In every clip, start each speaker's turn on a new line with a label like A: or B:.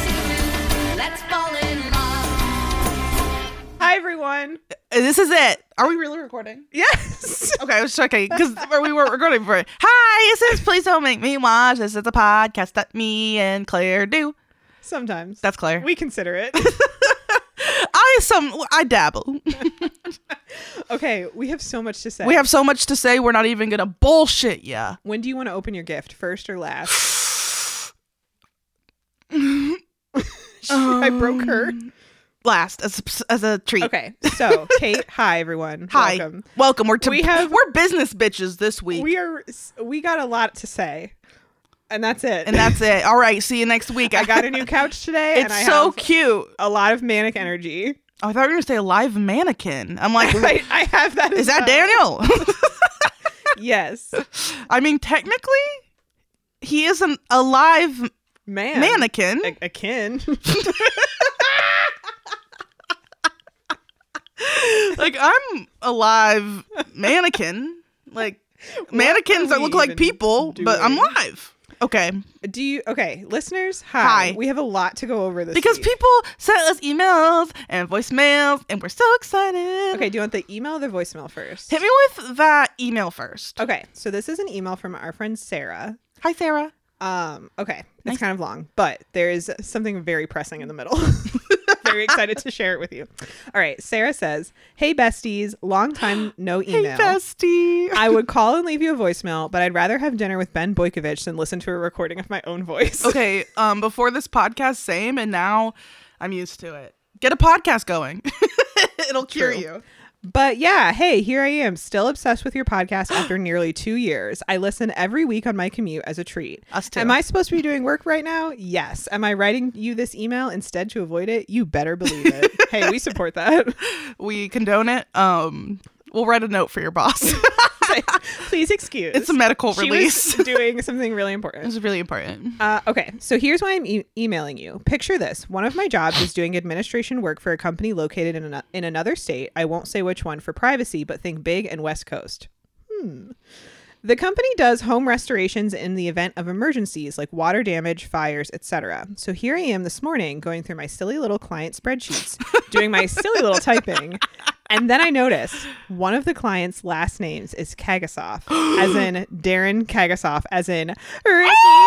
A: Uh, This is it.
B: Are we really recording?
A: Yes. Okay, I was checking because we weren't recording for it. Hi, it says please don't make me watch. This is a podcast that me and Claire do.
B: Sometimes.
A: That's Claire.
B: we consider it.
A: I some I dabble.
B: okay, we have so much to say.
A: We have so much to say. We're not even gonna bullshit ya.
B: When do you want to open your gift, first or last? I broke her.
A: Um, Last as a, as a treat.
B: Okay, so Kate, hi everyone.
A: Hi.
B: Welcome.
A: Welcome. We're to,
B: We have-
A: we're business bitches this week,
B: We are. We got a lot to say, and that's it.
A: and that's it. All right. See you next week.
B: I got a new couch today, and
A: It's
B: I
A: so
B: have
A: cute.
B: a lot of manic energy.
A: Oh, I thought you were gonna say live mannequin. I'm like,
B: I, I have that.
A: is
B: as
A: that
B: well.
A: Daniel?
B: Yes,
A: I mean, technically, he is an, a live
B: man,
A: mannequin.
B: a- akin.
A: like I'm a live mannequin. Like mannequins
B: are
A: that look
B: we
A: like
B: even
A: people, but I'm
B: doing?
A: live. Okay,
B: Do you okay, listeners? Hi.
A: Hi.
B: We have a lot to go over this
A: because
B: week.
A: people sent us emails and voicemails, and we're so excited.
B: Okay, do you want the email or the voicemail first?
A: hit me with that email first.
B: Okay, so this is an email from our friend Sarah.
A: Hi, Sarah.
B: Um, okay, it's
A: Nice.
B: kind of long, but there is something very pressing in the middle. very excited to share it with you. All right, Sarah says, "Hey besties, long time no email."
A: Hey, bestie.
B: I would call and leave you a voicemail, but I'd rather have dinner with Ben Boykovich than listen to a recording of my own voice.
A: okay, um, before this podcast, same, and now I'm used to it. Get a podcast going. It'll cure
B: True.
A: you.
B: But yeah, hey, here I am, still obsessed with your podcast after nearly two years. I listen every week on my commute as a treat.
A: Us too.
B: Am I supposed to be doing work right now? Yes. Am I writing you this email instead to avoid it? You better believe it. hey, we support that.
A: We condone it. Um, we'll write a note for your boss.
B: Please excuse.
A: it's a medical
B: she
A: release.
B: was doing something really important.
A: It's really important.
B: Uh, okay, so here's why I'm e- emailing you. Picture this: one of my jobs is doing administration work for a company located in an- in another state. I won't say which one for privacy, but think big and West Coast. Hmm. The company does home restorations in the event of emergencies like water damage, fires, etc. So here I am this morning going through my silly little client spreadsheets, doing my silly little typing. And then I noticed one of the client's last names is Kagasoff, as in Darren Kagasoff, as in Ricky.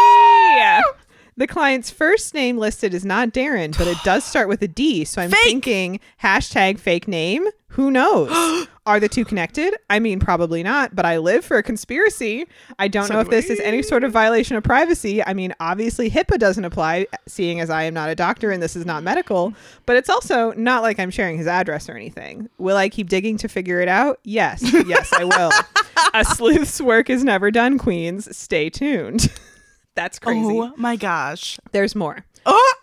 B: The client's first name listed is not Darren, but it does start with a D. So I'm thinking hashtag fake name. Who knows? Are the two connected? I mean, probably not, but I live for a conspiracy. I don't know if this is any sort of violation of privacy. I mean, obviously, HIPAA doesn't apply, seeing as I am not a doctor and this is not medical, but it's also not like I'm sharing his address or anything. Will I keep digging to figure it out? Yes. Yes, I will. a sleuth's work is never done, Queens. Stay tuned. That's crazy.
A: Oh my gosh.
B: There's more.
A: Oh,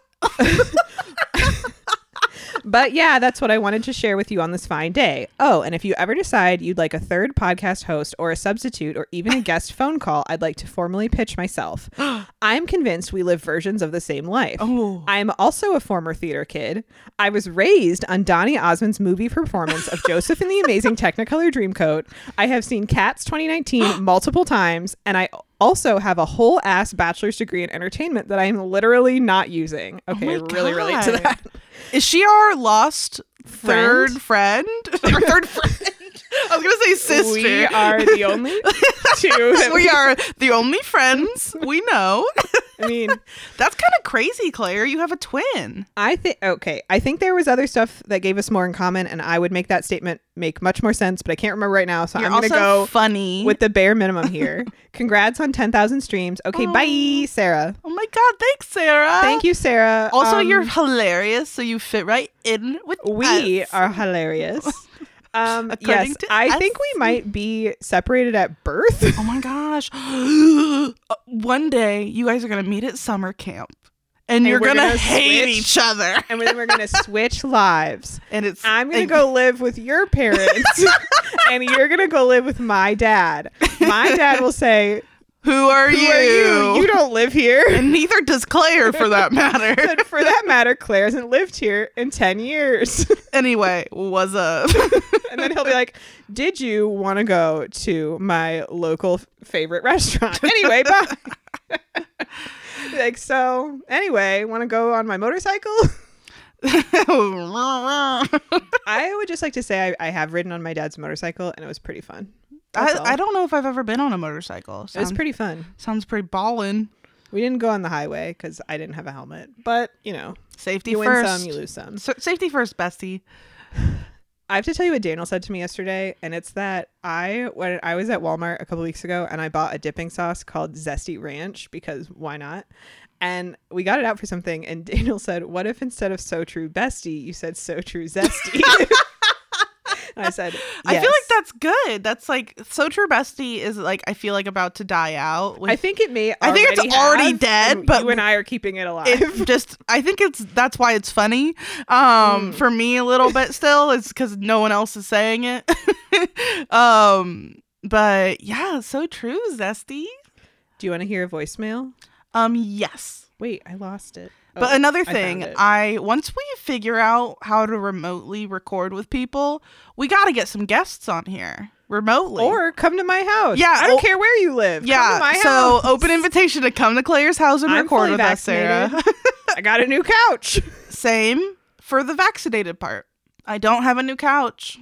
B: But yeah, that's what I wanted to share with you on this fine day. Oh, and if you ever decide you'd like a third podcast host or a substitute or even a guest phone call, I'd like to formally pitch myself. I'm convinced we live versions of the same life.
A: Oh.
B: I'm also a former theater kid. I was raised on Donny Osmond's movie performance of Joseph in the Amazing Technicolor Dreamcoat. I have seen Cats 2019 multiple times, and I also have a whole ass bachelor's degree in entertainment that I am literally not using. Okay, I
A: Oh my
B: really relate to
A: God.
B: that.
A: is she our lost
B: Friend?
A: third friend? Our third friend. I was gonna say sister.
B: We are the only two. That
A: We are the only friends we know.
B: I mean,
A: That's kind of crazy, Claire. You have a twin.
B: I think okay. I think there was other stuff that gave us more in common, and I would make that statement make much more sense. But I can't remember right now, so
A: You're
B: I'm gonna
A: also
B: go
A: funny.
B: with the bare minimum here. Congrats on ten thousand streams. Okay, bye, Sarah.
A: oh my god! Thanks, Sarah.
B: Thank you, Sarah.
A: Uh, Also,
B: Um,
A: you're hilarious, so you fit right in with
B: we
A: us.
B: are hilarious. Um,
A: According
B: yes,
A: to
B: I
A: us.
B: think we might be separated at birth.
A: Oh my gosh! Uh, One day you guys are gonna meet at summer camp, and,
B: And
A: you're
B: we're
A: gonna,
B: gonna
A: hate
B: switch.
A: each other.
B: And then we're gonna switch lives.
A: And it's
B: I'm gonna
A: and-
B: go live with your parents, and you're gonna go live with my dad. My dad will say,
A: Who are
B: "Who
A: you?
B: are you? You don't live here."
A: and neither does Claire, for that matter.
B: And for that matter, Claire hasn't lived here in ten years.
A: anyway, was up?
B: and then he'll be like, "Did you want to go to my local f- favorite restaurant?" Anyway, bye. like so. Anyway, want to go on my motorcycle?
A: I,
B: I would just like to say I, I have ridden on my dad's motorcycle and it was pretty fun. That's all.
A: I don't know if I've ever been on a motorcycle.
B: It was
A: Sounds,
B: pretty fun.
A: sounds pretty ballin'.
B: We didn't go on the highway because I didn't have a helmet, but you know,
A: Safety
B: you
A: first.
B: win some, you lose some.
A: So, safety first, bestie.
B: I have to tell you what Daniel said to me yesterday, and it's that I when I was at Walmart a couple weeks ago and I bought a dipping sauce called Zesty Ranch because why not? And we got it out for something, and Daniel said, "What if instead of so true bestie, you said so true zesty?" and I said,
A: I feel
B: "Yes."
A: like that's good. That's like so true. Bestie is like I feel like about to die out.
B: I think it may.
A: I think it's already
B: have,
A: dead,
B: and
A: but
B: you and I are keeping it alive.
A: it just I think it's that's why it's funny. Um,
B: Mm.
A: for me a little bit still is because no one else is saying it. um, but yeah, so true, zesty.
B: Do you want to hear a voicemail?
A: Um, yes.
B: Wait, I lost it.
A: But
B: Oh,
A: another
B: I found
A: thing,
B: it.
A: I, once we figure out how to remotely record with people, we got to get some guests on here remotely.
B: or come to my house.
A: Yeah,
B: I don't
A: or-
B: care where you live.
A: yeah,
B: come to my
A: so
B: house.
A: open invitation to come to Claire's house and
B: I'm
A: record
B: fully
A: with us, Sarah.
B: vaccinated. I got a new couch.
A: Same for the vaccinated part. I don't have a new couch,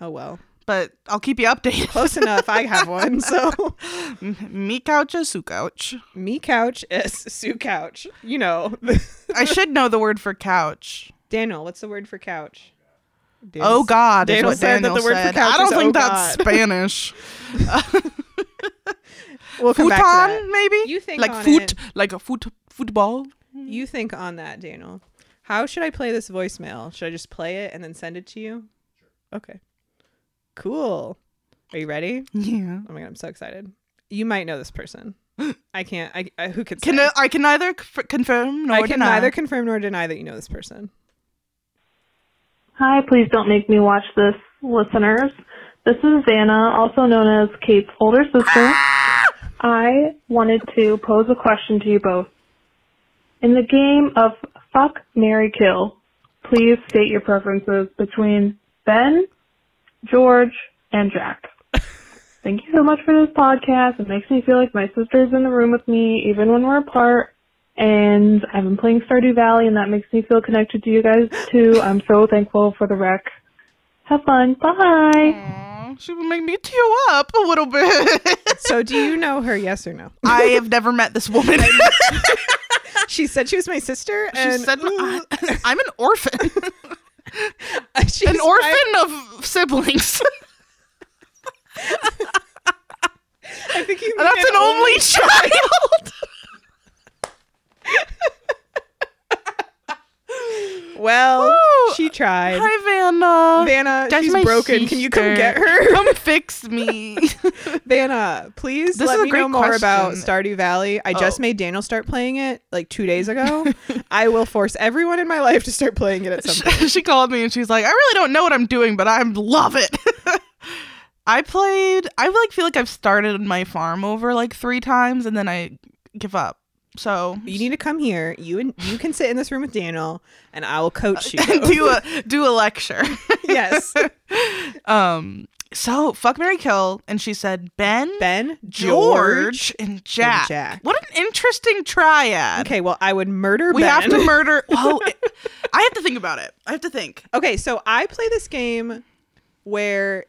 B: Oh well,
A: but I'll keep you updated.
B: close enough. I have one. So
A: Me couch is Sue couch.
B: me couch is Sue couch. You know,
A: I should know the word for couch.
B: Daniel. What's the word for couch?
A: Oh God! Is
B: Daniel
A: what
B: said that
A: Daniel
B: the word for
A: said.
B: couch
A: I don't
B: is
A: think
B: oh
A: that's
B: God.
A: Spanish.
B: we'll come back to
A: Futon,
B: that.
A: maybe.
B: You think
A: like
B: on
A: foot,
B: it.
A: like a foot football.
B: You think on that, Daniel. How should I play this voicemail? Should I just play it and then send it to you? Okay. Cool. Are you ready?
A: Yeah.
B: Oh my god, I'm so excited. You might know this person. I can't. I, I who could
A: Can
B: say?
A: I, I can neither c- confirm nor
B: I can
A: deny.
B: neither confirm nor deny that you know this person.
C: Hi, please don't make me watch this, listeners. This is Vanna, also known as Kate's older sister. I wanted to pose a question to you both. In the game of Fuck, Mary, Kill, please state your preferences between Ben, George, and Jack. Thank you so much for this podcast. It makes me feel like my sister's in the room with me, even when we're apart. And I've been playing Stardew Valley, and that makes me feel connected to you guys too. I'm so thankful for the rec. Have fun. Bye.
A: Aw, She would make me tear up a little bit.
B: So, do you know her? Yes or no?
A: I have never met this woman.
B: She said she was my sister,
A: she
B: and
A: said, I, "I'm an orphan,
B: she's
A: an orphan of siblings.
B: I, I think you mean
A: That's an only child."
B: Well,
A: Woo!
B: she tried.
A: Hi, Vanna.
B: Vanna,
A: That's
B: she's
A: my
B: broken. Can you come
A: sister.
B: get her?
A: Come fix me.
B: Vanna, please
A: This
B: let
A: is a
B: me
A: great
B: know more about
A: question.
B: Stardew Valley. I just
A: Oh.
B: made Daniel start playing it like two days ago. I will force everyone in my life to start playing it at some point.
A: she, she called me and she's like, I really don't know what I'm doing, but I love it. I played. I like feel like I've started my farm over like three times and then I give up. So
B: You need to come here. You and you can sit in this room with Daniel, and I will coach you.
A: do a do a lecture.
B: yes,
A: um. So fuck Mary Kill, and she said Ben,
B: Ben, George.
A: George, and Jack.
B: Jack.
A: What an interesting triad.
B: Okay, well, I would murder.
A: We
B: ben.
A: have to murder. Whoa, it- I have to think about it. I have to think.
B: Okay, so I play this game where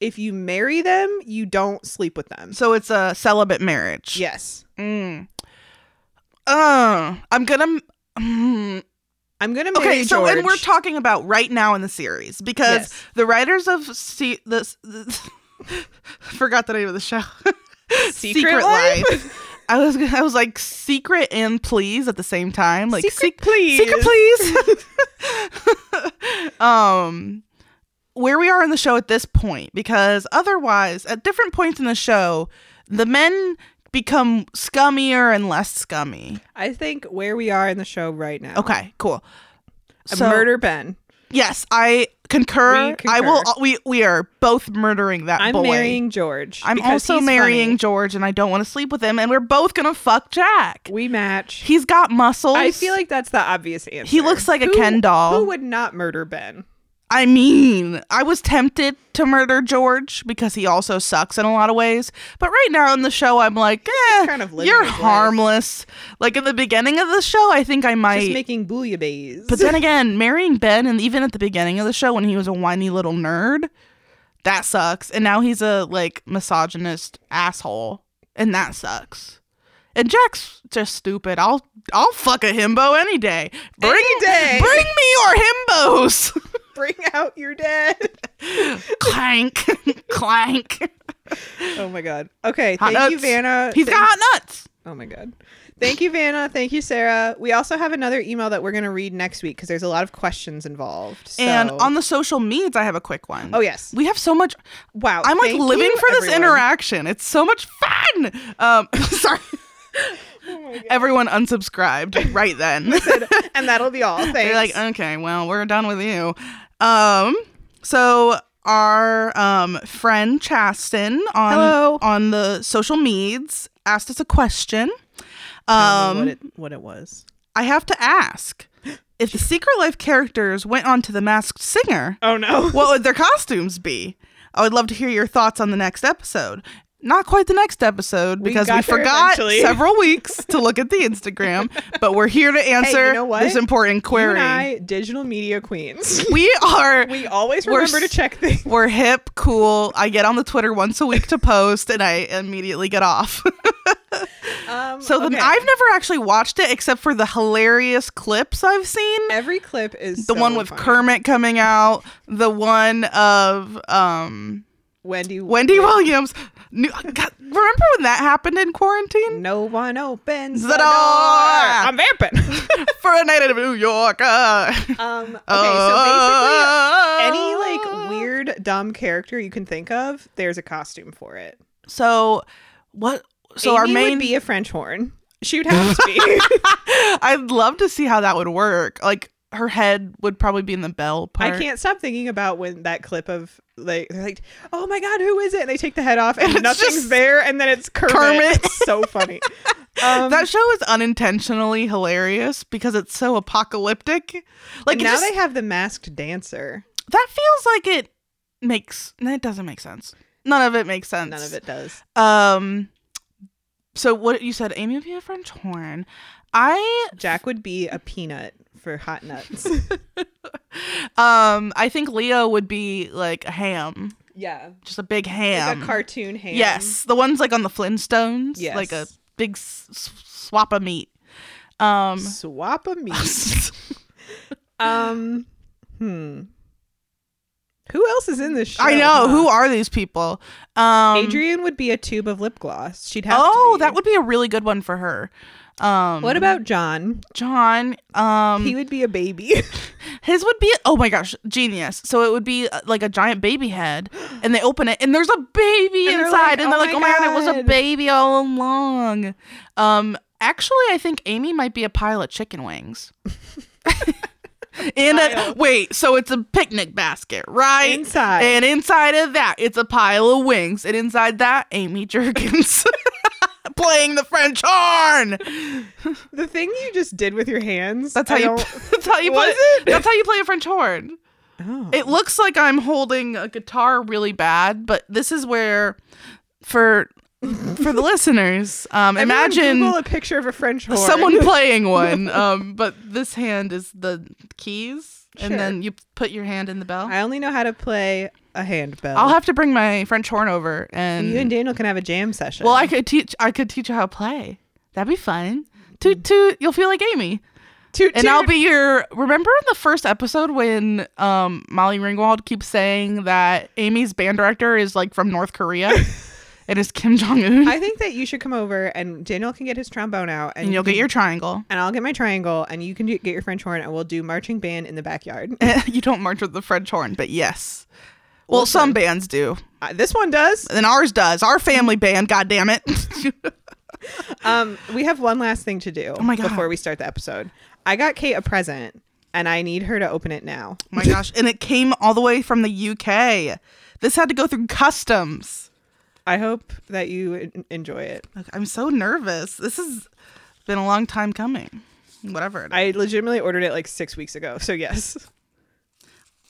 B: if you marry them, you don't sleep with them.
A: So it's a celibate marriage.
B: Yes.
A: Mm. Uh, I'm gonna. Mm.
B: I'm going to marry
A: Okay, so
B: George.
A: and we're talking about right now in the series because
B: Yes.
A: the writers of se- this, forgot the name of the show.
B: Secret Life?
A: I was I was like secret and please at the same time like
B: Secret,
A: sec-
B: please.
A: secret please. um, where we are in the show at this point because otherwise at different points in the show the men become scummier and less scummy.
B: I think where we are in the show right now.
A: Okay, cool.
B: A murder Ben.
A: Yes, I concur.
B: We concur.
A: I will. uh, We we are both murdering that
B: I'm
A: Uh, boy.
B: marrying George.
A: I'm
B: because
A: also
B: he's
A: marrying
B: funny.
A: George, and I don't want to sleep with him. And we're both gonna fuck Jack.
B: We match.
A: He's got muscles.
B: I feel like that's the obvious answer.
A: He looks like a
B: Who-
A: Ken doll.
B: Who would not murder Ben?
A: I mean, I was tempted to murder George because he also sucks in a lot of ways. But right now in the show, I'm like, eh,
B: kind of living
A: you're
B: his life.
A: harmless. Like in the beginning of the show, I think I might.
B: Just making bouillabaisse.
A: but then again, marrying Ben, and even at the beginning of the show when he was a whiny little nerd, that sucks. And now he's a like misogynist asshole, and that sucks. And Jack's just stupid. I'll I'll fuck a himbo any day. Bring
B: Any day.
A: Bring me your himbos.
B: bring out your dead.
A: clank, clank.
B: Oh my god. Okay,
A: Hot
B: thank you,
A: nuts.
B: Vanna.
A: He's
B: Thank-
A: got hot nuts.
B: Oh my god. Thank you, Vanna. Thank you, Sarah. We also have another email that we're going to read next week because there's a lot of questions involved. So.
A: And on the social medias, I have a quick one.
B: oh yes,
A: We have so much.
B: wow.
A: I'm like
B: Thank
A: living
B: you,
A: for this
B: everyone.
A: interaction. It's so much fun. Um, sorry.
B: Oh,
A: Everyone unsubscribed right then.
B: and that'll be all. Thanks.
A: They're like, okay, well, we're done with you. Um, so our um friend Chasten on
B: Hello.
A: on the social meds asked us a question.
B: I don't know
A: Um,
B: what it what it was.
A: I have to ask if the Secret Life characters went on to The Masked Singer,
B: Oh no.
A: what would their costumes be? I would love to hear your thoughts on the next episode. Not quite the next episode because we,
B: got there
A: forgot
B: eventually.
A: several weeks to look at the Instagram, but we're here to answer
B: know what?
A: this important
B: You
A: query.
B: and I, digital media queens.
A: we are
B: We always
A: We're
B: remember to
A: s-
B: check things.
A: we're hip, cool. I get on the Twitter once a week to post and I immediately get off.
B: Um,
A: so then
B: okay.
A: I've never actually watched it except for the hilarious clips I've seen.
B: every clip is
A: the
B: so
A: one with
B: funny.
A: Kermit coming out, the one of um
B: Wendy.
A: Wendy Williams. New, God, remember when that happened in quarantine
B: No one opens
A: The
B: the door.
A: door.
B: I'm vamping.
A: for a night out of New York? Uh.
B: um, okay, so
A: Uh,
B: basically, any like weird, dumb character you can think of, there's a costume for it.
A: So what? So
B: Amy
A: our main.
B: would be a French horn. She would have to be.
A: I'd love to see how that would work. Like her head would probably be in the bell part.
B: I can't stop thinking about when that clip of like they're like, "Oh my god, who is it?" And they take the head off, and,
A: it's
B: nothing's
A: just
B: there, and then it's Kermit.
A: Kermit.
B: It's so funny. Um,
A: That show is unintentionally hilarious because it's so apocalyptic. Like
B: and
A: it
B: now
A: just-
B: they have the masked dancer.
A: that feels like it makes that doesn't make sense. None of it makes sense.
B: None of it does.
A: Um so what you said Amy would be a French horn. I
B: Jack would be a peanut for hot nuts.
A: um I think Leo would be like a ham.
B: yeah,
A: Just a big
B: like
A: ham.
B: a cartoon ham.
A: Yes, the ones like on the Flintstones,
B: Yes.
A: like a big s- s- swap of meat. Um
B: swap a meat. um, hmm. Who else is in this show?
A: I know
B: huh?
A: who are these people? Um
B: Adrian would be a tube of lip gloss. She'd have. to
A: Oh,
B: be.
A: that would be a really good one for her. Um
B: What about John?
A: John? Um
B: He would be a baby.
A: His would be oh my gosh, genius. So it would be uh, like a giant baby head, and they open it, and there's a baby
B: And they're like,
A: inside, and they're like, "Oh my god, it was a
B: God."
A: baby all along." Um, actually, I think Amy might be a pile of chicken wings. In a
B: Pile.
A: wait, so it's a picnic basket, right?
B: Inside.
A: and inside of that, it's a pile of wings, and inside that, Amy Jerkins playing the French horn.
B: the thing you just did with your hands.
A: That's how
B: I
A: you.
B: don't-
A: That's how you play.
B: Was it?
A: That's how you play a French horn.
B: Oh.
A: It looks like I'm holding a guitar really bad, but this is where for for the listeners, um,
B: Everyone
A: imagine
B: Google a picture of a French horn.
A: someone playing one. Um, but this hand is the keys, and then you put your hand in the bell.
B: I only know how to play a handbell.
A: I'll have to bring my French horn over, and
B: you and Daniel can have a jam session.
A: well, I could teach. I could teach you how to play. That'd be fun.
B: Hmm.
A: Toot toot. You'll feel like Amy.
B: Toot,
A: And I'll
B: toot.
A: be your. Remember in the first episode when um, Molly Ringwald keeps saying that Amy's band director is like from North Korea, and is Kim Jong Un,
B: I think that you should come over and Daniel can get his trombone out and,
A: and you'll
B: you can-
A: get your triangle.
B: and I'll get my triangle and you can do, get your French horn and we'll do marching band in the backyard. Uh,
A: you don't march with the French horn, but yes. Well, some bands do,
B: Uh, this one does.
A: and ours does. Our family band, Oh God damn it!
B: Um, we have one last thing to do
A: Oh my God.
B: before we start the episode. I got Kate a present and I need her to open it now.
A: my gosh! And it came all the way from the UK. This had to go through customs.
B: I hope that you en- enjoy it.
A: Like, I'm so nervous. This has been a long time coming. Whatever. it is.
B: I legitimately ordered it like six weeks ago. So yes.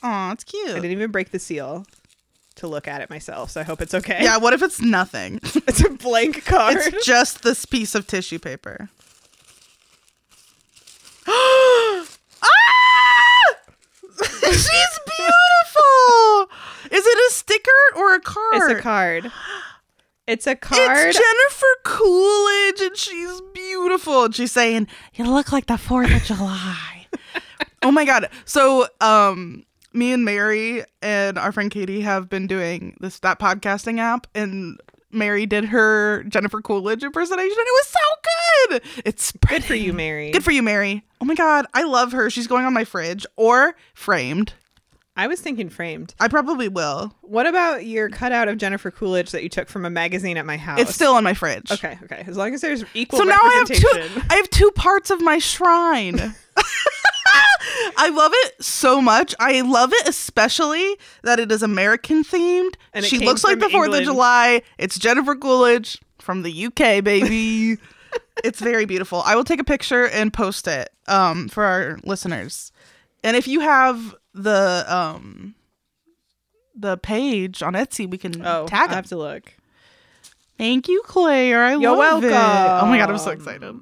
A: Aw, it's
B: I
A: cute.
B: didn't even break the seal to look at it myself, so I hope it's okay.
A: Yeah, what if it's nothing?
B: it's a blank card.
A: it's just this piece of tissue paper. ah! She's beautiful. Is it a sticker or a card?
B: It's a card. It's a card.
A: It's Jennifer Coolidge, and she's beautiful. And she's saying, "You look like the Fourth of July." oh my god! So, um, me and Mary and our friend Katie have been doing this that podcasting app, and Mary did her Jennifer Coolidge impersonation, and it was so good. It's
B: Good for you, Mary.
A: Good for you, Mary. Oh my god, I love her. She's going on my fridge or framed.
B: I was thinking framed.
A: I probably will.
B: What about your cutout of Jennifer Coolidge that you took from a magazine at my house?
A: It's still on my fridge.
B: okay. Okay, as long as there's equal
A: so now I have two.
B: representation.
A: I have two parts of my shrine. I love it so much. I love it especially that it is American themed.
B: And it
A: she
B: came
A: looks like
B: from
A: the Fourth of
B: England.
A: July. It's Jennifer Coolidge from the UK, baby. it's very beautiful. I will take a picture and post it um, for our listeners. And if you have the um, the page on Etsy, we can
B: Oh,
A: tag
B: I
A: it.
B: have to look.
A: Thank you, Claire. I
B: You're
A: love it. Oh my god, I'm so
B: welcome.
A: excited.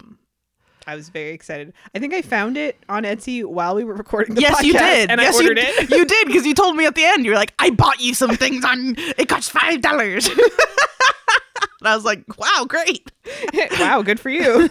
B: I was very excited. I think I found it on Etsy while we were recording the
A: yes, you
B: podcast,
A: did.
B: and
A: yes,
B: I ordered
A: you,
B: it.
A: you did because you told me at the end. You were like, "I bought you some things on. It cost five dollars." and I was like, "Wow, great!
B: wow, good for you.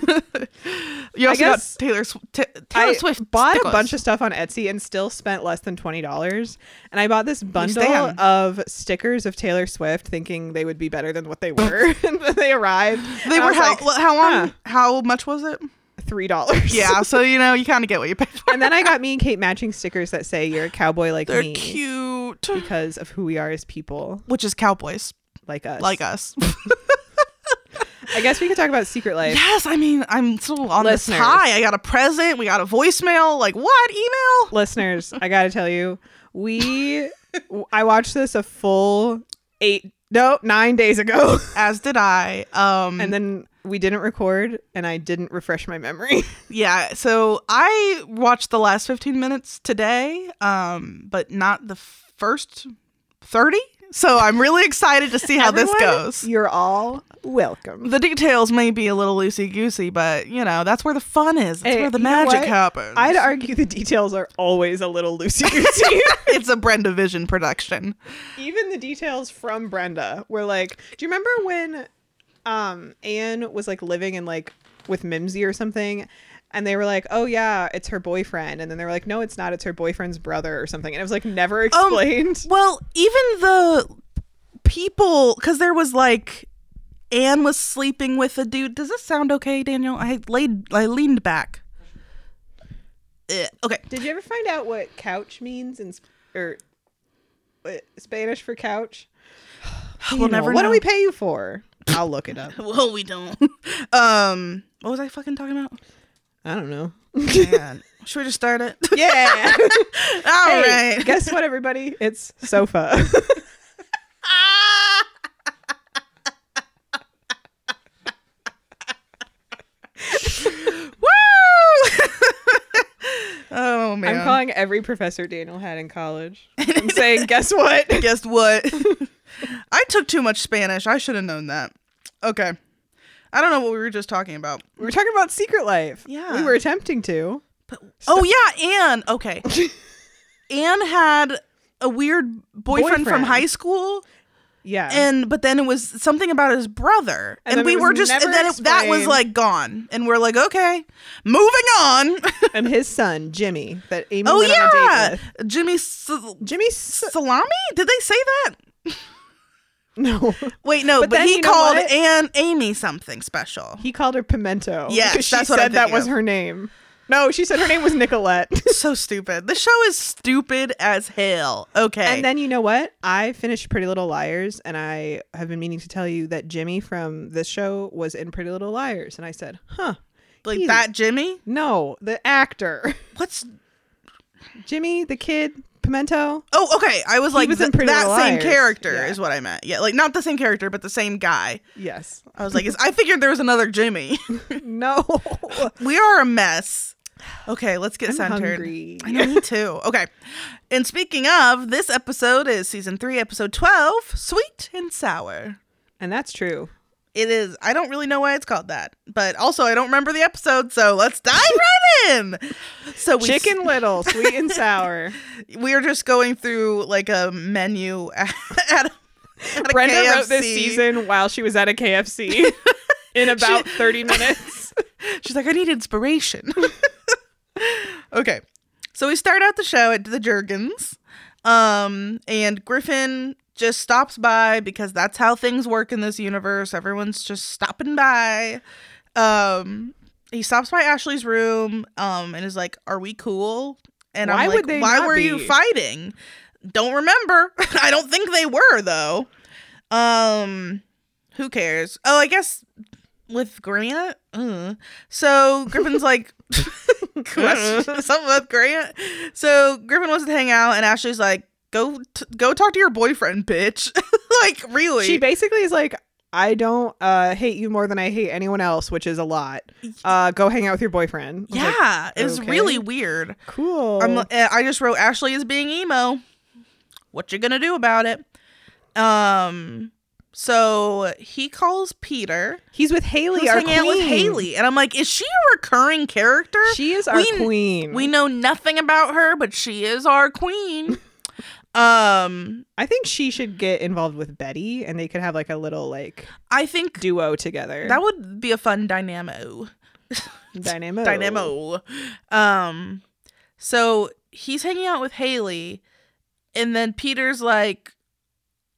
A: You also
B: guess
A: got Taylor, Sw- Ta Taylor
B: I
A: Swift
B: bought a
A: stickers.
B: bunch of stuff on Etsy and still spent less than twenty dollars. And I bought this bundle
A: Stan.
B: of stickers of Taylor Swift, thinking they would be better than what they were. and then they arrived. and
A: They
B: I
A: were
B: was
A: how
B: like,
A: well, how long?
B: huh,
A: How much was it?
B: three dollars.
A: Yeah, so you know, you kind of get what you pay for.
B: and then I got me and Kate matching stickers that say "You're a cowboy like
A: They're
B: me"
A: cute,
B: because of who we are as people,
A: which is cowboys
B: like us.
A: like us.
B: I guess we could talk about Secret Life.
A: yes, I mean, I'm still on
B: Listeners.
A: this high. I got a present. We got a voicemail. Like what? Email?
B: listeners, I gotta tell you, we I watched this a full eight no nine days ago,
A: As did I. Um,
B: and then we didn't record, and I didn't refresh my memory.
A: Yeah, so I watched the last 15 minutes today, um, but not the first 30. So I'm really excited to see how this
B: Everyone,
A: goes.
B: You're all welcome.
A: The details may be a little loosey goosey, but you know, that's where the fun is. That's
B: Hey,
A: where the
B: Eh, you know
A: magic
B: what?
A: happens.
B: I'd argue the details are always a little loosey goosey.
A: it's a Brenda Vision production.
B: Even the details from Brenda were like, do you remember when um Anne was like living in like with Mimsy or something? And they were like, "Oh yeah, it's her boyfriend," and then they were like, "No, it's not. It's her boyfriend's brother or something." And it was like never explained.
A: Um, Well, even the people, because there was like Anne was sleeping with a dude. Does this sound okay, Daniel? I laid, I leaned back. Eh, okay.
B: Did you ever find out what couch means in sp- or what, Spanish for couch?
A: We'll
B: You know,
A: never
B: What
A: know.
B: do we pay you for? I'll look it up.
A: Well, we don't. um, what was I fucking talking about?
B: I don't know.
A: Man, should we just start it?
B: Yeah.
A: All
B: Hey,
A: right.
B: Guess what, everybody? It's sofa.
A: Woo! oh man.
B: I'm calling every professor Daniel had in college. I'm saying, guess what?
A: Guess what? I took too much Spanish. I should have known that. Okay. I don't know what we were just talking about.
B: We were talking about Secret Life.
A: Yeah.
B: We were attempting to.
A: Oh yeah, Anne. Okay. Anne had a weird boyfriend, from
B: Boyfriend.
A: high school.
B: Yeah.
A: and but then it was something about his brother
B: And
A: and,
B: then
A: we
B: it
A: were
B: was
A: just and
B: never
A: then it, that was
B: explained.
A: like gone and we're like okay moving on
B: and his son, Jimmy, that Amy
A: oh
B: went on a date
A: yeah
B: with.
A: jimmy Sal-
B: Jimmy, s-
A: salami did they say that
B: no.
A: wait no
B: But
A: but,
B: then
A: he
B: you know
A: called
B: what?
A: Anne Amy something special
B: He called her Pimento.
A: Yes,
B: because she
A: that's what I'm
B: said that
A: thinking
B: was
A: of.
B: her name. No, she said her name was Nicolette.
A: so stupid the show is stupid as hell okay
B: And then you know what? I finished Pretty Little Liars, and I have been meaning to tell you that Jimmy from this show was in Pretty Little Liars, and I said, "Huh?
A: like
B: he's-
A: that jimmy
B: No, the actor,
A: what's
B: Jimmy, the kid, Pimento."
A: oh okay i was like
B: was
A: th-
B: in Pretty
A: that
B: Little
A: same
B: Liars.
A: character
B: Yeah.
A: is what i meant yeah like not the same character but the same guy
B: Yes.
A: i was like is- i figured there was another jimmy
B: No.
A: we are a mess Okay, let's get
B: I'm
A: centered.
B: hungry.
A: I know, me too. Okay. And speaking of, this episode is season three, episode 12 Sweet and Sour.
B: And that's true.
A: It is, I don't really know why it's called that, but also I don't remember the episode, so let's dive right in. So we,
B: Chicken Little, sweet and sour.
A: we are just going through like a menu at, at a
B: Brenda wrote this
A: KFC.
B: season while she was at a KFC in about 30 minutes.
A: She's like, I need inspiration. okay. So we start out the show at the Jurgens. Um, and Griffin just stops by because that's how things work in this universe. Everyone's just stopping by. Um, he stops by Ashley's room um, and is like, Are we cool? And
B: Why
A: I'm
B: would
A: like,
B: they
A: Why
B: not
A: were
B: be?"
A: you fighting? Don't remember. I don't think they were, though. Um, who cares? Oh, I guess with Grant. Uh. So Griffin's like,
B: Uh-huh.
A: question something with Grant. So Griffin wants to hang out, and Ashley's like, go t- go talk to your boyfriend, bitch. like really?
B: She basically is like, I don't uh, hate you more than I hate anyone else, which is a lot. Uh, go hang out with your boyfriend. I was like,
A: yeah, it was
B: okay. Oh.
A: really weird.
B: cool.
A: I'm, uh, I just wrote Ashley is being emo. What you gonna do about it? Um. So he calls Peter.
B: He's with Haley,
A: He's
B: our
A: hanging
B: queen.
A: out with Haley, and I'm like, is she a recurring character?
B: She is our
A: We-
B: queen.
A: We know nothing about her, but she is our queen. um,
B: I think she should get involved with Betty, and they could have like a little like
A: I think
B: duo together.
A: that would be a fun dynamo.
B: dynamo.
A: Dynamo. Um, so he's hanging out with Haley, and then Peter's like,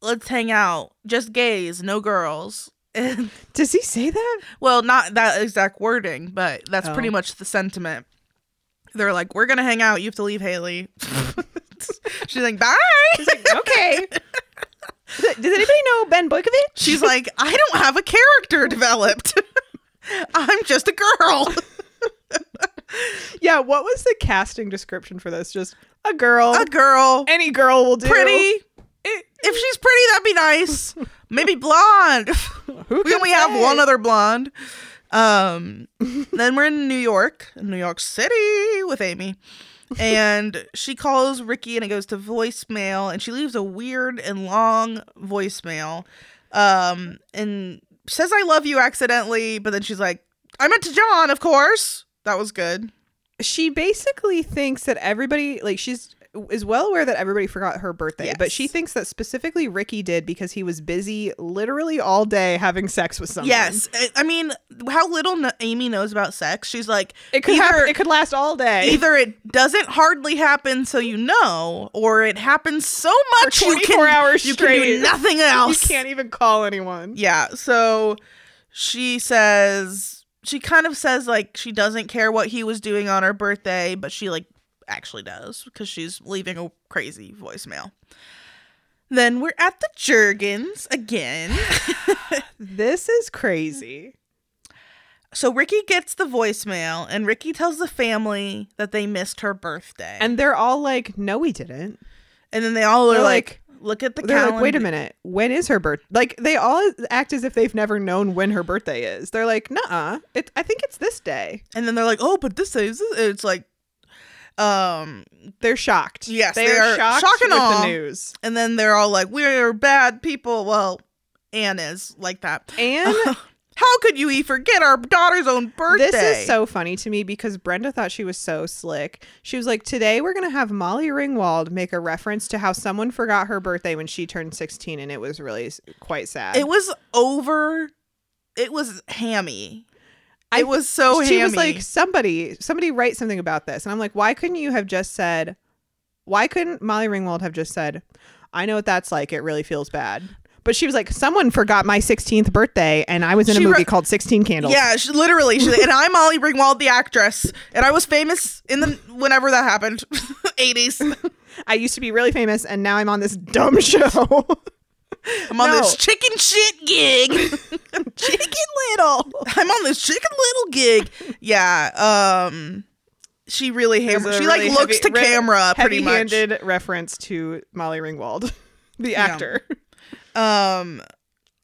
A: "Let's hang out, just gays, no girls." And
B: Does he say that?
A: well, not that exact wording, but that's
B: Oh.
A: pretty much the sentiment. They're like, "We're gonna hang out. You have to leave, Haley." She's like, "Bye."
B: He's like, okay. Does anybody know Ben Boykovich?
A: She's like, I don't have a character developed. I'm just a girl.
B: Yeah, what was the casting description for this? Just a girl.
A: A girl.
B: Any girl will do.
A: Pretty. If she's pretty, that'd be nice. Maybe blonde.
B: Who
A: we
B: can
A: only have
B: say?
A: one other blonde. Um, then we're in New York, New York City with Amy. And she calls Ricky and it goes to voicemail and she leaves a weird and long voicemail. Um, and says I love you accidentally, but then she's like, I meant to John, of course. That was good.
B: She basically thinks that everybody, like, she's is well aware that everybody forgot her birthday, but
A: Yes.
B: she thinks that specifically Ricky did because he was busy literally all day having sex with someone.
A: Yes. I- I mean, how little kn- Amy knows about sex. She's like,
B: It could
A: Either-
B: happen, it could last all day.
A: either it doesn't hardly happen so you know, or it happens so much you
B: 24
A: can,
B: hours
A: you can do
B: straight.
A: nothing else.
B: You can't even call anyone.
A: Yeah. So she says, she kind of says like she doesn't care what he was doing on her birthday, but she like actually does because she's leaving a crazy voicemail. Then we're at the Jurgens again.
B: This is crazy.
A: So Ricky gets the voicemail, and Ricky tells the family that they missed her birthday,
B: And they're all like, no, we didn't.
A: and then they all are
B: They're
A: like, "Look at the
B: They're
A: calendar."
B: like, wait a minute, when is her birth? Like, they all act as if they've never known when her birthday is. They're like, nah, it, I think it's this day.
A: And then they're like, "Oh, but this is it's like." Um,
B: They're shocked.
A: Yes,
B: they,
A: they
B: are
A: are
B: shocked
A: shock and
B: with
A: awe.
B: the news.
A: and then they're all like, "We're bad people." Well, Anne is like that.
B: And
A: How could you e- forget our daughter's own birthday?
B: This is so funny to me because Brenda thought she was so slick. She was like, Today we're going to have Molly Ringwald make a reference to how someone forgot her birthday when she turned 16, and it was really s- quite sad.
A: It was over. It was hammy.
B: I-
A: it was so
B: she
A: hammy.
B: was like, Somebody, somebody write something about this. And I'm like, Why couldn't you have just said, Why couldn't Molly Ringwald have just said, I know what that's like. It really feels bad. But she was like, Someone forgot my 16th birthday, and I was in a
A: She
B: movie
A: wrote-
B: called 16 Candles.
A: Yeah, she, literally. She, and I'm Molly Ringwald, the actress, and I was famous in the whenever that happened, 80s.
B: I used to be really famous, and now I'm on this dumb show.
A: I'm on
B: No.
A: this chicken shit gig.
B: Chicken Little.
A: I'm on this chicken little gig. Yeah. Um, she really
B: It was
A: hammer.
B: a
A: She
B: really
A: like looks
B: heavy-
A: to
B: re-
A: camera pretty much.
B: Heavy-handed reference to Molly Ringwald, the actor.
A: Um,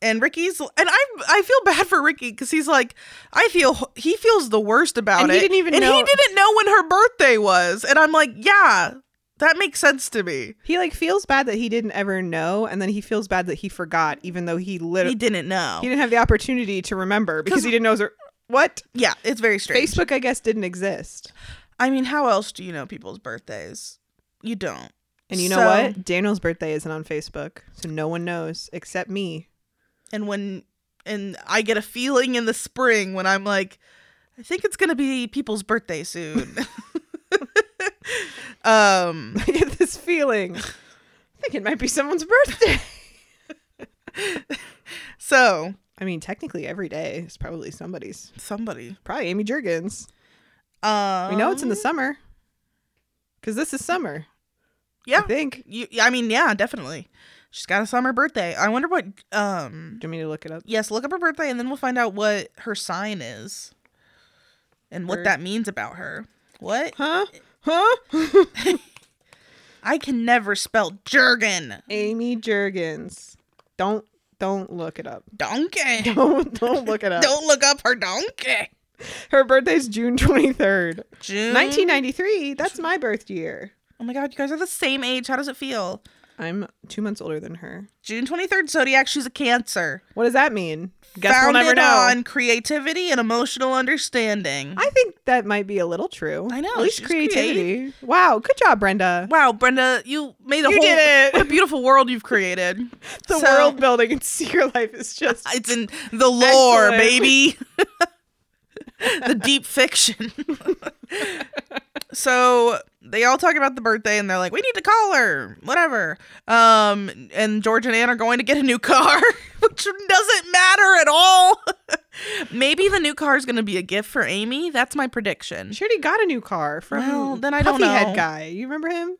A: and Ricky's and I I feel bad for Ricky because he's like I feel he feels the worst about
B: And
A: it.
B: he didn't even
A: and he
B: know-
A: didn't know when her birthday was, and I'm like, yeah, that makes sense to me.
B: He like feels bad that he didn't ever know, and then he feels bad that he forgot, even though he
A: He
B: literally
A: didn't know.
B: he didn't have the opportunity to remember because
A: 'Cause-
B: he didn't know. His, what
A: yeah, it's very strange.
B: Facebook, I guess, didn't exist.
A: I mean, how else do you know people's birthdays? You don't.
B: And you know
A: So-
B: what? Daniel's birthday isn't on Facebook, so no one knows except me.
A: And when and I get a feeling in the spring when I'm like, I think it's gonna be people's birthday soon. um
B: I get this feeling. I think it might be someone's birthday.
A: so
B: I mean, technically, every day is probably somebody's.
A: somebody.
B: Probably Amy Jurgens.
A: Um
B: We know it's in the summer because this is summer. I
A: Yeah.
B: think.
A: You I mean, yeah, definitely. She's got a summer birthday. I wonder what um
B: Do you want me to look it up?
A: yes, look up her birthday and then we'll find out what her sign is and what
B: Her-
A: that means about her. What?
B: Huh? Huh?
A: I can never spell Jurgen.
B: Amy Jurgens. Don't don't look it up.
A: Donkey.
B: Don't don't look it up.
A: Don't look up her donkey.
B: Her birthday's June twenty third,
A: June.
B: nineteen ninety three. That's my birth year.
A: Oh my god, you guys are the same age. How does it feel?
B: I'm two months older than her.
A: June 23rd, Zodiac, she's a Cancer.
B: What does that mean?
A: Founded on creativity and emotional understanding.
B: I think that might be a little true.
A: I know,
B: At least
A: she's
B: creativity. Wow. Good job, Brenda.
A: wow, Brenda, you made a
B: You
A: whole
B: did it.
A: what a beautiful world you've created.
B: The
A: So-
B: world building and secret life is just
A: It's in the lore,
B: Excellent.
A: baby. the deep fiction. so they all talk about the birthday and they're like, we need to call her, whatever. Um, and George and Anne are going to get a new car, which doesn't matter at all. Maybe the new car is going to be a gift for Amy. That's my prediction.
B: She already got a new car from
A: Well, then I don't
B: Puffy
A: know.
B: Head guy. You remember him?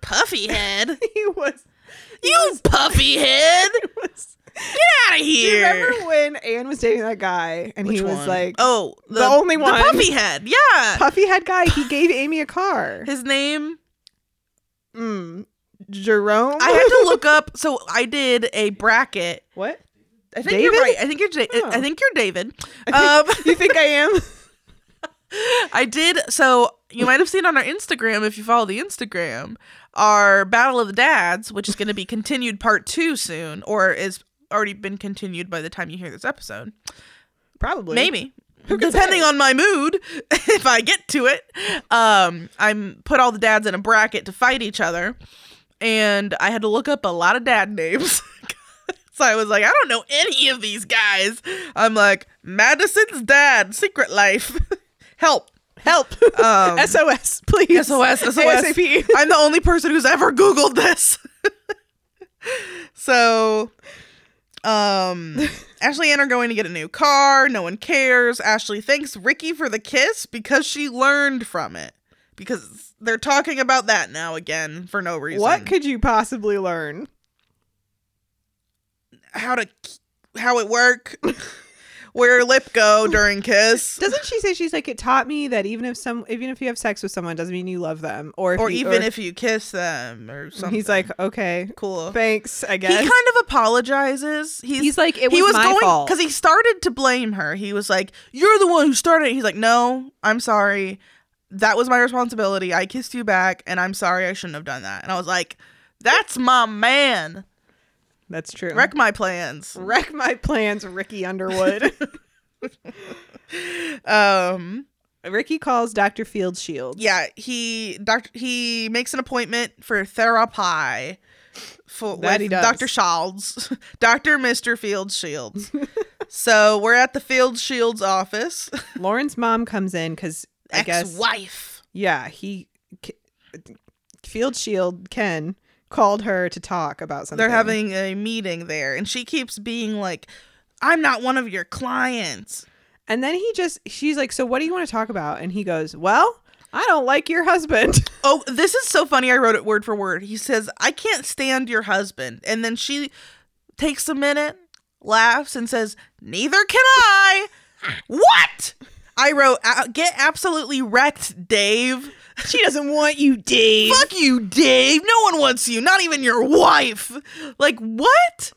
A: Puffy head.
B: He was.
A: you puffy head.
B: He was
A: Get out of
B: do
A: here.
B: you remember when Anne was dating that guy and he
A: Which
B: was
A: one?
B: like,
A: oh,
B: the only one.
A: The puffy head. Yeah.
B: puffy head guy? He gave Amy a car.
A: His name
B: Mm. Jerome.
A: I had to look up. So I did a bracket.
B: what?
A: I think
B: David?
A: you're right. I think you're. Ja- I
B: Oh.
A: think you're David.
B: I
A: Um,
B: you think I am?
A: I did. So you might have seen on our Instagram, if you follow the Instagram, our Battle of the Dads, which is going to be continued part two soon, or is already been continued by the time you hear this episode.
B: Probably.
A: Maybe. Depending on my mood, if I get to it, um, I'm put all the dads in a bracket to fight each other, and I had to look up a lot of dad names. so I was like, I don't know any of these guys. I'm like Madison's dad, Secret Life, help, help, um,
B: SOS, please.
A: SOS, SOS.
B: ASAP.
A: I'm the only person who's ever Googled this. so, um, Ashley and Ann are going to get a new car. No one cares. Ashley thanks Ricky for the kiss because she learned from it. Because they're talking about that now again for no reason.
B: What could you possibly learn?
A: how to how it work? Where lip go during kiss?
B: Doesn't she say she's like it taught me that even if some even if you have sex with someone doesn't mean you love them or if
A: Or
B: you-
A: even if you kiss them or something.
B: he's like okay
A: cool.
B: thanks I
A: He
B: guess
A: kind of apologizes. He's,
B: He's like it
A: he
B: was,
A: was
B: my
A: going
B: fault
A: because he started to blame her. He was like, "You're the one who started." it." He's like, "No, I'm sorry. That was my responsibility. I kissed you back, and I'm sorry. I shouldn't have done that." And I was like, "That's my man.
B: that's true
A: Wreck my plans."
B: wreck my plans Ricky Underwood
A: Um,
B: Ricky calls Doctor Field Shields
A: yeah, he doctor he makes an appointment for therapy. For,
B: That
A: with
B: he does.
A: Dr. Shields, Dr. Mr. Field Shields. so we're at the Field Shields office.
B: Lauren's mom comes in because I guess
A: Ex-wife.
B: yeah he K- Field Shield Ken called her to talk about something
A: They're having a meeting there, and she keeps being like, "I'm not one of your clients."
B: and then he just she's like so what do you want to talk about and he goes well I don't like your husband.
A: Oh, this is so funny. I wrote it word for word. He says, "I can't stand your husband," and then she takes a minute, laughs, and says, "Neither can I." what? I wrote, "Uh, "Get absolutely wrecked, Dave."
B: She doesn't want you, Dave.
A: Fuck you, Dave. No one wants you. Not even your wife. Like what?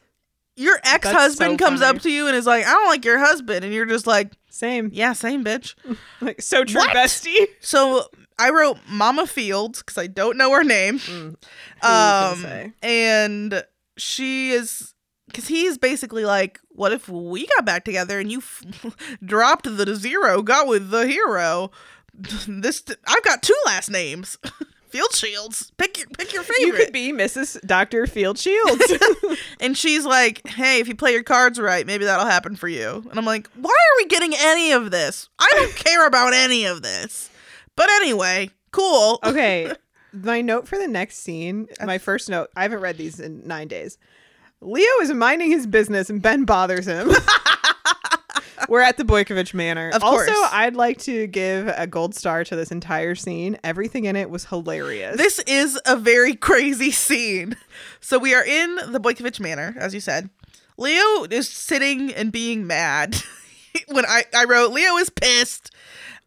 A: your ex husband
B: so
A: comes
B: funny.
A: up to you and is like, I don't like your husband. And you're just like,
B: Same.
A: yeah, same bitch.
B: Like so true,
A: What?
B: bestie.
A: So I wrote Mama Fields because I don't know her name.
B: can
A: Mm. um,
B: say?
A: and she is because he's basically like, what if we got back together and you f- dropped the zero, got with the hero? This I've got two last names. Field Shields. Pick your pick your favorite.
B: You could be Mrs. Doctor Field Shields.
A: And she's like, hey, if you play your cards right, maybe that'll happen for you. And I'm like, why are we getting any of this? I don't care about any of this. But anyway, cool.
B: okay. My note for the next scene, my first note, I haven't read these in nine days. Leo is minding his business and Ben bothers him. We're at the Boykovich Manor.
A: Of
B: Also,
A: course.
B: I'd like to give a gold star to this entire scene. Everything in it was hilarious.
A: This is a very crazy scene. So we are in the Boykovich Manor, as you said. Leo is sitting and being mad. when I, I wrote, Leo is pissed.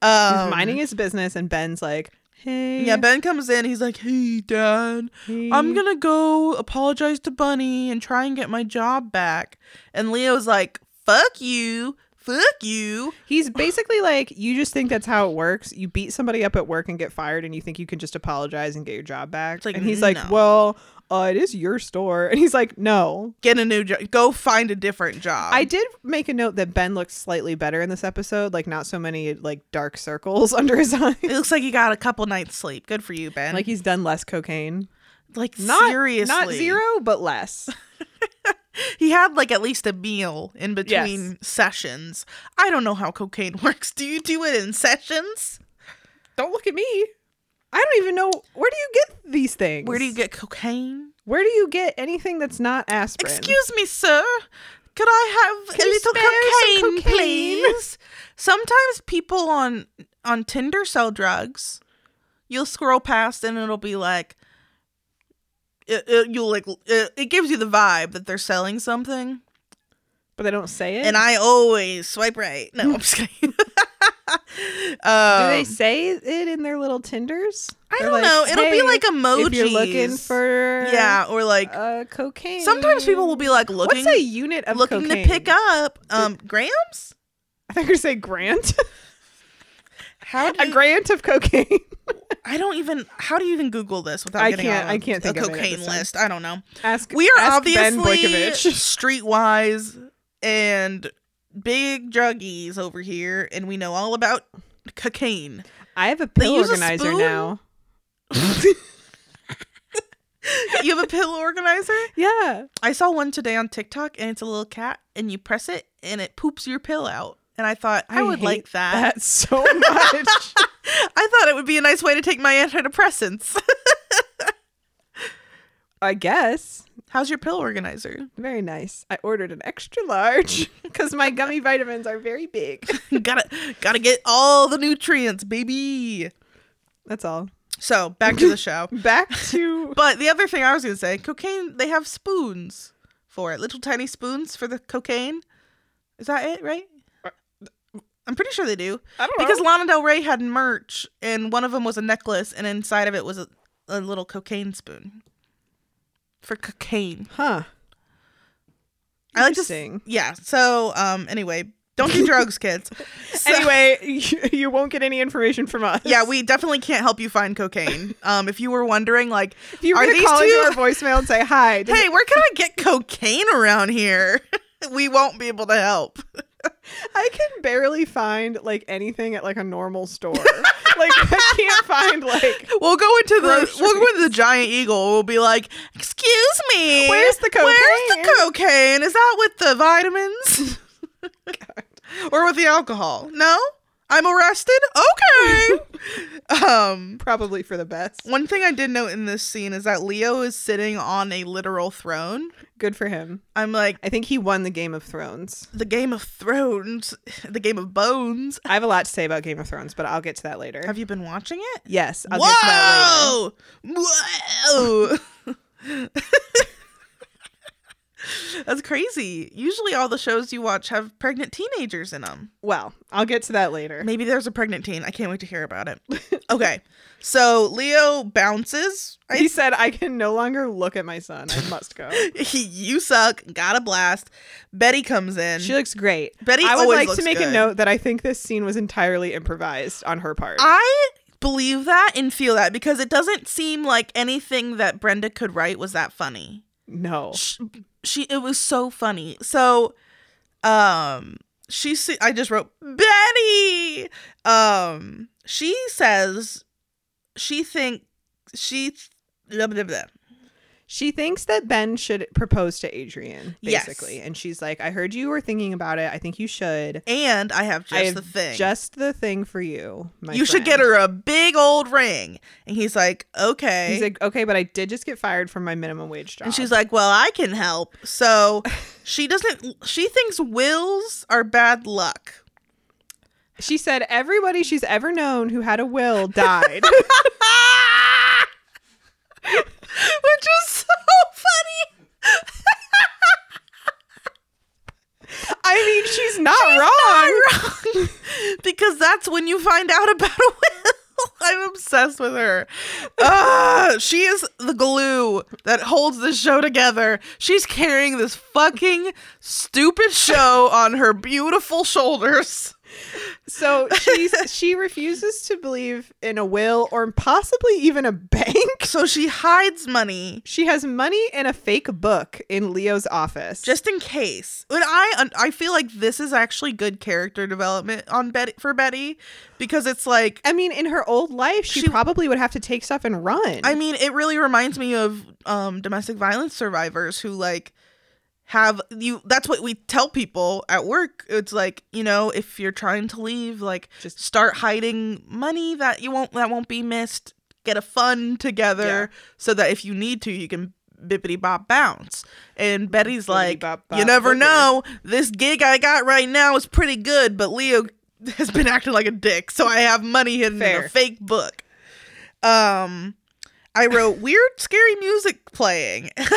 A: Um,
B: He's minding his business, and Ben's like, hey.
A: Yeah, Ben comes in. He's like, hey, Dad.
B: hey."
A: I'm gonna go apologize to Bunny and try and get my job back. And Leo's like, fuck you, fuck you.
B: He's basically like, you just think that's how it works. You beat somebody up at work and get fired, and you think you can just apologize and get your job back.
A: like,
B: and he's
A: no.
B: like, well, uh, it is your store. And he's like, no.
A: Get a new job. Go find a different job.
B: I did make a note that Ben looks slightly better in this episode, like not so many like dark circles under his eyes.
A: it looks like you got a couple nights sleep. Good for you, Ben.
B: like he's done less cocaine.
A: like
B: Not
A: seriously,
B: not zero, but less.
A: He had like at least a meal in between
B: Yes.
A: sessions. I don't know how cocaine works. Do you do it in sessions?
B: don't look at me. I don't even know where do you get these things.
A: Where do you get cocaine?
B: Where do you get anything that's not aspirin?
A: Excuse me, sir. Could I have
B: Can
A: a
B: you
A: little
B: spare some
A: cocaine,
B: cocaine?
A: please? Sometimes people on on Tinder sell drugs. You'll scroll past and it'll be like it, it- you'll like it, it gives you the vibe that they're selling something.
B: but they don't say it.
A: And I always swipe right. No, I'm just kidding.
B: Do they
A: Um,
B: say it in their little Tinders?
A: I
B: They're
A: don't know. It'll be
B: "Hey,
A: like emojis.
B: If you're looking for
A: yeah, or like
B: uh, cocaine.
A: sometimes people will be like looking
B: What's a unit of
A: looking
B: cocaine?
A: to pick up um grams.
B: I think you say grant.
A: How do
B: a grant of cocaine.
A: I don't even how do you even Google this without
B: I
A: getting
B: can't-
A: on
B: I can't think
A: a
B: of it at
A: cocaine
B: this time.
A: list? I don't know.
B: ask
A: We are
B: ask Ben
A: obviously
B: Boykovich.
A: streetwise and big druggies over here, and we know all about cocaine.
B: I have a pill
A: use a
B: organizer
A: spoon?
B: now.
A: You have a pill organizer?
B: Yeah.
A: I saw one today on TikTok, and it's a little cat, and you press it, and it poops your pill out. And I thought I, would
B: hate
A: like that.
B: That so much.
A: I thought it would be a nice way to take my antidepressants.
B: I guess.
A: How's your pill organizer?
B: Very nice. I ordered an extra large because my gummy vitamins are very big.
A: gotta gotta get all the nutrients, baby.
B: That's all.
A: So back to the show.
B: Back to
A: But the other thing I was gonna say, cocaine they have spoons for it. Little tiny spoons for the cocaine. Is that it, right? I'm pretty sure they do.
B: Uh, I don't know.
A: Because Lana Del Rey had merch and one of them was a necklace and inside of it was a, a little cocaine spoon. For cocaine.
B: huh.
A: I like to s-
B: Interesting.
A: Yeah. So um anyway, don't do drugs, kids. So-
B: anyway, you, you won't get any information from us.
A: Yeah, we definitely can't help you find cocaine. Um, if you were wondering, like,
B: If you
A: are
B: were to
A: these
B: call into
A: two
B: our voicemail and say hi, does-
A: hey, where can I get cocaine around here? we won't be able to help.
B: I can barely find like anything at like a normal store. like I can't find like
A: We'll go into the we'll go
B: Groceries.
A: into the giant eagle. We'll be like, excuse me,
B: Where's the
A: Where's the
B: cocaine?"
A: cocaine? Is that with the vitamins or with the alcohol? No, I'm arrested. Okay. um,
B: probably for the best.
A: one thing I did note in this scene is that Leo is sitting on a literal throne.
B: Good for him.
A: I'm like.
B: I think he won the Game of Thrones.
A: the Game of Thrones, the Game of Bones.
B: I have a lot to say about Game of Thrones, but I'll get to that later.
A: Have you been watching it?
B: yes, I'll get to that later.
A: Whoa! Whoa! That's crazy. Usually, all the shows you watch have pregnant teenagers in them.
B: Well, I'll get to that later.
A: Maybe there's a pregnant teen. I can't wait to hear about it. Okay. So Leo bounces.
B: He
A: I,
B: said, I can no longer look at my son. I must go.
A: he, you suck. Got a blast. Betty comes in.
B: She looks great.
A: Betty
B: I would
A: always
B: like to
A: looks
B: make a
A: good.
B: note that I think this scene was entirely improvised on her part.
A: I believe that and feel that because it doesn't seem like anything that Brenda could write was that funny.
B: no.
A: Sh she it was so funny. So um she se- I just wrote Betty. Um she says she think she th- blah, blah, blah.
B: She thinks that Ben should propose to Adrian,
A: Yes.
B: basically. And she's like, I heard you were thinking about it. I think you should.
A: and I have just
B: I have
A: the thing.
B: Just the thing for you. My
A: you should get
B: friend."
A: her a big old ring. And he's like, okay.
B: He's like, okay, but I did just get fired from my minimum wage job.
A: And she's like, "Well, I can help." So she doesn't. She thinks wills are bad luck.
B: she said, everybody she's ever known who had a will died.
A: Which is so funny.
B: I mean, she's not wrong.
A: Wrong. because that's when you find out about a will. I'm obsessed with her. Ah, she is the glue that holds this show together. She's carrying this fucking stupid show on her beautiful shoulders.
B: So she's, she refuses to believe in a will or possibly even a bank.
A: So she hides money
B: She has money in a fake book in Leo's office.
A: just in case. And I I feel like this is actually good character development on Betty for Betty because it's like
B: I mean, in her old life, she,
A: She-
B: probably would have to take stuff and run.
A: I mean, it really reminds me of um, domestic violence survivors who like have you. That's what we tell people at work. It's like you know, if you're trying to leave, like
B: Just-
A: just start hiding money that you won't that won't be missed. Get a fund together so that if you need to, you can bippity bop bounce. And Betty's like,
B: bop,
A: you
B: bop,
A: never
B: bippity."
A: know. This gig I got right now is pretty good, but Leo has been acting like a dick, so I have money hidden in
B: Fair.
A: a fake book. Um, I wrote weird, scary music playing. yeah,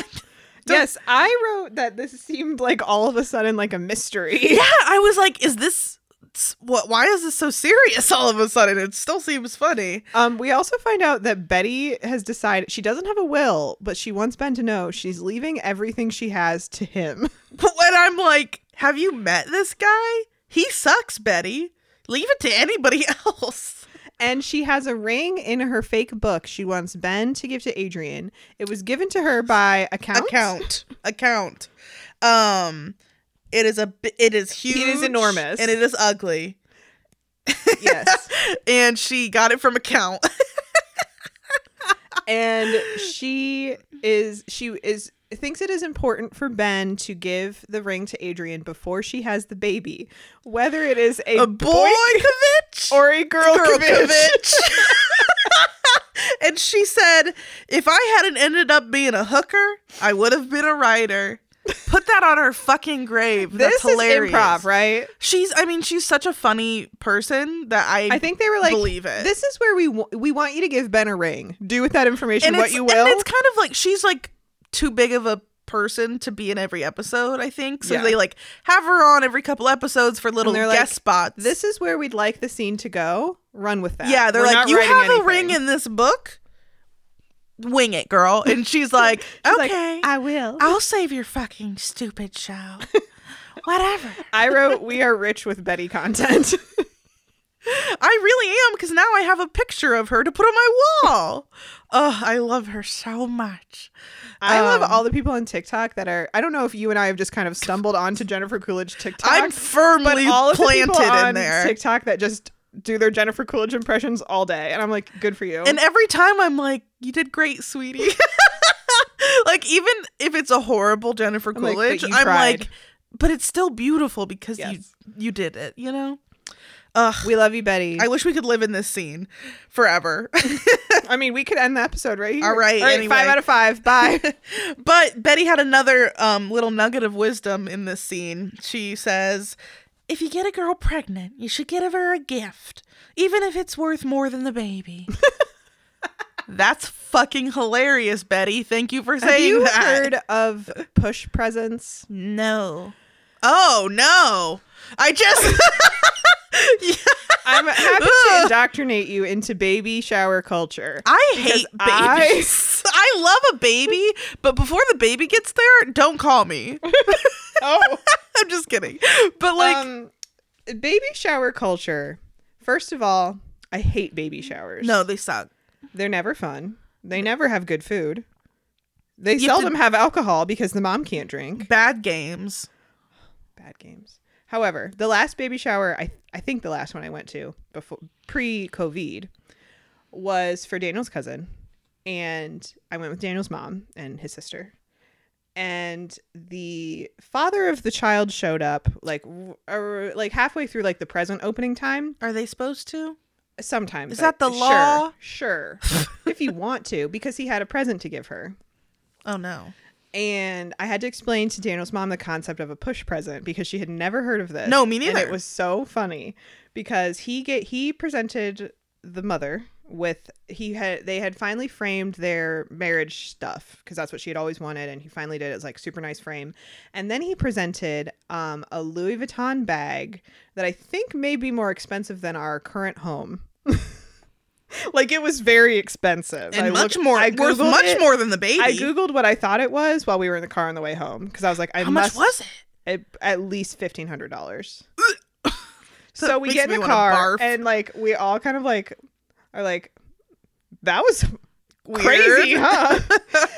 B: yes, I wrote that this seemed like all of a sudden like a mystery.
A: I was like, is this s- what? Why is this so serious all of a sudden? It still seems funny.
B: Um, we also find out that Betty has decided she doesn't have a will, but she wants Ben to know she's leaving everything she has to him.
A: But when I'm like, have you met this guy? He sucks, Betty. Leave it to anybody else.
B: And she has a ring in her fake book she wants Ben to give to Adrian. It was given to her by account.
A: Account, account. Um, it is a. bi- It is huge.
B: is enormous.
A: and it is ugly.
B: Yes.
A: And she got it from account.
B: and she is she is thinks it is important for Ben to give the ring to Adrian before she has the baby, whether it is a,
A: A
B: boy
A: boykovich
B: or a girl. commit.
A: Gurkovich. and she said, if I hadn't ended up being a hooker, I would have been a writer. Put that on her fucking grave.
B: This
A: That's hilarious.
B: is improv, right?
A: She's, I mean, she's such a funny person that I,
B: I think they were like,
A: believe it.
B: This is where we wa- we want you to give Ben a ring. Do with that information
A: and
B: what
A: it's,
B: you will.
A: And it's kind of like she's like too big of a person to be in every episode. I think so.
B: Yeah.
A: They like have her on every couple episodes for little
B: they're like,
A: guest spots.
B: this is where we'd like the scene to go. Run with that.
A: Yeah, they're
B: We're
A: like,
B: not
A: you
B: writing
A: have a
B: anything."
A: ring in this book. Wing it, girl. And she's like,
B: She's like,
A: okay,
B: I will.
A: I'll save your fucking stupid show. Whatever.
B: I wrote, "We are rich with Betty content."
A: I really am because now I have a picture of her to put on my wall. oh, I love her so much.
B: I love
A: Um,
B: all the people on TikTok that are. I don't know if you and I have just kind of stumbled onto Jennifer Coolidge TikTok.
A: I'm
B: but
A: firmly
B: all of the
A: planted
B: people on
A: in there.
B: TikTok that just do their Jennifer Coolidge impressions all day, and I'm like, good for you.
A: And every time I'm like, you did great, sweetie. like, even if it's a horrible Jennifer
B: I'm like, "But
A: Coolidge,
B: you
A: I'm
B: tried."
A: like, but it's still beautiful because you
B: Yes.
A: you did it, you know? Ugh.
B: we love you, Betty.
A: I wish we could live in this scene forever.
B: I mean, we could end the episode right here.
A: All right, anyway.
B: five out of five. Bye.
A: but Betty had another um, little nugget of wisdom in this scene. She says, If you get a girl pregnant, you should give her a gift, even if it's worth more than the baby. That's fucking hilarious, Betty. Thank you for saying
B: Have you
A: that.
B: heard of push presents?
A: No. Oh no! I just.
B: I'm happy to
A: Ugh.
B: indoctrinate you into baby shower culture.
A: I hate
B: I-
A: babies. I... love a baby, but before the baby gets there, don't call me.
B: Oh,
A: I'm just kidding. But like,
B: um, baby shower culture. First of all, I hate baby showers.
A: no, they suck.
B: They're never fun. They never have good food. They
A: You have to-
B: seldom have alcohol because the mom can't drink.
A: Bad games.
B: Bad games. However, the last baby shower, I I think the last one I went to before pre-COVID was for Daniel's cousin. And I went with Daniel's mom and his sister. And the father of the child showed up like r- like halfway through like the present opening time
A: Are they supposed to?
B: Sometimes.
A: Is
B: I-
A: that the law?
B: Sure. sure. if you want to, because he had a present to give her.
A: Oh no.
B: And I had to explain to Daniel's mom the concept of a push present because she had never heard of this.
A: No, me
B: And it
A: neither.
B: was so funny because he get he presented the mother with he had they had finally framed their marriage stuff because that's what she had always wanted and he finally did it was like super nice frame and then he presented um, a Louis Vuitton bag that I think may be more expensive than our current home. like it was very expensive
A: And
B: I
A: much
B: looked-
A: more
B: I
A: worth
B: Googled
A: much
B: it.
A: more than the baby.
B: I googled what I thought it was while we were in the car on the way home because I was like, I
A: How much
B: must
A: was it?
B: at, at least fifteen hundred dollars. so we
A: Makes
B: get in
A: me
B: the
A: wanna
B: car
A: barf.
B: and like we all kind of like are like, that was
A: Weird.
B: crazy, huh?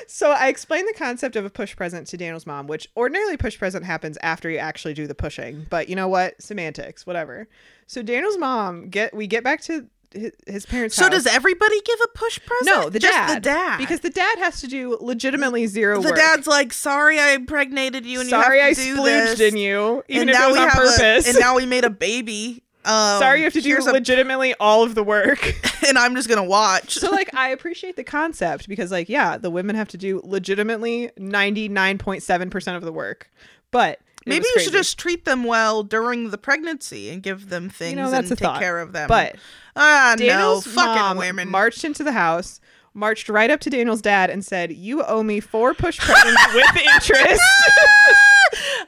B: so I explained the concept of a push present to Daniel's mom, which ordinarily push present happens after you actually do the pushing, but you know what? Semantics, whatever. So Daniel's mom get we get back to his, his parents'
A: So
B: house.
A: does everybody give a push present?
B: no the
A: Just
B: dad
A: The dad.
B: because the dad has to do legitimately zero
A: the
B: work.
A: dad's like, "Sorry, I impregnated you, and
B: sorry
A: you have
B: I
A: to do
B: splooged
A: this."
B: in you, even
A: and
B: if
A: now
B: it was
A: we
B: on
A: have
B: purpose.
A: A, and now we made a baby. Um,
B: sorry, you have to do
A: here's a-
B: legitimately all of the work.
A: and I'm just gonna watch.
B: so like, I appreciate the concept because like, yeah, the women have to do legitimately ninety nine point seven percent of the work, but it
A: Maybe
B: was
A: you should
B: crazy.
A: just treat them well during the pregnancy and give them things
B: know, that's
A: and
B: a
A: take
B: thought.
A: care of them.
B: But
A: ah,
B: Daniel's
A: no, fucking
B: mom
A: women.
B: marched into the house. Marched right up to Daniel's dad and said, "You owe me four push presents with interest."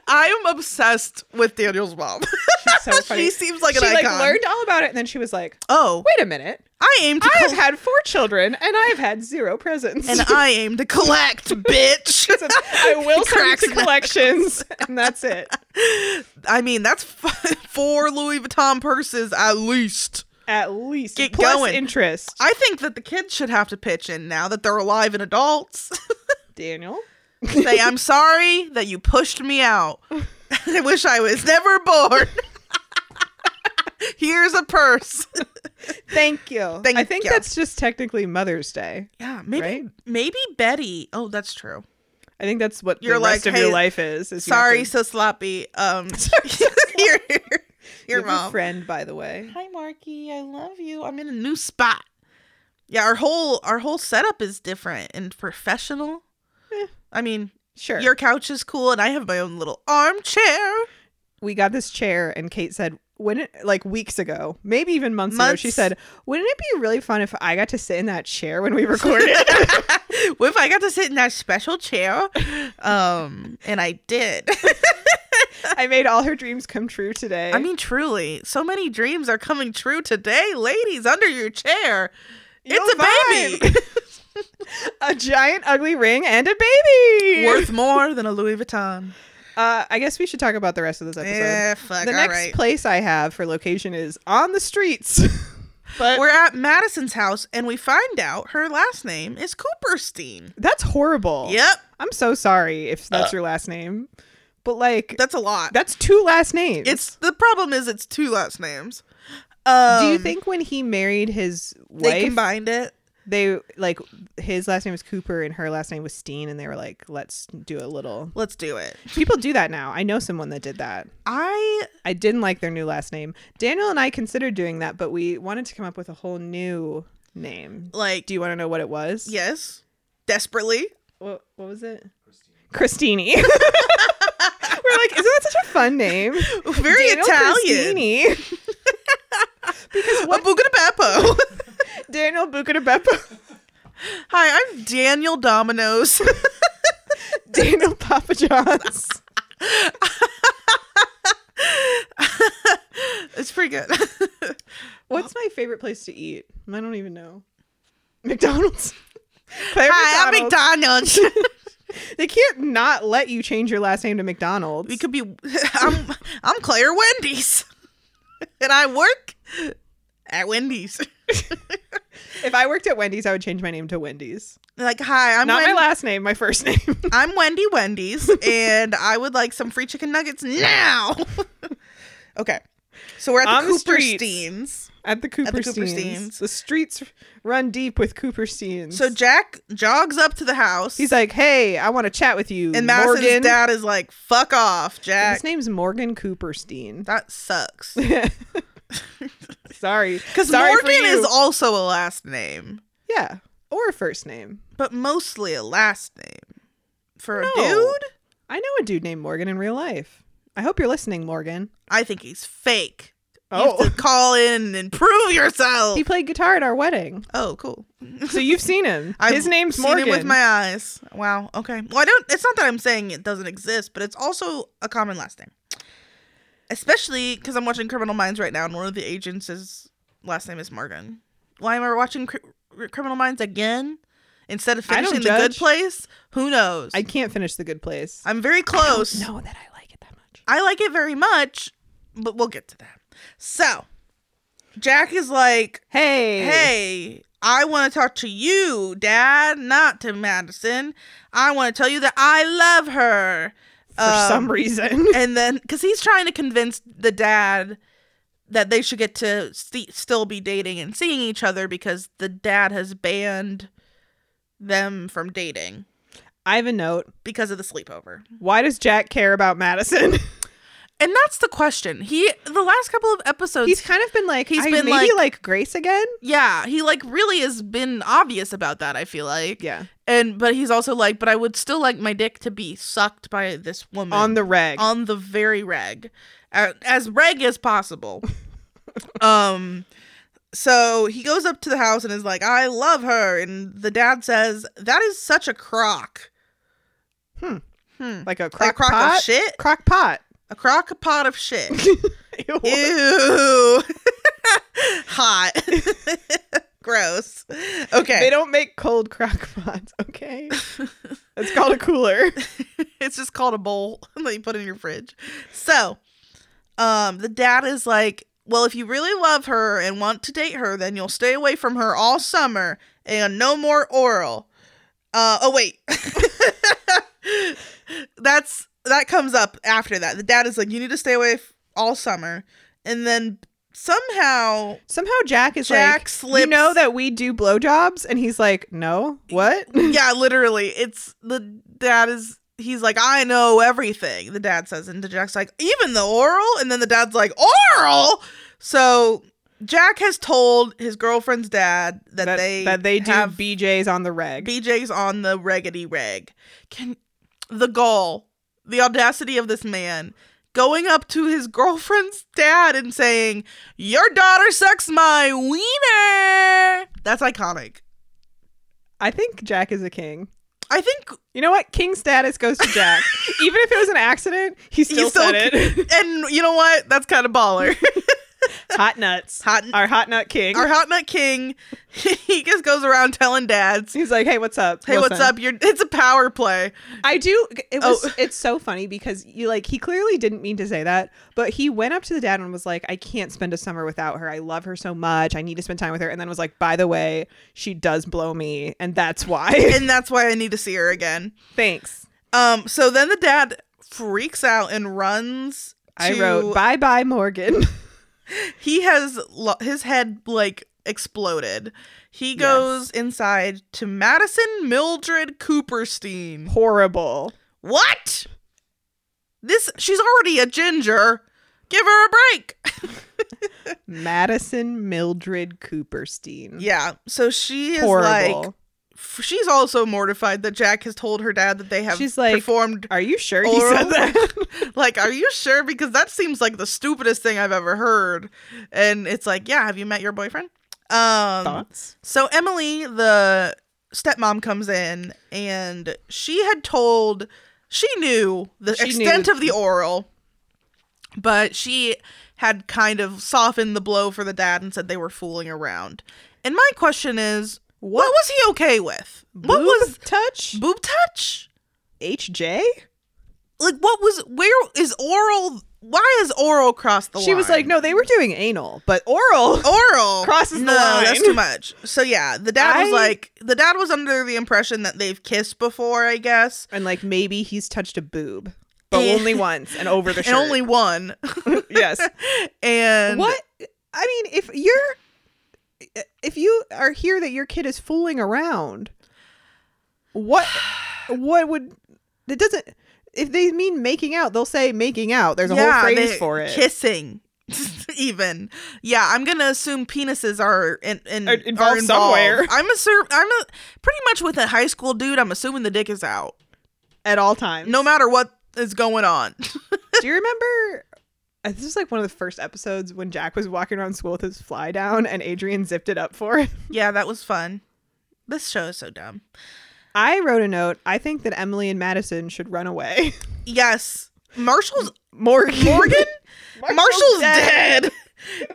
A: I am obsessed with Daniel's mom.
B: She's so funny.
A: she seems like an
B: she like
A: icon.
B: learned all about it, and then she was like,
A: oh,
B: "Wait a minute,
A: I aim to
B: I've
A: col-
B: had four children and I've had zero presents.
A: and I aim to collect, bitch.
B: I will send it
A: Cracks
B: to
A: in that.
B: collections, and that's it.
A: I mean, that's f- four Louis Vuitton purses at least.
B: At least
A: Get
B: plus
A: going.
B: interest.
A: I think that the kids should have to pitch in now that they're alive and adults.
B: Daniel,
A: Say, I'm sorry that you pushed me out. I wish I was never born. Here's a purse.
B: thank you.
A: Thank
B: I think
A: you.
B: that's just technically Mother's Day.
A: Yeah, maybe
B: Right?
A: maybe Betty. Oh, that's true.
B: I think that's what
A: You're
B: the rest of
A: like, "Hey,
B: your life is. is you have
A: Sorry,
B: to-
A: so sloppy. Um, here, here,
B: you
A: here,
B: have
A: mom.
B: friend, by the way.
A: Hi, Marky. I love you. I'm in a new spot. Yeah, our whole our whole setup is different and professional.
B: Eh.
A: I mean,
B: Sure.
A: your couch is cool, and I have my own little armchair.
B: we got this chair, and Kate said, wouldn't it, like weeks ago, maybe even months, ago, she
A: Months.
B: said, wouldn't it be really fun if I got to sit in that chair when we recorded?
A: what if I got to sit in that special chair? Um, and I did.
B: I made all her dreams come true today.
A: I mean, truly, so many dreams are coming true today, ladies. Under your chair,
B: You'll
A: it's a baby
B: a giant ugly ring and a baby.
A: worth more than a Louis Vuitton.
B: Uh, I guess we should talk about the rest of this episode.
A: Yeah, fuck.
B: the
A: all
B: next
A: right.
B: place I have for location is on the streets. but
A: We're at Madison's house, and we find out her last name is Cooperstein.
B: that's horrible.
A: Yep,
B: I'm so sorry if
A: Uh,
B: that's your last name. But like
A: that's a lot.
B: that's two last names.
A: it's the problem is it's two last names. Um,
B: Do you think when he married his
A: they
B: wife
A: combined it?
B: they like his last name was Cooper and her last name was Steen and they were like let's do a little
A: Let's do it.
B: People do that now. I know someone that did that.
A: I
B: I didn't like their new last name. Daniel and I considered doing that, but we wanted to come up with a whole new name.
A: like.
B: Do you want to know what it was?
A: Yes. Desperately.
B: What, what was it? Christini. We're like, isn't that such a fun name?
A: Very
B: Daniel
A: Italian.
B: Christini. because
A: A buca di beppo.
B: Daniel Bucadabeppo.
A: Hi, I'm Daniel Domino's.
B: Daniel Papa John's.
A: it's pretty good.
B: What's my favorite place to eat? I don't even know. McDonald's. Claire
A: Hi, I'm
B: McDonald's.
A: McDonald's.
B: They can't not let you change your last name to McDonald's.
A: we could be. I'm I'm Claire Wendy's, and I work at Wendy's.
B: if I worked at Wendy's, I would change my name to Wendy's.
A: like, hi, I'm
B: not
A: Wen-
B: my last name, my first name.
A: I'm Wendy Wendy's, and I would like some free chicken nuggets now. okay, so we're at
B: On
A: the
B: the streets.
A: Coopersteins.
B: At the
A: the
B: Coopersteins.
A: Coopersteins.
B: The streets run deep with Coopersteins.
A: So Jack jogs up to the house.
B: he's like, hey, I want to chat with you.
A: and Madison's
B: Morgan.
A: dad is like, "Fuck off, Jack.
B: His name's Morgan Cooperstein.
A: that sucks."
B: Sorry.
A: Because
B: Sorry for
A: Morgan
B: you.
A: is also a last name,
B: Yeah. Or a first name.
A: but mostly a last name for a
B: No.
A: dude.
B: I know a dude named Morgan in real life. I hope you're listening, Morgan.
A: I think he's fake. You
B: Oh.
A: have to call in and prove yourself.
B: He played guitar at our wedding.
A: oh, cool.
B: So you've seen him. His name's
A: seen
B: Morgan.
A: It with my eyes. Wow. Okay. Well, I don't. It's not that I'm saying it doesn't exist, but it's also a common last name. Especially because I'm watching Criminal Minds right now, and one of the agents' is last name is Morgan. Why am I watching Cri- Criminal Minds again instead of
B: I don't
A: finishing The Good
B: judge.
A: Place? Who knows?
B: I can't finish The Good Place.
A: I'm very close.
B: know that I like it that much.
A: I like it very much, but we'll get to that. So, Jack is like,
B: Hey.
A: hey, I want to talk to you, Dad, not to Madison. I want to tell you that I love her.
B: For
A: um,
B: some reason.
A: and then, because he's trying to convince the dad that they should get to st- still be dating and seeing each other because the dad has banned them from dating
B: I have a note.
A: because of the sleepover.
B: Why does Jack care about Madison?
A: And that's the question. He, the last couple of episodes,
B: he's kind of been like
A: He's
B: he's
A: been
B: been maybe
A: like-
B: like, Grace again.
A: yeah, he like really has been obvious about that, I feel like.
B: Yeah,
A: and but he's also like but i would still like my dick to be sucked by this woman
B: on the reg.
A: Hmm. on the very reg uh, as reg as possible um so he goes up to the house and is like i love her and the dad says that is such a crock
B: like a crock,
A: a crock
B: pot.
A: of shit
B: Crock pot.
A: a crock a pot of shit
B: Ew.
A: ew hot gross okay
B: They don't make cold crock pots. Okay, it's called a cooler.
A: it's just called a bowl that you put in your fridge. So, um, the dad is like, "Well, if you really love her and want to date her, then you'll stay away from her all summer and no more oral." Uh, oh wait, that's that comes up after that. The dad is like, "You need to stay away f- all summer," and then somehow
B: Somehow Jack is
A: Jack
B: like,
A: slips-
B: you know that we do blowjobs, and he's like, no, what?
A: yeah, literally. It's the dad is he's like, I know everything, the dad says, and the Jack's like, even the oral? And then the dad's like, Oral So Jack has told his girlfriend's dad that,
B: that
A: they
B: that they do
A: have
B: BJ's on the reg.
A: BJ's on the reggedy reg. Can the gall, the audacity of this man going up to his girlfriend's dad and saying, Your daughter sucks my wiener. That's iconic.
B: I think Jack is a king.
A: I think
B: You know what? King status goes to Jack. Even if it was an accident, he still,
A: He still
B: said it.
A: And you know what? That's kind of baller.
B: hot nuts.
A: Hot,
B: Our hot nut king.
A: our hot nut king. He just goes around telling dads,
B: He's like, hey, what's up?
A: "Hey, what's
B: Listen."
A: up? You're it's a power play."
B: I do. It
A: Oh.
B: was. It's so funny because you like he clearly didn't mean to say that, but he went up to the dad and was like, "I can't spend a summer without her. I love her so much. I need to spend time with her." And then was like, "By the way, she does blow me, and that's why."
A: And that's why I need to see her again.
B: Thanks.
A: Um. So then the dad freaks out and runs.
B: I
A: to-
B: wrote, "Bye bye, Morgan."
A: He has lo- his head like exploded. He goes inside to Madison Mildred Cooperstein.
B: Horrible.
A: What? This she's already a ginger. Give her a break.
B: Madison Mildred Cooperstein.
A: Yeah. So she is like,
B: Horrible.
A: f- she's also mortified that Jack has told her dad that they have
B: She's like-
A: performed.
B: Are you sure he said
A: Oral.
B: that?
A: Like, are you sure? Because that seems like the stupidest thing I've ever heard. And it's like, yeah, have you met your boyfriend? Um,
B: Thoughts?
A: so Emily, the stepmom comes in and she had told she knew the
B: She knew.
A: extent of the oral but she had kind of softened the blow for the dad and said they were fooling around and my question is what, was he okay with what
B: Boob
A: was
B: touch?
A: boob touch
B: HJ?
A: like what was where is oral why is oral cross the line
B: She was like, no, they were doing anal, but oral.
A: oral
B: Crosses the
A: no,
B: line.
A: That's too much. So yeah, the dad
B: I-
A: was like, the dad was under the impression that they've kissed before, I guess,
B: And like maybe he's touched a boob, but
A: Yeah.
B: only once and over the
A: and
B: shirt.
A: only one.
B: yes.
A: and
B: What? I mean, if you're if you are here that your kid is fooling around, what what would it doesn't if they mean making out, they'll say making out. There's a whole phrase
A: they-
B: for it.
A: Kissing, even. Yeah, I'm gonna assume penises are in, in
B: Are
A: are
B: involved
A: involved
B: somewhere.
A: I'm a sur- I'm a, pretty much with a high school dude. I'm assuming the dick is out,
B: at all times.
A: no matter what is going on.
B: Do you remember? uh, This is like one of the first episodes when Jack was walking around school with his fly down, and Adrian zipped it up for him.
A: yeah, that was fun. This show is so dumb.
B: I wrote a note. I think that Emily and Madison should run away.
A: Yes, Marshall's
B: Morgan.
A: Morgan?
B: Marshall's,
A: Marshall's dead.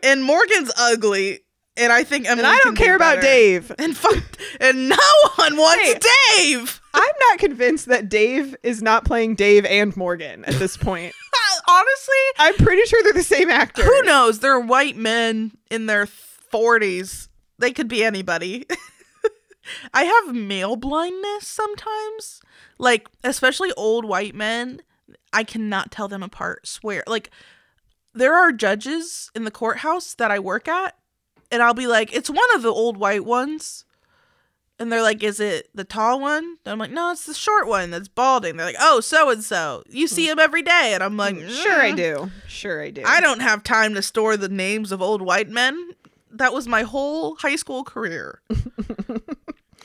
A: and Morgan's ugly, and I think Emily
B: And I
A: can
B: don't
A: do
B: care about
A: better.
B: Dave.
A: And fuck, and no one wants Dave.
B: I'm not convinced that Dave is not playing Dave and Morgan at this point.
A: Honestly,
B: I'm pretty sure they're the same actor.
A: who knows? They're white men in their forties. They could be anybody. I have male blindness sometimes, like especially old white men. I cannot tell them apart. Swear, like there are judges in the courthouse that I work at, and I'll be like, it's one of the old white ones. And they're like, is it the tall one? And I'm like, no, it's the short one that's balding. They're like, oh, so and so. You see him every day. And I'm like,
B: Mm. Sure, I
A: "Mm,
B: do. Sure, I do.
A: I don't have time to store the names of old white men. That was my whole high school career.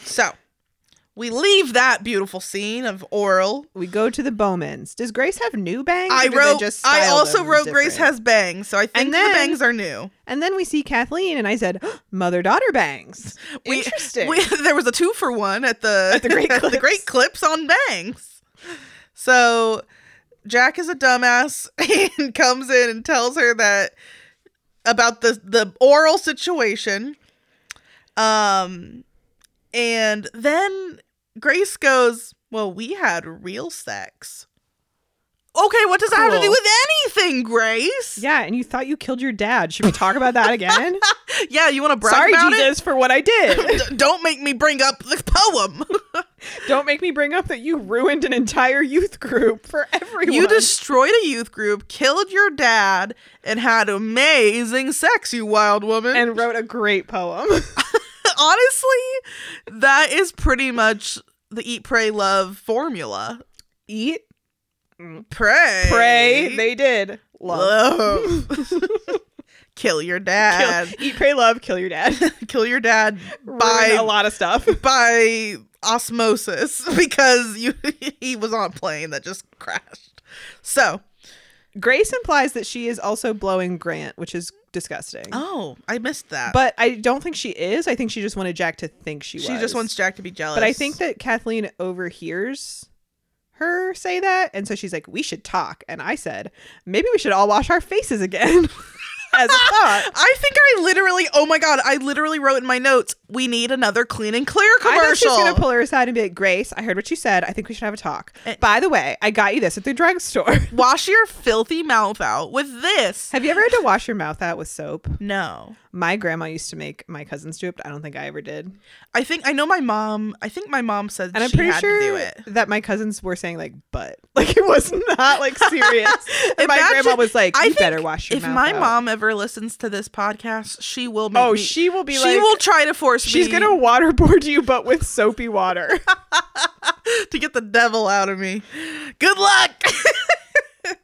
A: so we leave that beautiful scene of oral.
B: We go to the Bowmans. Does Grace have new bangs? or
A: I
B: do they
A: wrote.
B: just
A: I
B: style
A: also
B: them
A: wrote. Grace
B: different?
A: has bangs, so I think
B: then-
A: the bangs are new.
B: And then we see Kathleen, and I said, "Mother daughter bangs."
A: We-
B: Interesting.
A: We, there was a two for one at the
B: At the Great
A: the
B: Clips.
A: Great Clips on bangs. So Jack is a dumbass and comes in and tells her that about the the oral situation. Um, and then Grace goes, "Well, we had real sex." Okay, what does that have to do
B: Cool.
A: with anything, Grace?
B: yeah, and you thought you killed your dad. Should we talk about that again?
A: Yeah, you want to brag
B: Sorry,
A: about
B: Jesus, for what I did.
A: it? D- don't make me bring up the poem.
B: Don't make me bring up that you ruined an entire youth group for everyone.
A: You destroyed a youth group, killed your dad, and had amazing sex, you wild woman. And
B: and wrote a great poem.
A: honestly, that is pretty much the eat, pray, love formula.
B: Eat,
A: Pray.
B: pray. They did love.
A: love. Kill your dad.
B: Kill, eat, pray, love. Kill your dad.
A: Kill, your dad
B: Buy a
A: by
B: lot of stuff.
A: by osmosis because you he was on a plane that just crashed. So,
B: Grace implies that she is also blowing Grant, which is disgusting.
A: oh, I missed that.
B: But I don't think she is. I think she just wanted Jack to think she was.
A: she just wants Jack to be jealous.
B: But I think that Kathleen overhears her say that, and so she's like, "We should talk." And I said, "Maybe we should all wash our faces again." As a thought,
A: I think I literally, oh my god, I literally wrote in my notes, we need another clean and clear
B: I think she's
A: commercial.
B: gonna pull her aside and be like, "Grace, I heard what you said. I think we should have a talk."
A: Eh.
B: By the way, I got you this at the drugstore.
A: Wash your filthy mouth out with this.
B: have you ever had to wash your mouth out with soap?
A: No.
B: My grandma used to make my cousins do it, but I don't think I ever did.
A: I think I know my mom. I think my mom said
B: And I'm
A: she
B: pretty
A: had to do
B: sure
A: it.
B: that my cousins were saying like "but," like it was not like serious. and my
A: Imagine-
B: grandma was like,
A: I
B: "You
A: think
B: better wash your
A: If
B: mouth."
A: my
B: out."
A: mom ever listens to this podcast, she will make
B: oh,
A: me-
B: she will be
A: she
B: like,
A: will try to force
B: she's
A: me
B: gonna waterboard you, but with soapy water.
A: to get the devil out of me. Good luck.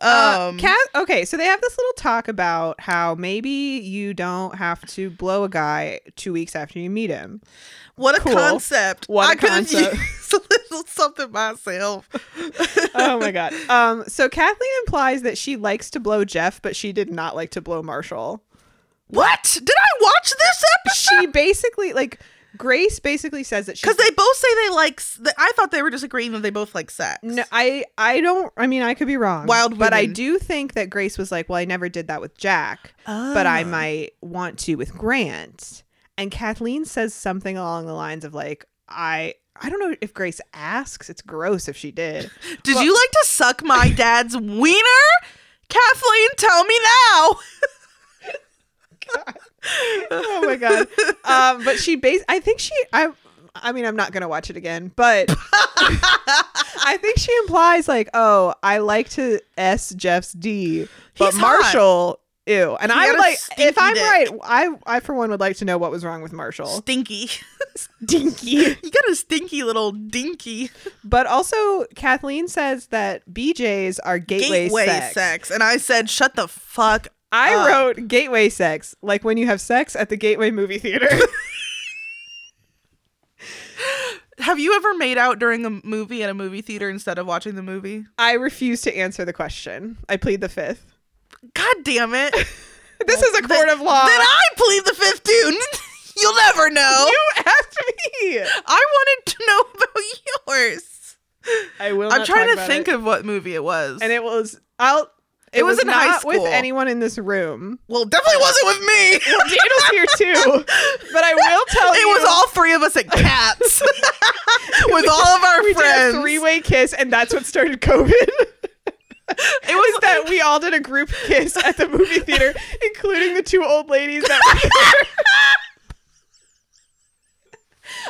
B: um,
A: um
B: Kat, okay, so they have this little talk about how maybe you don't have to blow a guy two weeks after you meet him.
A: what a
B: cool.
A: concept.
B: What a
A: I could've
B: concept.
A: used a little something myself.
B: Oh my god. Um, so Kathleen implies that she likes to blow Jeff, but she did not like to blow Marshall.
A: What? Did I watch this episode?
B: she basically like Grace basically says that she's
A: Because they both say they like. s- th- I thought they were just agreeing that they both like sex.
B: No, I I don't. I mean, I could be wrong.
A: Wild
B: but I
A: women.
B: do think that Grace was like, "Well, I never did that with Jack, but I
A: Oh.
B: might want to with Grant." And Kathleen says something along the lines of like, "I I don't know if Grace asks. It's gross if she did."
A: Did
B: Well-
A: you like to suck my dad's wiener? Kathleen, tell me now.
B: oh my god. Um, but she base. I think she. I. I mean, I'm not gonna watch it again, but I think she implies like, "Oh, I like to s Jeff's d, but
A: He's hot.
B: Marshall." Ew, and
A: He
B: I
A: got a
B: like if
A: stinky
B: I'm
A: dick.
B: right, I I for one would like to know what was wrong with Marshall.
A: Stinky.
B: Dinky.
A: You got a stinky little dinky
B: But also, Kathleen says that BJ's are gateway,
A: gateway
B: sex.
A: sex. Uh. And I said, shut the fuck
B: I
A: up.
B: wrote gateway sex, like when you have sex at the gateway movie theater.
A: Have you ever made out during a movie at a movie theater instead of watching the movie?
B: I refuse to answer the question. I plead the fifth.
A: God damn it.
B: This is a court of law.
A: Then I plead the fifth too. You'll never know.
B: you asked me.
A: I wanted to know about yours.
B: I will.
A: I'm trying to think of what movie it was.
B: and it was. I'll. It,
A: It
B: was,
A: was in high
B: not with
A: school.
B: anyone in this room.
A: well, definitely wasn't with me.
B: Well, Daniel's here too, but I will tell
A: It
B: you.
A: was all three of us at Cats with all of our
B: we
A: friends.
B: did a three-way kiss, and that's what started COVID.
A: it was
B: is that we all did a group kiss at the movie theater, including the two old ladies that were there.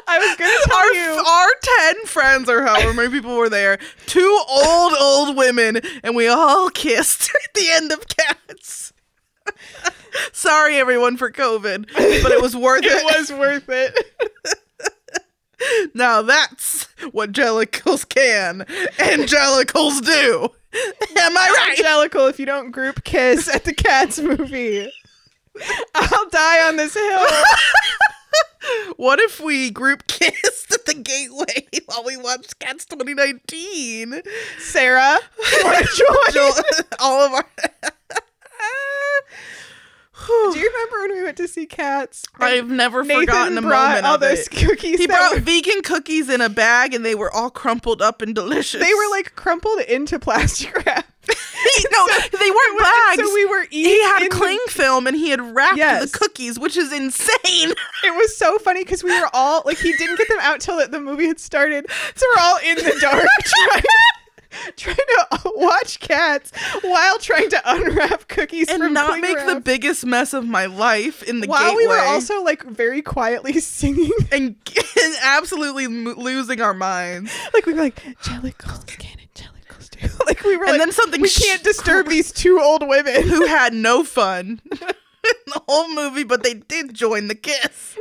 B: I was gonna tell
A: our,
B: you.
A: our 10 friends or however many people were there two old old women and we all kissed at the end of cats sorry everyone for covid but it was worth it,
B: it was worth it.
A: now that's what jellicles can and jellicles do am i right
B: Angelical, if you don't group kiss at the Cats movie, I'll die on this hill.
A: what if we group kissed at the gateway while we watched cats 2019
B: Sarah, you wanna join?
A: Jell- all of our
B: Do you remember when we went to see Cats?
A: I've never
B: Nathan
A: forgotten a
B: brought
A: moment
B: all
A: of
B: those
A: it.
B: cookies.
A: He
B: that
A: brought
B: were-
A: vegan cookies in a bag, and they were all crumpled up and delicious.
B: they were like crumpled into plastic wrap.
A: He- no, they weren't bags.
B: So we were eating.
A: he had
B: in the-
A: cling film, and he had wrapped
B: Yes.
A: the cookies, which is insane.
B: It was so funny because we were all like, he didn't get them out till the movie had started, so we're all in the dark trying, trying to uh, watch cats while trying to unwrap cookies from
A: and not
B: cling
A: make the
B: wrap.
A: biggest mess of my life in the
B: While
A: gateway,
B: we were also like very quietly singing,
A: and, and absolutely mo- losing our minds.
B: like we were like jellicles can and jellicles do. Like we were
A: and
B: like
A: then something
B: we
A: sh-
B: can't disturb these two old women.
A: who had no fun in the whole movie, but they did join the kiss.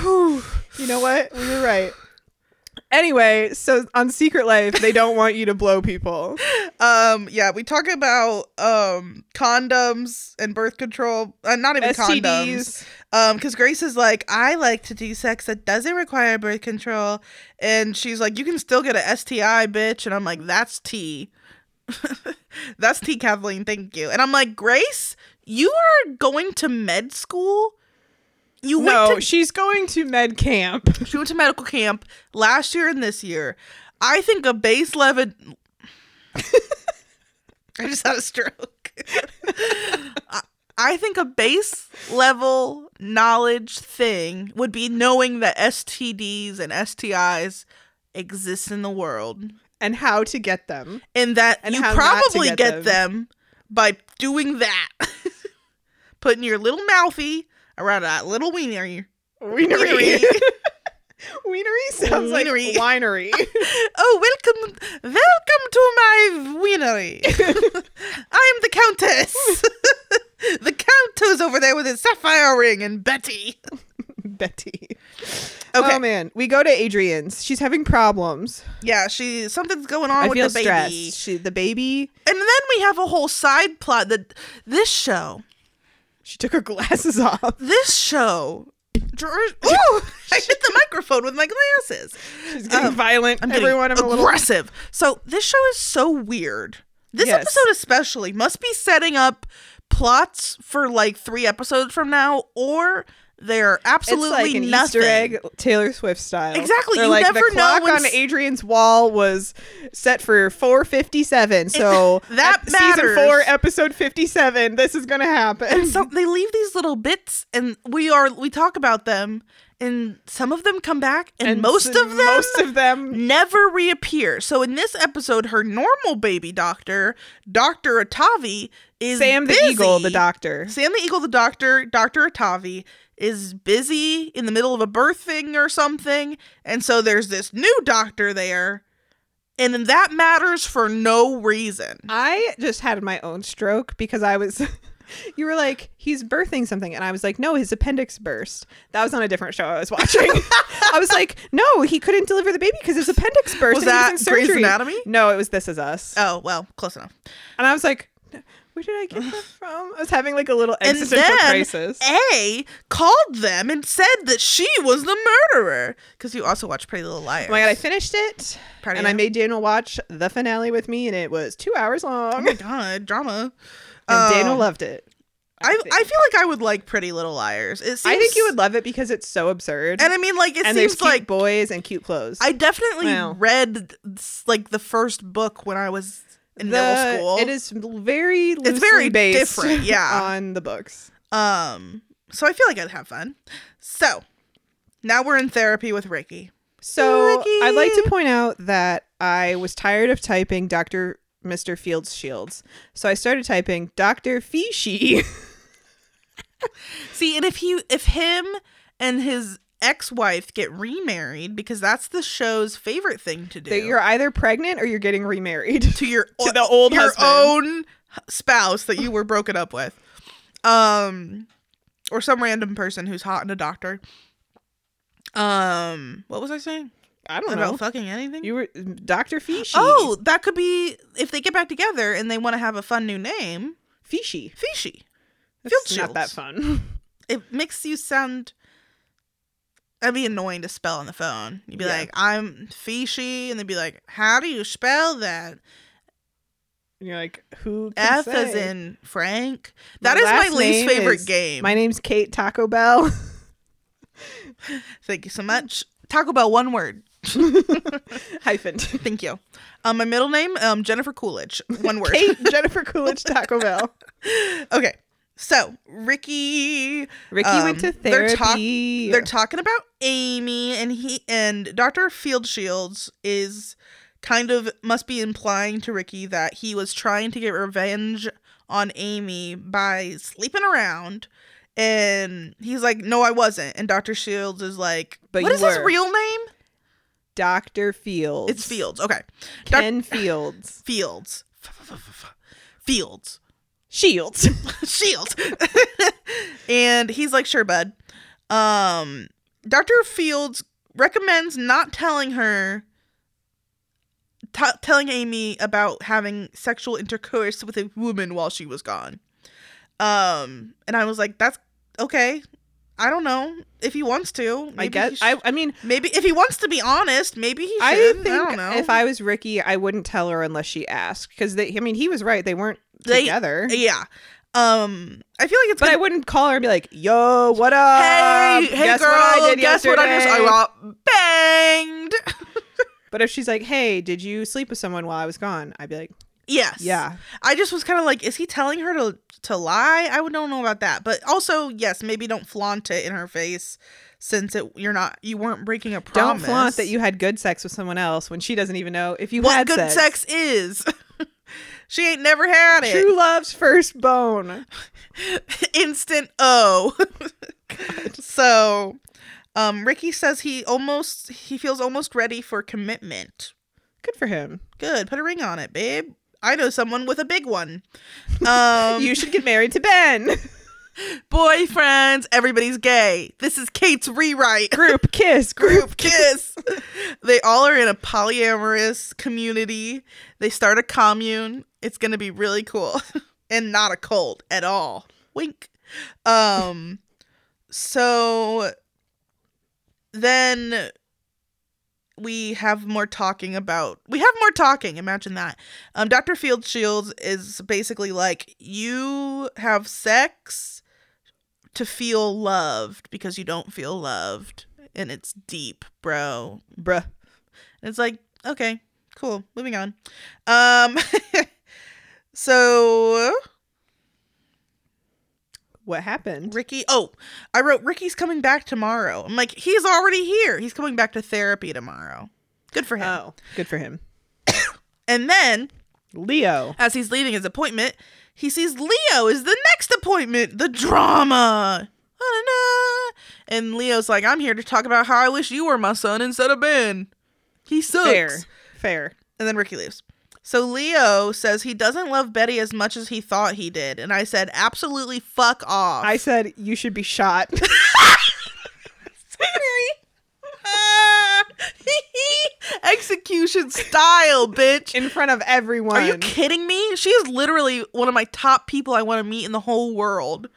A: Whew.
B: You know what? We were right. Anyway, so on Secret Life, they don't want you to blow people.
A: Um, yeah, we talk about um condoms and birth control, uh, not even condoms.
B: STDs.
A: Um, because Grace is like, I like to do sex that doesn't require birth control, and she's like, you can still get a STI, bitch, and I'm like, that's T. that's T, Kathleen. Thank you. And I'm like, Grace, you are going to med school. You
B: No,
A: went to
B: she's going to med camp.
A: she went to medical camp last year and this year. I think a base level. I just had a stroke. I, I think a base level knowledge thing would be knowing that STDs and STIs exist in the world
B: and how to get them.
A: and that
B: And
A: you
B: how not to
A: probably
B: get
A: get,
B: them.
A: them. by doing that. Putting your little mouthy around that little wiener.
B: Wienery. Wienery sounds
A: Wienery.
B: like winery.
A: Oh, welcome, welcome to my winery. I'm the Countess. the Count who's over there with his sapphire ring and Betty.
B: Betty.
A: Okay.
B: Oh man, we go to Adrian's. She's having problems.
A: Yeah, she something's going on with the baby.
B: She the baby.
A: And then we have a whole side plot that this show,
B: She took her glasses off.
A: this show. George, ooh, I hit the microphone with my glasses.
B: She's getting violent.
A: Um, I'm getting
B: Everyone, I'm a little.
A: aggressive. So this show is so weird. This
B: Yes.
A: episode especially must be setting up plots for like three episodes from now, or They're absolutely
B: it's like an
A: nothing.
B: Easter egg, Taylor Swift style.
A: Exactly,
B: They're
A: you
B: like
A: never
B: the
A: know
B: clock
A: when
B: on
A: s-
B: Adrian's wall was set for 4:57. So
A: that
B: season
A: matters.
B: four, episode 57. This is gonna happen.
A: So they leave these little bits, and we are we talk about them, and some of them come back, and, most
B: so-
A: of them
B: most of them,
A: never reappear. So in this episode, her normal baby doctor, Doctor Atavi, is
B: Sam the
A: busy.
B: Eagle, the doctor.
A: Sam the Eagle, the doctor, Dr. Atavi, is busy in the middle of a birth thing or something. And so there's this new doctor there. And then that matters for no reason.
B: I just had my own stroke because I was. You were like, he's birthing something. And I was like, no, his appendix burst. That was on a different show I was watching. I was like, no, he couldn't deliver the baby because his appendix burst.
A: Was
B: and he
A: that
B: in
A: Grey's
B: surgery."
A: Anatomy?
B: No, it was This Is Us.
A: Oh, well, close enough.
B: And I was like, where did I get that from? I was having like a little
A: And
B: existential
A: then
B: crisis. Oh
A: A called them and said that she was the murderer. Because you also watch Pretty Little Liars.
B: Oh my god, I finished it.
A: Proud of
B: and I
A: you.
B: made Daniel watch the finale with me, and it was two hours long.
A: Oh my God, drama.
B: And Daniel
A: Um,
B: loved it.
A: I, I feel
B: think.
A: like I would like Pretty Little Liars. It seems,
B: I think you would love it because it's so absurd.
A: And I mean, like, it
B: and there's
A: seems
B: cute
A: like
B: boys and cute clothes.
A: I definitely
B: Wow.
A: read s- like the first book when I was in middle school.
B: It is very loosely
A: It's very
B: based
A: different, yeah.
B: on the books.
A: um so I feel like I'd have fun. So now we're in therapy with Ricky.
B: So
A: Lucky.
B: I'd like to point out that I was tired of typing Doctor Mister Fields Shields, so I started typing Doctor Fishy.
A: See, and if he if him and his ex-wife get remarried because that's the show's favorite thing to do.
B: that you're either pregnant or you're getting remarried.
A: to your
B: to the old
A: your
B: husband.
A: own spouse that you were broken up with. Um or some random person who's hot and a doctor. Um what was I saying?
B: I don't
A: About
B: know.
A: fucking anything?
B: You were Doctor Fishy.
A: Oh, that could be if they get back together and they want to have a fun new name,
B: Fishy.
A: Fishy.
B: That's not
A: Field
B: that
A: Shields.
B: fun.
A: It makes you sound. That'd be annoying to spell on the phone. You'd be
B: Yeah.
A: like, "I'm Fishy," and they'd be like, "How do you spell that?"
B: And you're like, who? Can
A: F as
B: say?
A: in Frank. That is
B: last
A: my
B: name
A: least favorite
B: is-
A: game.
B: My name's Kate Taco Bell.
A: Thank you so much. Taco Bell, one word.
B: Hyphened.
A: Thank you. Um, my middle name, um, Jennifer Coolidge, one word.
B: Kate Jennifer Coolidge Taco Bell.
A: Okay, so Ricky
B: Ricky
A: Um,
B: went to
A: they're talk-
B: therapy.
A: They're talking about Amy and he and Dr. Field Shields is kind of must be implying to Ricky that he was trying to get revenge on Amy by sleeping around and he's like no I wasn't and Dr. Shields is like
B: But
A: what
B: you
A: is his
B: were.
A: real name?
B: Dr. Fields.
A: It's Fields. Okay. Doc-
B: Ken Fields.
A: Fields. Fields.
B: Shields.
A: Shields. and he's like, sure, bud. Um, Dr. Fields recommends not telling her, t- telling Amy about having sexual intercourse with a woman while she was gone. Um, and I was like, that's okay. I don't know if he wants to. Maybe
B: I
A: he
B: guess.
A: sh-
B: I, I mean,
A: maybe if he wants to be honest, maybe he should.
B: I
A: I,
B: think
A: don't know.
B: if I was Ricky, I wouldn't tell her unless she asked. Because they, I mean, he was right. They weren't
A: They-
B: together.
A: yeah. Um, I feel like it's
B: but I
A: gonna-
B: wouldn't call her and be like, "Yo, what up?
A: hey, hey,
B: Um, guess
A: girl,
B: what I did
A: guess what I did?
B: yesterday?"
A: I got banged.
B: But if she's like, "Hey, did you sleep with someone while I was gone?" I'd be like,
A: Yes.
B: "Yeah,
A: I just was kind of like, is he telling her to to lie? I would don't know about that, but also yes, maybe don't flaunt it in her face, since it you're not you weren't breaking a promise.
B: don't flaunt that you had good sex with someone else when she doesn't even know if you
A: what
B: had
A: good sex, is. she ain't never had it.
B: True love's first bone.
A: instant O. so, um, Ricky says he almost he feels almost ready for commitment.
B: Good for him.
A: Good, put a ring on it, babe. I know someone with a big one. Um,
B: you should get married to Ben.
A: boyfriends, everybody's gay. This is Kate's rewrite.
B: group kiss. Group.
A: Group kiss. they all are in a polyamorous community. They start a commune. It's gonna be really cool and not a cult at all. Wink. Um. so then we have more talking about we have more talking imagine that um dr field shields is basically like you have sex to feel loved because you don't feel loved and it's deep, bro.
B: Bruh.
A: And it's like, okay, cool. Moving on. Um so
B: What happened?
A: Ricky, oh, I wrote Ricky's coming back tomorrow. I'm like, he's already here. He's coming back to therapy tomorrow. Good for him.
B: Oh, good for him.
A: And then
B: Leo.
A: as he's leaving his appointment, he sees Leo is the next appointment, the drama. Da-da-da. And Leo's like, I'm here to talk about how I wish you were my son instead of Ben. He sucks.
B: Fair. Fair.
A: And then Ricky leaves. So Leo says he doesn't love Betty as much as he thought he did. And I said, absolutely fuck off.
B: I said you should be shot.
A: Execution style, bitch.
B: in front of everyone.
A: Are you kidding me? She is literally one of my top people I want to meet in the whole world.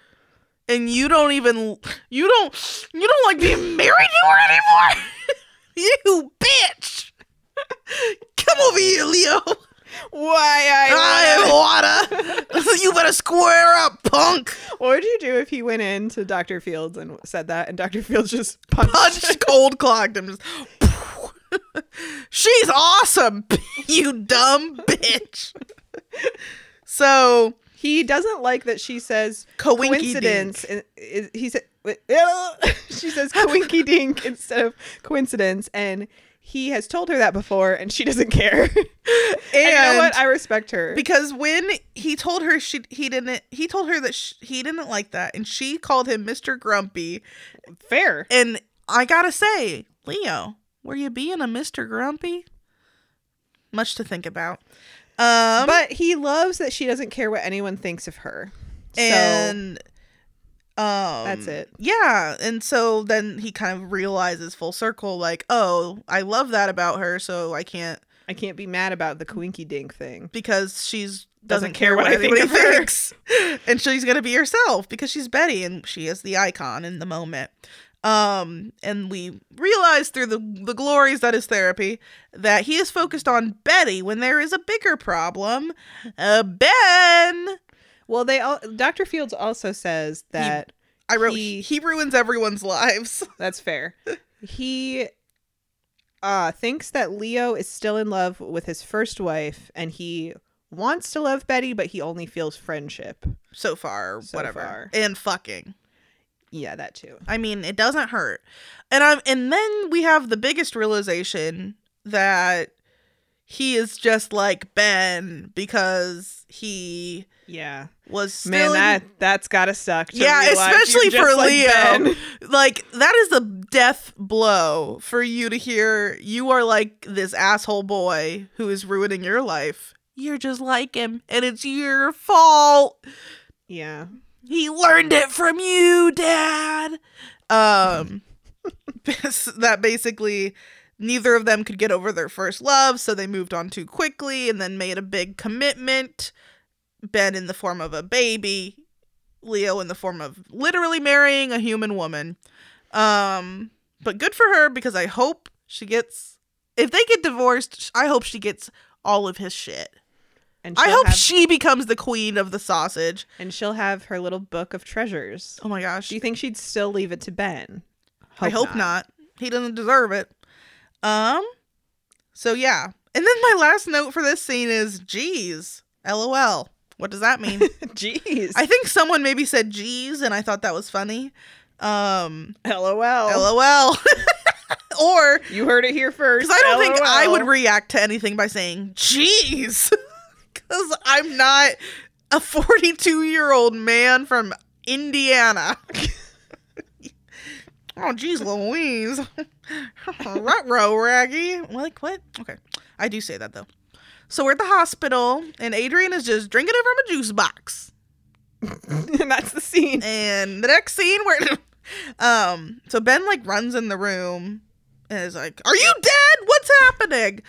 A: And you don't even you don't you don't like being married to her anymore. you bitch. Come over here, Leo.
B: Why I?
A: I am water. you better square up, punk.
B: What would you do if he went in to Doctor Fields and said that, and Doctor Fields just punched?
A: Punched cold clocked him. Just, She's awesome, you dumb bitch. So
B: He doesn't like that she says
A: Coinky
B: coincidence. and- is- He said she says coinky dink instead of coincidence, and he has told her that before, and she doesn't care. and you know
A: And-
B: what? I respect her.
A: because when he told her she he didn't he told her that sh he didn't like that and she called him Mr. Grumpy
B: Fair.
A: and I gotta say Leo were you being a Mr. Grumpy much to think about um
B: but he loves that she doesn't care what anyone thinks of her. So-
A: and um
B: That's it.
A: yeah and so then he kind of realizes full circle like oh I love that about her so I can't
B: I can't be mad about the coinky dink thing.
A: because she's
B: Doesn't care what I think of her.
A: thinks. and she's gonna be herself because she's Betty and she is the icon in the moment. Um, and we realize through the the glories that is therapy that he is focused on Betty when there is a bigger problem, uh, Ben.
B: Well, they all Dr. Fields also says that
A: I wrote
B: He-
A: he, ruins everyone's lives.
B: that's fair. He uh thinks that Leo is still in love with his first wife and he wants to love Betty but he only feels friendship.
A: So far,
B: So
A: whatever,
B: far.
A: and fucking.
B: Yeah, that too.
A: I mean, it doesn't hurt. And I'm and then we have the biggest realization that he is just like Ben because he
B: Yeah.
A: was still
B: Man,
A: in-
B: that that's got to suck. to
A: Yeah,
B: realize you're
A: especially
B: just
A: for
B: like
A: Leo.
B: Ben.
A: like that is a death blow for you to hear you are like this asshole boy who is ruining your life. You're just like him and it's your fault.
B: Yeah.
A: He learned it from you, Dad. Um, that basically neither of them could get over their first love, so they moved on too quickly and then made a big commitment. Ben in the form of a baby, Leo in the form of literally marrying a human woman. Um, but good for her because I hope she gets. If they get divorced, I hope she gets all of his shit.
B: And
A: I
B: she'll
A: hope
B: have,
A: she becomes the queen of the sausage.
B: and she'll have her little book of treasures.
A: Oh my gosh.
B: Do you think she'd still leave it to Ben?
A: I hope not. He doesn't deserve it. Um. So yeah, and then my last note for this scene is, "Geez, lol." What does that mean?
B: Jeez.
A: I think someone maybe said "geez," and I thought that was funny. Um.
B: LOL.
A: Lol. or
B: You heard it here first.
A: because I don't think I would
B: read
A: react to anything by saying "geez," because I'm not a 42 year old man from Indiana. oh, geez, Louise, Oh, row raggy. Like what? Okay, I do say that though. So we're at the hospital, and Adrian is just drinking it from a juice box.
B: and that's the scene.
A: And the next scene where um so Ben like runs in the room and is like, "Are you dead? What's happening?"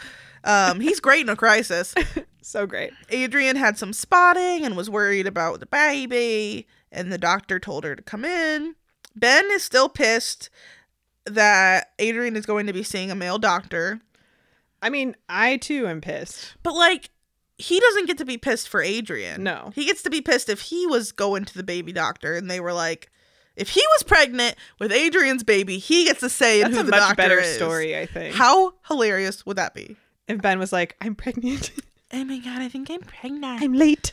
A: Um he's great in a crisis.
B: So great.
A: Adrian had some spotting and was worried about the baby and the doctor told her to come in. Ben is still pissed that Adrian is going to be seeing a male doctor,
B: I mean, I too am pissed.
A: but like he doesn't get to be pissed for Adrian.
B: No.
A: He gets to be pissed if he was going to the baby doctor and they were like, If he was pregnant with Adrian's baby, he gets a say in
B: That's
A: who
B: a
A: the
B: much
A: doctor
B: better
A: is.
B: story, I think.
A: How hilarious would that be?
B: if Ben was like, I'm pregnant.
A: Oh my god, I think I'm pregnant.
B: I'm late.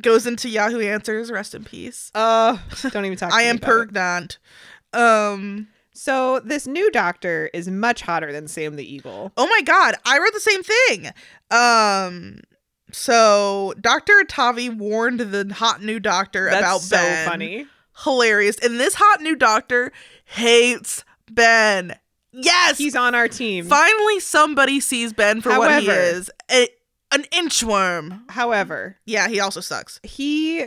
A: Goes into Yahoo Answers. Rest in peace.
B: uh, don't even talk to
A: I
B: me
A: am
B: about it.
A: pregnant. Um.
B: So this new doctor is much hotter than Sam the Eagle.
A: Oh my god, I read the same thing. Um so Dr. Tavi warned the hot new doctor
B: That's
A: about
B: so
A: Ben.
B: funny.
A: Hilarious. And this hot new doctor hates Ben. Yes.
B: He's on our team.
A: Finally somebody sees Ben for what he
B: However-
A: is. A- an inchworm.
B: However,
A: Yeah, he also sucks.
B: he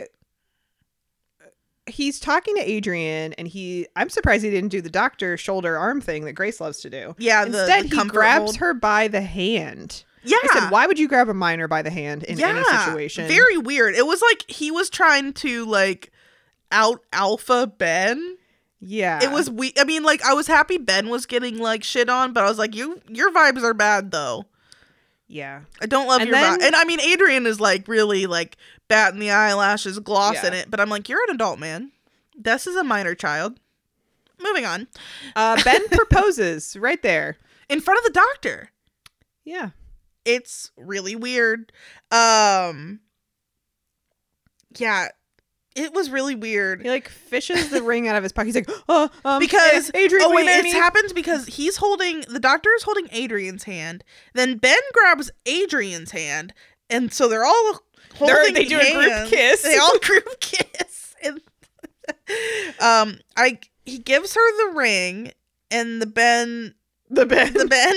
B: he's talking to Adrian and he I'm surprised he didn't do the doctor shoulder arm thing that Grace loves to do.
A: Yeah, the,
B: Instead,
A: the
B: he
A: comfort
B: grabs
A: hold.
B: her by the hand.
A: Yeah.
B: I said, why would you grab a minor by the hand in any situation?
A: Very weird. It was like he was trying to like out alpha Ben.
B: yeah.
A: it was we i mean like i was happy ben was getting like shit on but i was like you your vibes are bad though
B: yeah.
A: i don't love
B: And
A: your
B: then-
A: vibe and i mean adrian is like really like batting the eyelashes glossing
B: Yeah.
A: it but i'm like you're an adult man this is a minor child moving on
B: Uh, ben proposes right there.
A: in front of the doctor
B: Yeah.
A: it's really weird um yeah it was really weird
B: He like fishes the ring out of his pocket. He's like, oh, um,
A: Because-
B: eh, Adrian,
A: oh wait,
B: it's
A: it's happened because he's holding the doctor is holding Adrian's hand. Then Ben grabs Adrian's hand, and so they're all holding.
B: They're- they do a group
A: hands.
B: kiss.
A: They all group kiss. And um, I he gives her the ring, and the Ben,
B: the Ben.
A: the Ben.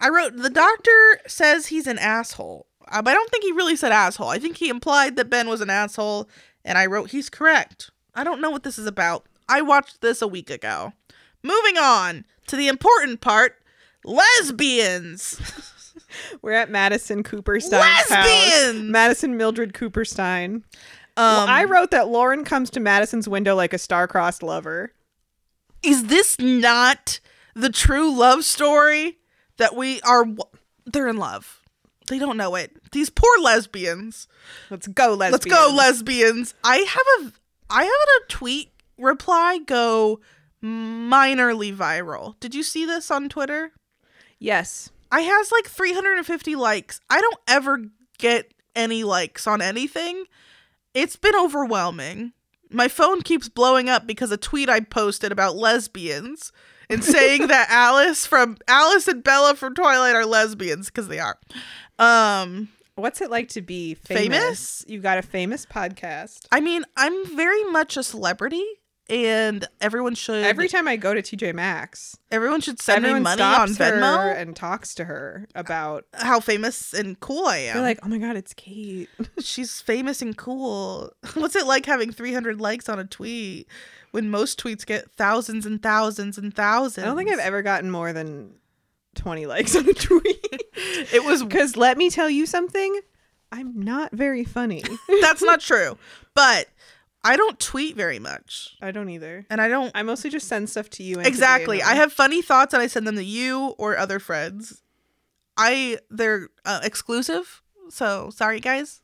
A: I wrote the doctor says he's an asshole. Uh, but I don't think he really said asshole. I think he implied that Ben was an asshole, and I wrote he's correct. I don't know what this is about. I watched this a week ago. Moving on to the important part lesbians.
B: We're at Madison Cooperstein's house.
A: Lesbians!
B: Madison Mildred Cooperstein.
A: Um,
B: Well, I wrote that Lauren comes to Madison's window like a star-crossed lover.
A: is this not the true love story that we are? W- they're in love. They don't know it. These poor lesbians.
B: Let's go, lesbian.
A: Let's go, lesbians. I have a I have a tweet reply go minorly viral. Did you see this on Twitter?
B: yes.
A: I has like 350 likes. I don't ever get any likes on anything. It's been overwhelming. My phone keeps blowing up because a tweet I posted about lesbians and saying that Alice from Alice and Bella from Twilight are lesbians because they are. Um,
B: What's it like to be
A: Famous?
B: famous? You got a famous podcast.
A: I mean, I'm very much a celebrity, and everyone should
B: Every time I go to TJ Maxx,
A: everyone should send me
B: everyone
A: money on
B: stops her
A: Venmo.
B: and talks to her about.
A: how famous and cool I am.
B: They're like, oh my god, it's Kate.
A: She's famous and cool. What's it like having 300 likes on a tweet when most tweets get thousands and thousands and
B: I
A: thousands?
B: don't think I've ever gotten more than twenty likes on a tweet.
A: It was.
B: Because let me tell you something, I'm not very funny.
A: That's not true. But I don't tweet very much,
B: I don't either.
A: and I don't
B: I mostly just send stuff to you. And to
A: exactly.
B: Daniel.
A: I have funny thoughts, and I send them to you or other friends. I they're uh, exclusive, so sorry guys.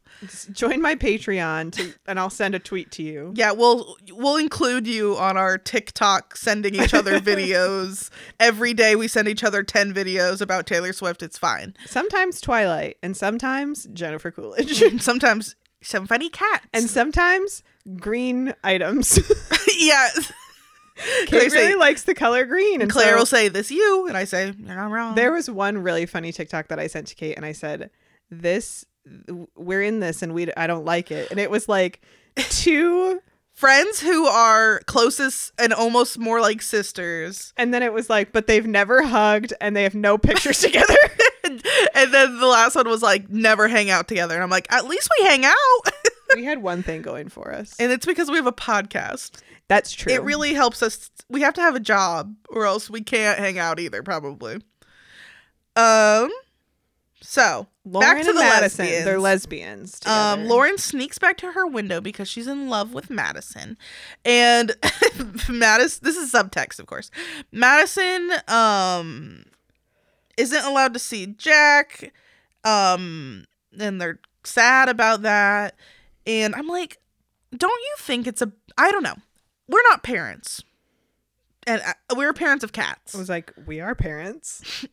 B: join my Patreon, to, and I'll send a tweet to you.
A: Yeah, we'll we'll include you on our TikTok sending each other videos. Every day we send each other 10 videos about Taylor Swift. It's fine.
B: Sometimes Twilight, and sometimes Jennifer Coolidge,
A: Sometimes some funny cats.
B: and sometimes green items.
A: yeah, Claire,
B: Kate
A: say-
B: really likes the color green, and
A: Claire
B: so
A: will say this you and I say you're not wrong.
B: there was one really funny TikTok that I sent to Kate, and I said, "This, we're in this, and we, I don't like it." And it was like two.
A: Friends who are closest and almost more like sisters.
B: And then it was like, but they've never hugged and they have no pictures together.
A: and, and then the last one was like never hang out together and I'm like at least we hang out.
B: we had one thing going for us.
A: and it's because we have a podcast.
B: That's true.
A: It really helps us. We have to have a job, or else we can't hang out either. Probably. Um. So
B: Lauren
A: back to
B: and
A: the
B: Madison,
A: lesbians.
B: they're lesbians.
A: Um,
B: together.
A: Lauren sneaks back to her window because she's in love with Madison, and Madison. This is subtext, of course. Madison um isn't allowed to see Jack, um, and they're sad about that. And I'm like, don't you think it's a? I don't know. we're not parents, and I, we're parents of cats.
B: I was like, we are parents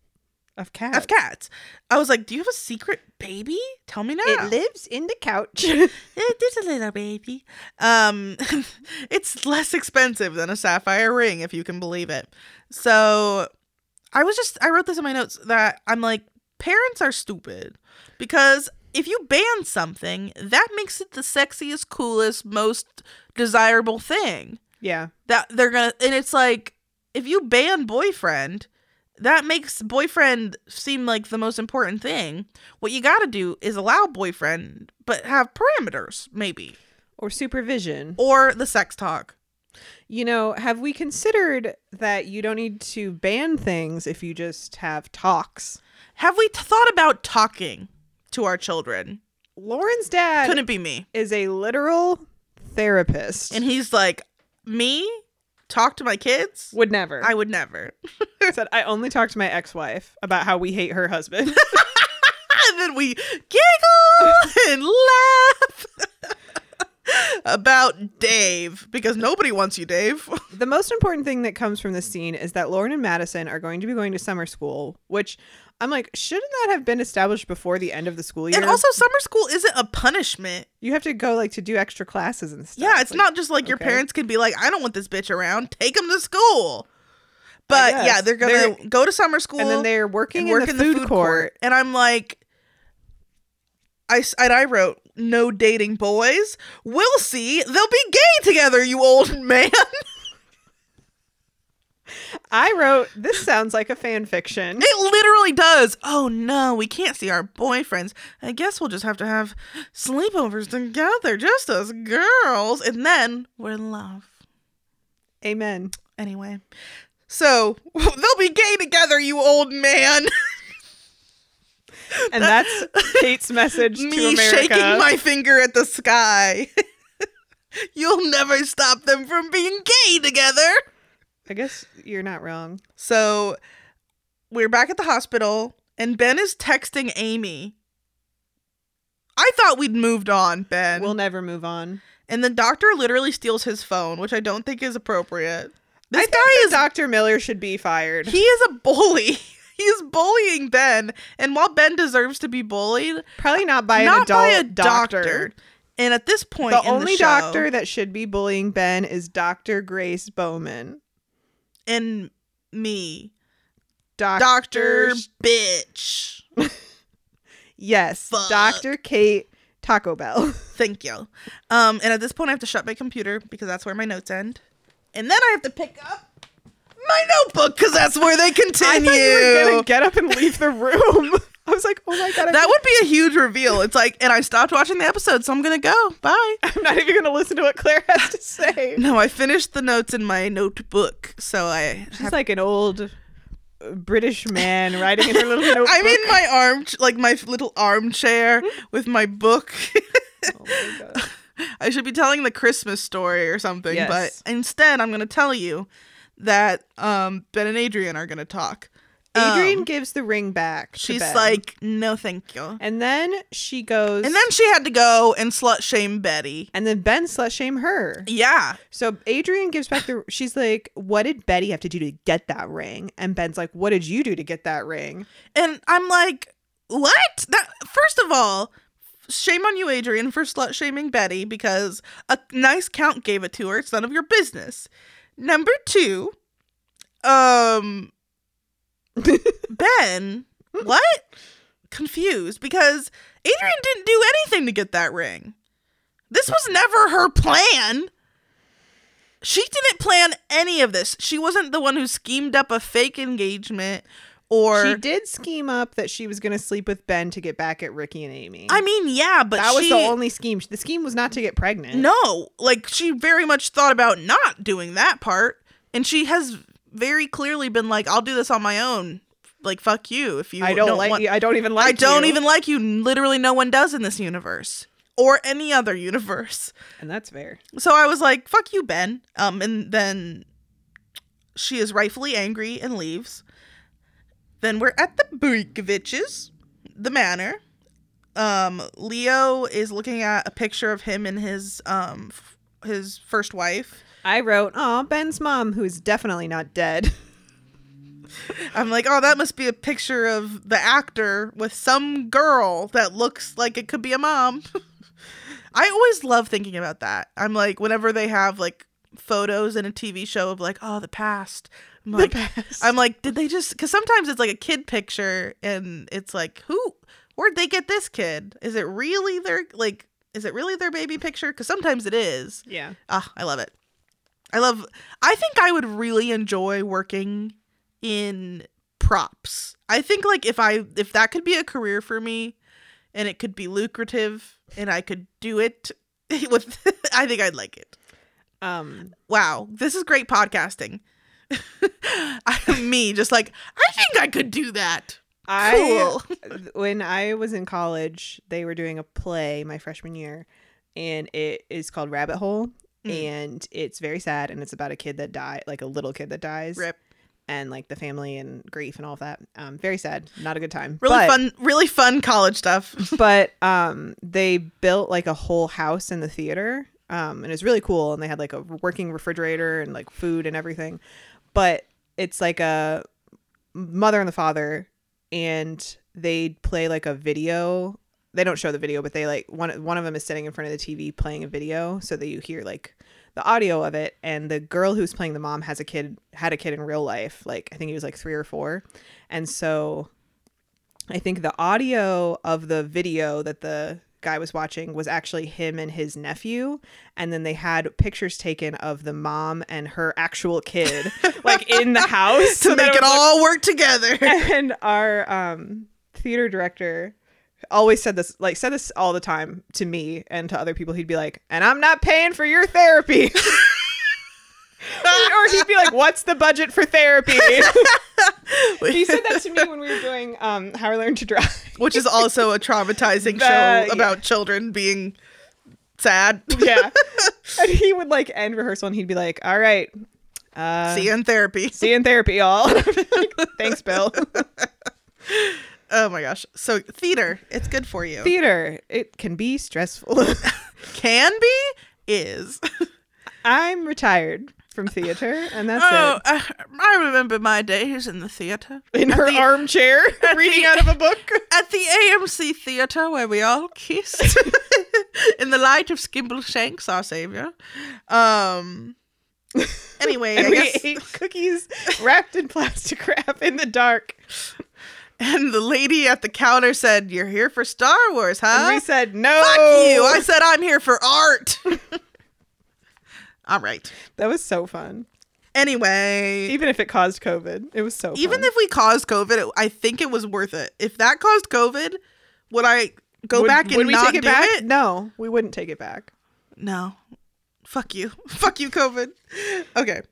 B: of cats.
A: Of cats. I was like, do you have a secret baby? Tell me now.
B: It lives in the couch.
A: It is Eh, a little baby. Um, it's less expensive than a sapphire ring, if you can believe it. So, I was just I wrote this in my notes that I'm like parents are stupid because if you ban something, that makes it the sexiest, coolest, most desirable thing
B: yeah.
A: that they're gonna. And it's like if you ban boyfriend. That makes boyfriend seem like the most important thing. What you got to do is allow boyfriend, but have parameters, maybe
B: Or supervision.
A: or the sex talk.
B: You know, have we considered that you don't need to ban things if you just have talks?
A: Have we t- thought about talking to our children?
B: Lauren's dad
A: Couldn't be me.
B: is a literal therapist
A: And he's like, me talk to my kids?
B: would never.
A: I would never.
B: said I only talked to my ex-wife about how we hate her husband.
A: And then we giggle and laugh about Dave because nobody wants you, Dave.
B: the most important thing that comes from this scene is that Lauren and Madison are going to be going to summer school, which I'm like, shouldn't that have been established before the end of the school year?
A: And also, summer school isn't a punishment.
B: you have to go like to do extra classes and stuff.
A: Yeah, it's
B: Like,
A: not just like your
B: okay.
A: parents can be like, I don't want this bitch around. Take him to school. But yeah,
B: guess.
A: they're gonna
B: They're-
A: go to summer school.
B: And then they're
A: and
B: working in
A: work
B: the food, court.
A: And I'm like, I, s- and I wrote, no dating boys. We'll see. They'll be gay together, you old man.
B: I wrote, this sounds like a fan fiction.
A: It literally does. Oh no, we can't see our boyfriends. I guess we'll just have to have sleepovers together, just us girls. And then we're in love.
B: Amen.
A: Anyway. So they'll be gay together, you old man.
B: And that's Kate's message to
A: me
B: America.
A: shaking my finger at the sky. You'll never stop them from being gay together.
B: I guess you're not wrong.
A: So we're back at the hospital, and Ben is texting Amy. I thought we'd moved on, Ben.
B: we'll never move on.
A: and the doctor literally steals his phone, which I don't think is
B: I
A: appropriate. This
B: think
A: guy
B: that
A: is
B: Dr. Miller should be fired.
A: he is a bully. He is bullying Ben, and while Ben deserves to be bullied,
B: Probably not by an
A: not
B: adult
A: by a
B: doctor.
A: doctor. And at this point,
B: The
A: in
B: only
A: show-
B: doctor that should be bullying Ben is Dr. Grace Bowman.
A: and me,
B: Doc-
A: Doctor
B: Sh-
A: Bitch.
B: Yes,
A: Fuck.
B: Dr. Kate Taco Bell.
A: Thank you. Um, and at this point, I have to shut my computer because that's where my notes end, and then I have to pick up my notebook because that's where they
B: I
A: continue.
B: thought you were gonna get up and leave the room. I was like, oh my god, I'm,
A: that would be a huge reveal. It's like, and I stopped watching the episode, so I'm gonna go. Bye.
B: I'm not even gonna listen to what Claire has to say.
A: No, I finished the notes in my notebook, so I.
B: She's like an old uh, British man riding in her little notebook.
A: I'm in my arm, like my little armchair with my book.
B: oh my god.
A: I should be telling the Christmas story or something,
B: Yes.
A: but instead I'm going to tell you that um, Ben and Adrian are going to talk. Um,
B: Adrian gives the ring back. to
A: she's
B: Ben.
A: like, no, thank you.
B: and then she goes,
A: And then she had to go and slut shame Betty.
B: and then Ben slut shame her.
A: Yeah.
B: So Adrian gives back the. She's like, "What did Betty have to do to get that ring?" And Ben's like, "What did you do to get that ring?"
A: And I'm like, what? That First of all, shame on you, Adrian, for slut shaming Betty because a nice count gave it to her. It's none of your business. Number two, um, Ben, what? Confused because Adrian didn't do anything to get that ring. This was never her plan. She didn't plan any of this. She wasn't the one who schemed up a fake engagement or
B: she did scheme up that she was going to sleep with Ben to get back at Ricky and Amy.
A: I mean, yeah, but
B: that was
A: she-
B: the only scheme. The scheme was not to get pregnant.
A: no, like she very much thought about not doing that part, and she has very clearly been like, "I'll do this on my own." Like, fuck you if you
B: I don't, like
A: want-
B: you. I don't even like.
A: I don't
B: you.
A: even like you. Literally, no one does in this universe or any other universe.
B: And that's fair.
A: So I was like, "Fuck you, Ben." Um, and then she is rightfully angry and leaves. Then we're at the Brinkoviches, the manor. Um, Leo is looking at a picture of him and his um f- his first wife.
B: I wrote, "Oh, Ben's mom, who is definitely not dead."
A: I'm like, oh, that must be a picture of the actor with some girl that looks like it could be a mom. I always love thinking about that. I'm like, whenever they have like photos in a TV show of like, oh, the past. I'm like,
B: past.
A: I'm like, did they just? Because sometimes it's like a kid picture, and it's like, who? Where'd they get this kid? Is it really their like? Is it really their baby picture? Because sometimes it is.
B: Yeah.
A: Ah, I love it. I love I think I would really enjoy working in props. I think like if I if that could be a career for me and it could be lucrative and I could do it with I think I'd like it.
B: Um,
A: Wow, this is great podcasting. I- me just like I think I could do that.
B: I
A: Cool.
B: when I was in college, they were doing a play my freshman year, and it is called Rabbit Hole,
A: Mm.
B: and it's very sad, and it's about a kid that died, like a little kid that dies,
A: Rip.
B: and like the family and grief and all of that. Um, very sad, not a good time.
A: Really
B: but,
A: fun really fun college stuff.
B: but um, they built like a whole house in the theater, um, and it's really cool, and they had like a working refrigerator and like food and everything, but it's like a mother and the father and they play like a video they don't show the video but they like one one of them is sitting in front of the TV playing a video so that you hear like the audio of it and the girl who's playing the mom has a kid had a kid in real life like I think he was like 3 or 4 and so I think the audio of the video that the guy was watching was actually him and his nephew and then they had pictures taken of the mom and her actual kid like in the house
A: to
B: so that
A: make
B: was,
A: it
B: like,
A: all work together.
B: and our um, theater director always said this like said this all the time to me and to other people he'd be like and i'm not paying for your therapy or he'd be like what's the budget for therapy he said that to me when we were doing um, how i learned to drive
A: which is also a traumatizing
B: The-
A: show about children being sad.
B: yeah and he would like end rehearsal and he'd be like all right uh,
A: See you in therapy.
B: see you in therapy y'all Like, thanks bill
A: Oh my gosh. So theater, it's good for you.
B: theater it can be stressful
A: Can be is.
B: i'm retired from theater and that's it
A: Oh, I, I remember my days in the theater.
B: in her
A: the-
B: armchair reading
A: the-
B: out of a book.
A: At the AMC theater where we all kissed in the light of Skimble Shanks, our savior. Um Anyway,
B: And
A: I
B: we
A: guess,
B: ate cookies wrapped in plastic wrap in the dark.
A: and the lady at the counter said, "You're here for Star Wars, huh?"
B: And we said, no.
A: Fuck you.
B: Oh.
A: I said I'm here for art. All right.
B: that was so fun.
A: Anyway,
B: Even if it caused COVID, it was so
A: even
B: fun.
A: if we caused COVID, it, I think it was worth it. If that caused COVID, would I go
B: Would-
A: back and
B: would we
A: not
B: take it
A: do
B: back?
A: it?
B: No, we wouldn't take it back.
A: No. Fuck you. Fuck you, COVID. Okay.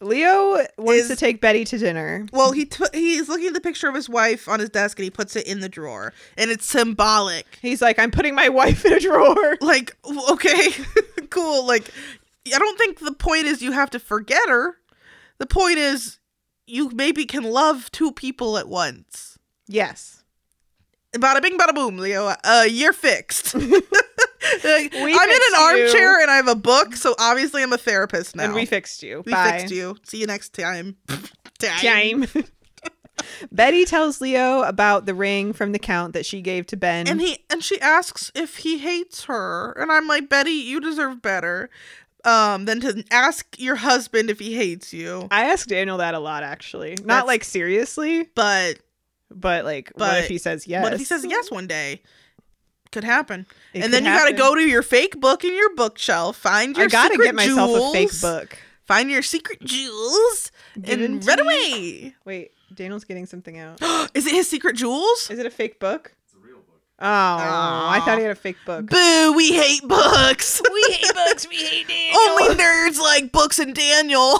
B: Leo wants
A: Is-
B: to take Betty to dinner.
A: Well, he t- he's looking at the picture of his wife on his desk and he puts it in the drawer, and it's symbolic.
B: He's like, I'm putting my wife in a drawer.
A: Like, w- okay, cool. Like, I don't think the point is you have to forget her. The point is you maybe can love two people at once.
B: Yes.
A: Bada bing, bada boom, Leo. Uh, you're fixed. Like, I'm in
B: fixed
A: an
B: you.
A: armchair and I have a book, so obviously I'm a therapist now.
B: And we fixed you.
A: We
B: Bye.
A: fixed you. See you next time. time.
B: Time. Betty tells Leo about the ring from the count that she gave to Ben.
A: And he and she asks if he hates her, and I'm like, Betty, you deserve better um, than to ask your husband if he hates you.
B: I ask Daniel that a lot, actually. Not
A: That's-
B: like seriously,
A: But
B: but like, what
A: But
B: if he says yes?
A: What if he says yes one day? Could happen.
B: It
A: and
B: could
A: then you
B: happen.
A: gotta go to your fake book in your bookshelf, find your
B: I gotta
A: secret
B: get myself
A: jewels,
B: a fake book.
A: Find your secret jewels
B: Give it
A: and
B: to
A: run
B: me.
A: away.
B: Wait, Daniel's getting something out.
A: Is it his secret jewels?
B: Is it a fake book? It's a real book. Oh, I thought he had a fake book.
A: Boo, we hate books. We hate books, we hate Daniel. Only nerds like books and Daniel.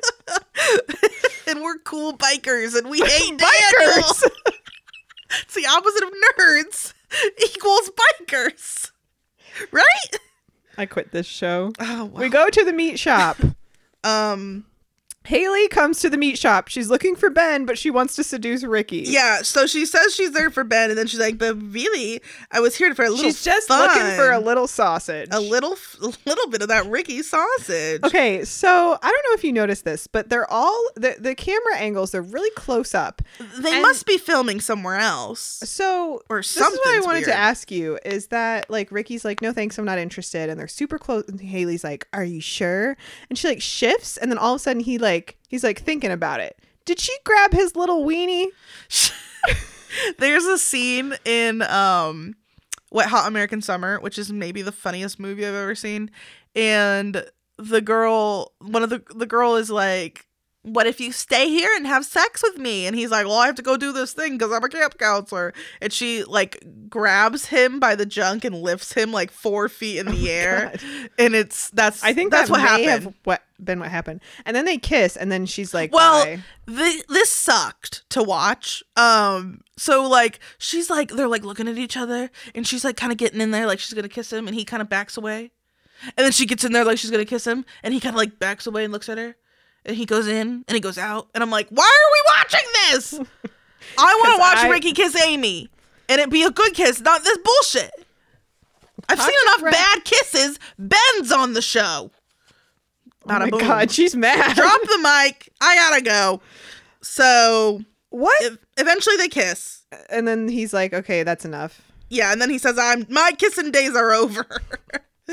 A: and we're cool bikers and we hate Daniel.
B: Bikers!
A: It's the opposite of nerds equals bikers. Right?
B: I quit this show.
A: Oh wow.
B: We go to the meat shop.
A: Um,
B: Haley comes to the meat shop. She's looking for Ben, but she wants to seduce Ricky.
A: Yeah, so she says she's there for Ben, and then she's like, "But really, I was here for a little.
B: She's just
A: fun.
B: looking for a little sausage.
A: a little, f- little bit of that Ricky sausage."
B: Okay, so I don't know if you noticed this, but they're all the the camera angles. They're really close up.
A: They
B: and-
A: must be filming somewhere else.
B: So
A: Or
B: this is what I
A: something's
B: wanted to
A: weird.
B: ask you is that like Ricky's like, no thanks, I'm not interested, and they're super close. And Haley's like, are you sure? And she like shifts, and then all of a sudden he like he's like thinking about it. Did she grab his little weenie?
A: There's a scene in um Wet Hot American Summer, which is maybe the funniest movie I've ever seen. And the girl one of the the girl is like, What if you stay here and have sex with me? And he's like, Well, I have to go do this thing because I'm a camp counselor. And she like grabs him by the junk and lifts him like four feet in the air.
B: Oh God.
A: And it's that's
B: I think
A: that's
B: that
A: what
B: may
A: happened.
B: Have what been what happened? And then they kiss, and then she's like,
A: Well,
B: "Bye."
A: thi- this sucked to watch. Um, so like she's like they're like looking at each other, and she's like kind of getting in there, like she's gonna kiss him, and he kind of backs away, and then she gets in there like she's gonna kiss him, and he kind of like backs away and looks at her, and he goes in and he goes out, and I'm like, why are we watching this? I want
B: 'Cause
A: to watch
B: I-
A: Ricky kiss Amy, and it be a good kiss, not this bullshit. I've seen
B: Toxic
A: enough
B: Ren-
A: bad kisses. Ben's on the show.
B: oh my
A: Bada boom
B: god, she's mad.
A: drop the mic. I gotta go. So
B: what?
A: ev- eventually they kiss.
B: And then he's like, okay, that's enough.
A: Yeah, and then he says, "I'm my kissing days are over."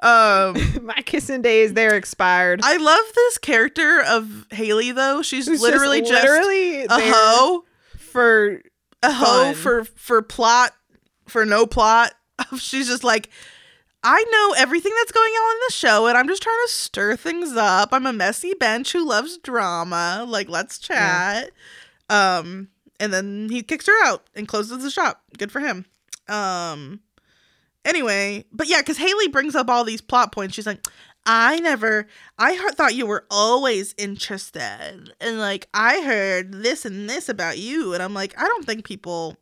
A: um,
B: My kissing days, they're expired.
A: I love this character of Haley though. She's
B: Who's
A: literally just,
B: literally
A: a
B: there
A: hoe,
B: for
A: a hoe
B: fun.
A: for for plot, for no plot. She's just like. I know everything that's going on in the show, and I'm just trying to stir things up. I'm a messy bench who loves drama. Like, let's
B: Yeah.
A: chat. Um, and then he kicks her out and closes the shop. Good for him. Um, anyway, but yeah, because Haley brings up all these plot points. She's like, I never, I heard, thought you were always interested, and like I heard this and this about you, and I'm like, I don't think people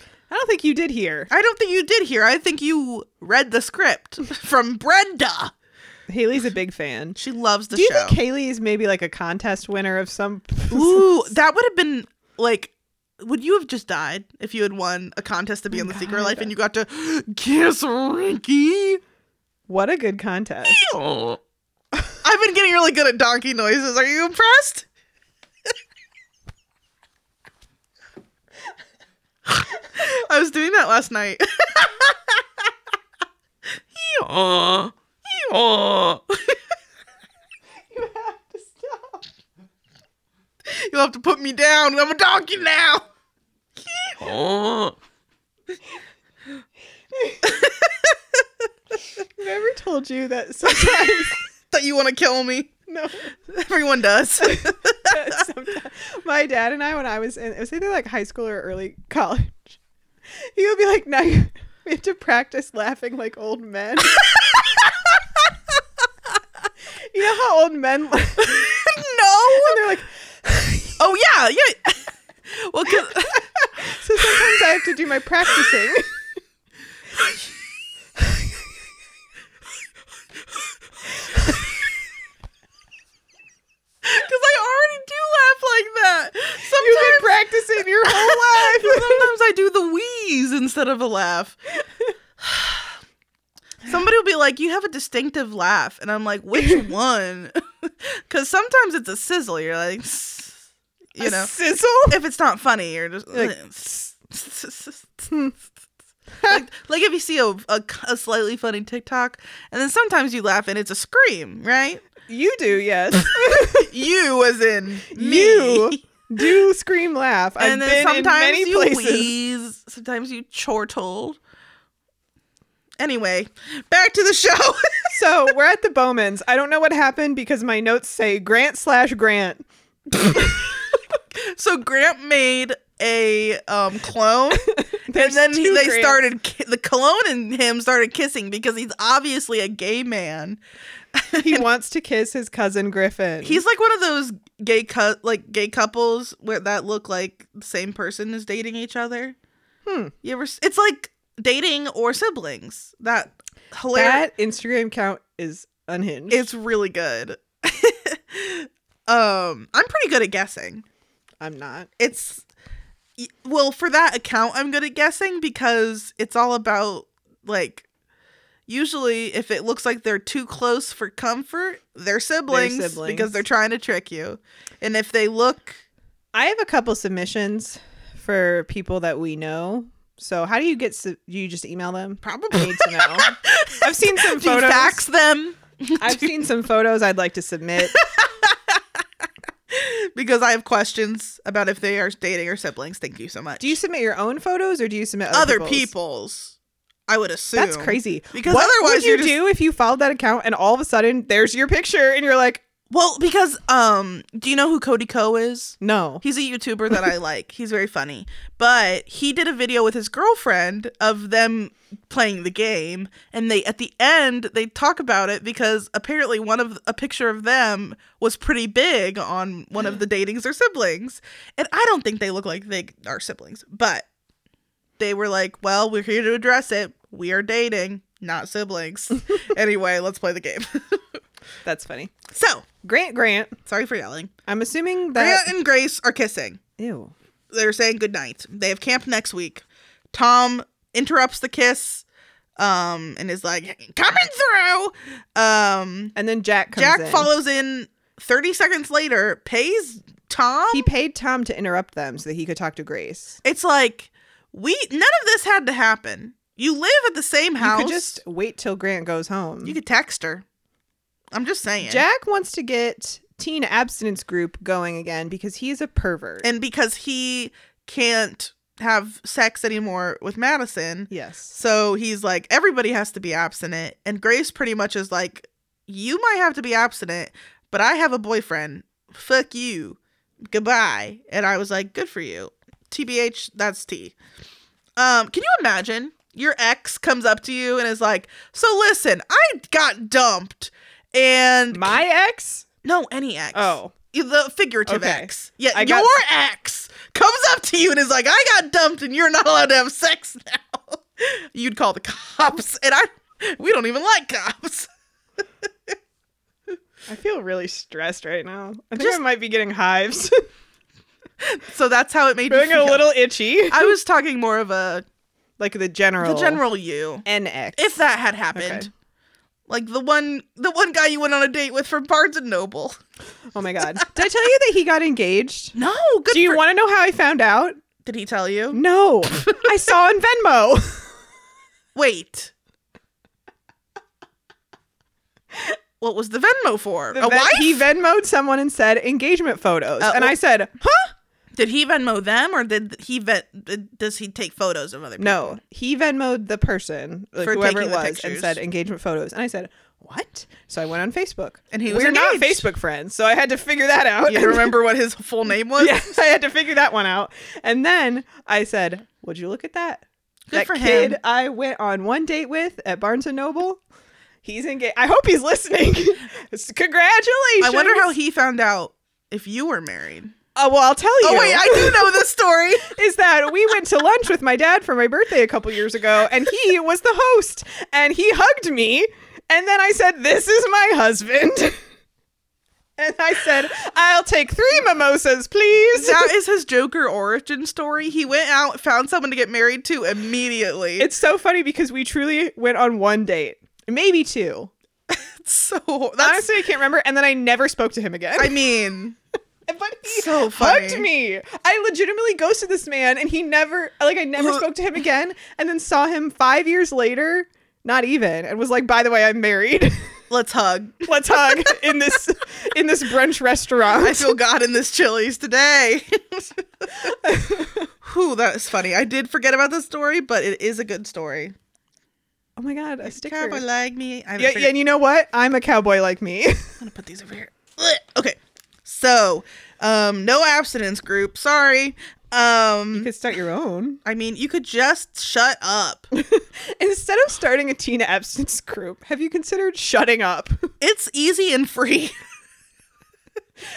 B: I don't think you did here.
A: I don't think you did here. I think you read the script from Brenda.
B: Haley's a big fan.
A: She loves the
B: Do you
A: show.
B: think Haley is maybe like a contest winner of some?
A: Ooh, that would have been like, would you have just died if you had won a contest to be on The Secret
B: God.
A: Life and you got to kiss Ricky?
B: what a good contest!
A: I've been getting really good at donkey noises. Are you impressed? I was doing that last night. Yeehaw. Yeehaw.
B: You have to stop.
A: You'll have to put me down. I'm a donkey now. Yeehaw.
B: I've never told you that sometimes.
A: Thought you want to kill me.
B: no,
A: Everyone does.
B: sometimes my dad and I, when I was in, it was either like high school or early college. He would be like, "Now you, we have to practice laughing like old men." you know how old men laugh?
A: no.
B: and they're like.
A: Oh yeah, yeah. well, 'cause-
B: So sometimes I have to do my practicing.
A: Because I already do laugh like that.
B: You've been
A: Sometimes,
B: practicing your whole life.
A: sometimes I do the wheeze instead of a laugh. Somebody will be like, "You have a distinctive laugh," and I'm like, "Which one?" Because sometimes it's a sizzle. You're like, you know,
B: sizzle.
A: if it's not funny, you're just
B: Like,
A: like, like if you see a, a a slightly funny TikTok, and then sometimes you laugh and it's a scream, right?
B: You do, yes.
A: You as in me.
B: You. do scream laugh. I've
A: and
B: been
A: then
B: in
A: sometimes
B: many
A: you
B: places.
A: wheeze, sometimes you chortle. Anyway, back to the show.
B: So we're at the Bowmans. I don't know what happened because my notes say Grant slash Grant.
A: so Grant made a um, clone, and
B: There's
A: then he,
B: two
A: they
B: Grants.
A: started ki- the clone and him started kissing because he's obviously a gay man.
B: He wants to kiss his cousin Griffin.
A: He's like one of those gay cu- like gay couples where that look like the same person is dating each other.
B: Hmm.
A: You ever? s- It's like dating or siblings. That hilarious.
B: that Instagram count is unhinged.
A: It's really good. Um, I'm pretty good at guessing.
B: I'm not.
A: It's y- well, for that account, I'm good at guessing because it's all about like usually if it looks like they're too close for comfort, they're siblings,
B: siblings.
A: because they're trying to trick you. And if they look
B: I have a couple submissions for people that we know. So how do you get? Su- you just email them.
A: probably
B: Need to know. I've seen some
A: do you
B: photos.
A: fax them
B: I've seen some photos I'd like to submit.
A: because I have questions about if they are dating or siblings. Thank you so much.
B: Do you submit your own photos or do you submit other,
A: other
B: people's?
A: people's? I would assume
B: That's crazy.
A: Because
B: what would
A: otherwise
B: you
A: you're just-
B: do if you followed that account and all of a sudden there's your picture and you're like,
A: Well, because um, do you know who Cody Co is?
B: no,
A: He's a YouTuber that I like. He's very funny. But he did a video with his girlfriend of them playing the game and they at the end they talk about it because apparently one of a picture of them was pretty big on one of the datings or siblings. And I don't think they look like they are siblings, but they were like, "Well, we're here to address it. We are dating, not siblings." anyway, let's play the game.
B: that's funny.
A: so,
B: Grant, Grant.
A: sorry for yelling.
B: I'm assuming that.
A: Grant and Grace are kissing.
B: Ew.
A: they're saying goodnight. They have camp next week. Tom interrupts the kiss um and is like coming through. Um
B: And then Jack comes
A: Jack
B: in.
A: follows in 30 seconds later, pays Tom.
B: He paid Tom to interrupt them so that he could talk to Grace.
A: it's like we none of this had to happen. You live at the same house.
B: You could just wait till Grant goes home.
A: you could text her. I'm just saying.
B: Jack wants to get teen abstinence group going again because he is a pervert.
A: and because he can't have sex anymore with Madison,
B: yes.
A: So he's like, everybody has to be abstinent. And Grace pretty much is like, you might have to be abstinent, but I have a boyfriend. Fuck you. Goodbye. And I was like, good for you. TBH, that's T. Um, can you imagine your ex comes up to you and is like, so listen, I got dumped. And
B: My ex?
A: no, any ex.
B: Oh.
A: You- The figurative
B: Okay.
A: ex. Yeah,
B: I
A: your
B: got-
A: ex comes up to you and is like, I got dumped and you're not allowed to have sex now. You'd call the cops. And I we don't even like cops.
B: I feel really stressed right now. I think
A: Just-
B: I might be getting hives.
A: So that's how it made me
B: Feeling a
A: feel.
B: little itchy.
A: I was talking more of a
B: Like the general.
A: the general you.
B: NX.
A: If that had happened.
B: Oh. Okay.
A: Like the one the one guy you went on a date with from Barnes and Noble.
B: Oh my god. Did I tell you that he got engaged?
A: No, good
B: Do you
A: for-
B: want to know how I found out?
A: Did he tell you?
B: No. I saw on Venmo.
A: Wait. What was the Venmo for?
B: The
A: a
B: Ven-
A: wife?
B: He Venmoed someone and said engagement photos.
A: Uh,
B: and I
A: well-
B: said, huh?
A: Did he Venmo them, or did he vet? did- Does he take photos of other people?
B: No. He Venmoed the person, like
A: For
B: whoever it
A: taking the
B: was, and
A: pictures.
B: said engagement photos. And I said, what? So I went on Facebook.
A: And he was
B: We're not
A: engaged.
B: Facebook friends, so I had to figure that out.
A: You remember what his full name was?
B: yes, I had to figure that one out. And then I said, "Would you look at that?
A: Good
B: that
A: for
B: kid
A: him."
B: I went on one date with at Barnes and Noble. He's engaged. I hope he's listening. Congratulations.
A: I wonder how he found out if you were married.
B: Uh, well, I'll tell you.
A: Oh wait, I do know this story.
B: is that we went to lunch with my dad for my birthday a couple years ago, and he was the host, and he hugged me, and then I said, "This is my husband." And I said, I'll take three mimosas, please.
A: that is his Joker origin story. He went out, found someone to get married to immediately.
B: It's so funny because we truly went on one date, maybe two.
A: It's so that's.
B: Honestly, I can't remember. And then I never spoke to him again.
A: I mean,
B: but he
A: so funny.
B: hugged me. I legitimately ghosted this man, and he never, like, I never
A: Who-
B: spoke to him again. And then saw him five years later, not even, and was like, "By the way, I'm married.
A: Let's hug.
B: Let's hug in this in this brunch
A: I
B: restaurant."
A: feel God in this Chili's today. Whew, that is funny. I did forget about this story, but it is a good story.
B: Oh my god, a sticker.
A: Cowboy like me. I haven't
B: Yeah,
A: figured-
B: yeah, and you know what? I'm a cowboy like me.
A: I'm gonna put these over here. Ugh. Okay, so um, no abstinence group. Sorry.
B: you
A: Um,
B: could start your own.
A: I mean, you could just shut up.
B: Instead of starting a teen abstinence group, have you considered shutting up?
A: It's easy and free,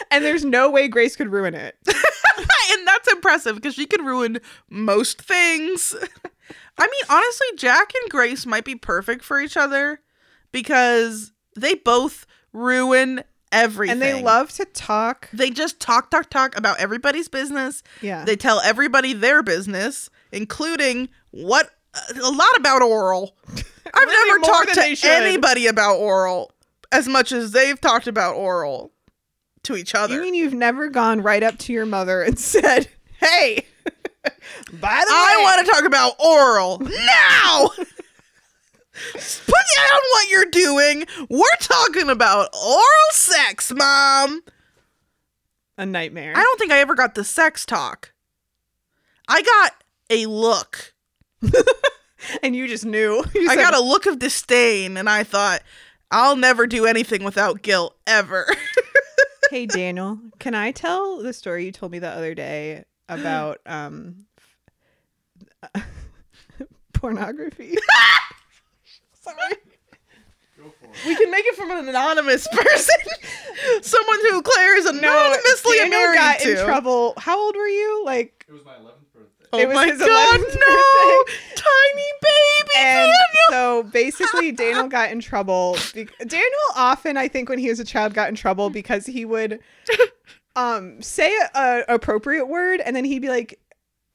B: And there's no way Grace could ruin it.
A: and that's impressive because she could ruin most things. I mean, honestly, Jack and Grace might be perfect for each other because they both ruin everything.
B: And they love to talk.
A: They just talk, talk, talk about everybody's business.
B: Yeah.
A: They tell everybody their business, including what a lot about oral. I've
B: Really
A: never
B: more
A: talked
B: than they
A: to
B: should.
A: anybody about oral as much as they've talked about oral to each other.
B: you mean you've never gone right up to your mother and said, "Hey, by the
A: I
B: way,
A: want to talk about oral now. Put down what you're doing. We're talking about oral sex, mom.
B: a nightmare."
A: I don't think I ever got the sex talk. I got a look.
B: and you just knew. You
A: I
B: said,
A: got a look of disdain, and I thought, I'll never do anything without guilt ever.
B: "Hey, Daniel, can I tell the story you told me the other day about um pornography?"
A: we can make it from an anonymous person, someone who Claire is anonymously
B: Daniel
A: married
B: got
A: to.
B: in trouble. How old were you? Like
D: It was my 11th birthday.
A: Oh
B: It was
A: my
B: his
A: god,
B: 11th
A: no!
B: birthday.
A: Tiny baby
B: and
A: Daniel!
B: so basically Daniel got in trouble. Be- Daniel often I think when he was a child got in trouble because he would um say a, a appropriate word and then he'd be like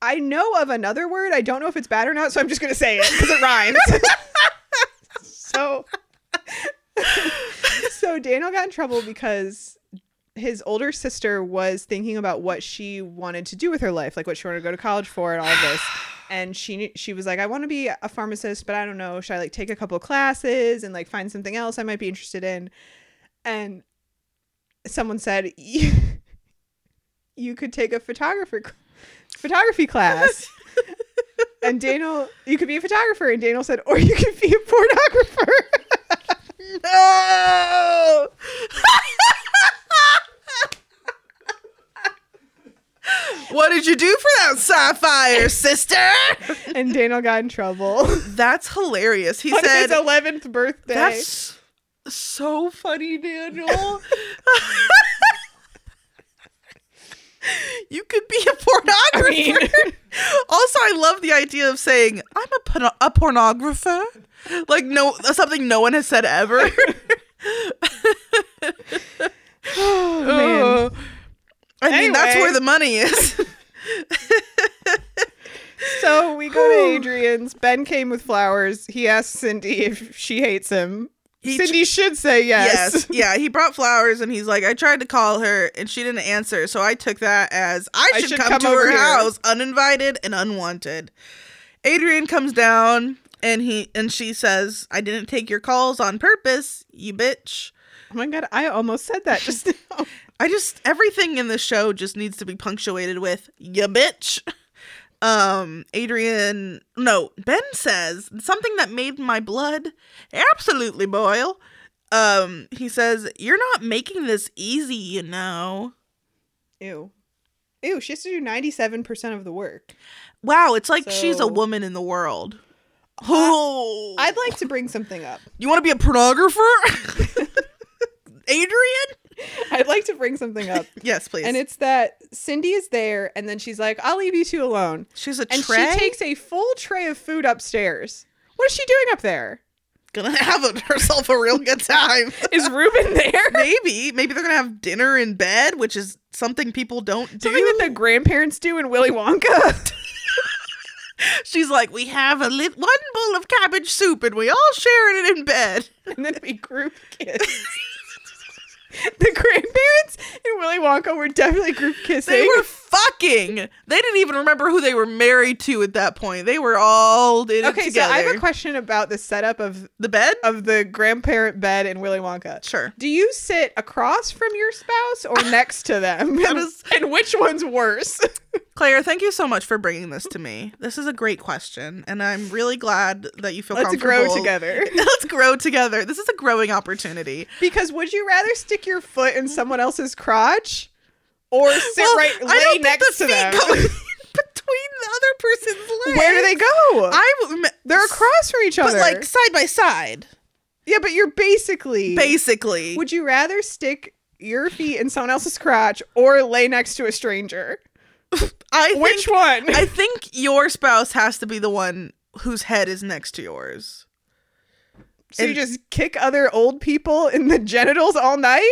B: I know of another word. I don't know if it's bad or not, so I'm just going to say it cuz it rhymes. so so Daniel got in trouble because his older sister was thinking about what she wanted to do with her life, like what she wanted to go to college for and all of this. And she knew- she was like, I want to be a pharmacist, but I don't know. Should I like take a couple classes and like find something else I might be interested in? And someone said, "You you could take a photographer cl- photography class." and Daniel, you could be a photographer. And Daniel said, or you could be a pornographer.
A: No! what did you do for that sapphire, sister?
B: and Daniel got in trouble.
A: That's hilarious. He
B: on his
A: said,
B: 11th birthday.
A: That's so funny, Daniel. you could be a pornographer. also, I love the idea of saying, I'm a, porno- a pornographer. Like, no, something no one has said ever.
B: oh, man.
A: Ugh. I mean, that's
B: Anyway.
A: where the money is.
B: So we go to Adrian's. Ben came with flowers. He asked Cindy if she hates him.
A: He tr-
B: Cindy should say yes.
A: yes. Yeah. He brought flowers and he's like, I tried to call her and she didn't answer. So I took that as I should, come, to
B: over
A: her
B: here."
A: house uninvited and unwanted. Adrian comes down and he and she says, I didn't take your calls on purpose, you bitch.
B: Oh my god, I almost said that just now.
A: I just everything in this show just needs to be punctuated with "ya bitch." Um, Adrian, no, Ben says something that made my blood absolutely boil. Um, he says, "You're not making this easy, you know."
B: Ew. Ew, she has to do 97% of the work.
A: Wow, it's like she's
B: So-
A: a woman in the world. Oh,
B: I'd like to bring something up.
A: you want to be a pornographer, Adrian?
B: I'd like to bring something up.
A: Yes, please.
B: And it's that Cindy is there and then she's like, I'll leave you two alone.
A: she's a
B: And
A: tray.
B: she takes a full tray of food upstairs. What is she doing up there?
A: gonna have herself a real good time.
B: Is Ruben there?
A: maybe maybe they're gonna have dinner in bed which is something people don't do
B: Something that the grandparents do in Willy Wonka.
A: she's like we have a lit one bowl of cabbage soup and we all share it in bed
B: and then we group kiss. the grandparents in Willy Wonka were definitely group kissing.
A: they were fucking they didn't even remember who they were married to at that point they were all in it
B: okay, so
A: together
B: I have a question about the setup of
A: the bed
B: of the grandparent bed in Willy Wonka.
A: sure
B: Do you sit across from your spouse or next to them?
A: That
B: and,
A: is-
B: and which one's worse?
A: claire thank you so much for bringing this to me this is a great question and i'm really glad that you feel
B: Let's
A: comfortable
B: grow together.
A: let's grow together this is a growing opportunity
B: Because would you rather stick your foot in someone else's crotch or sit
A: Well,
B: right
A: I don't
B: lay
A: think
B: next
A: the
B: to them?
A: feet go in between the other person's legs
B: Where do they go?
A: I w- m-
B: They're across from each
A: but
B: other.
A: like side by side,
B: yeah, but you're basically
A: basically.
B: Would you rather stick your feet in someone else's crotch or lay next to a stranger?
A: I think,
B: Which one?
A: I think your spouse has to be the one whose head is next to yours.
B: So you just kick other old people in the genitals all night?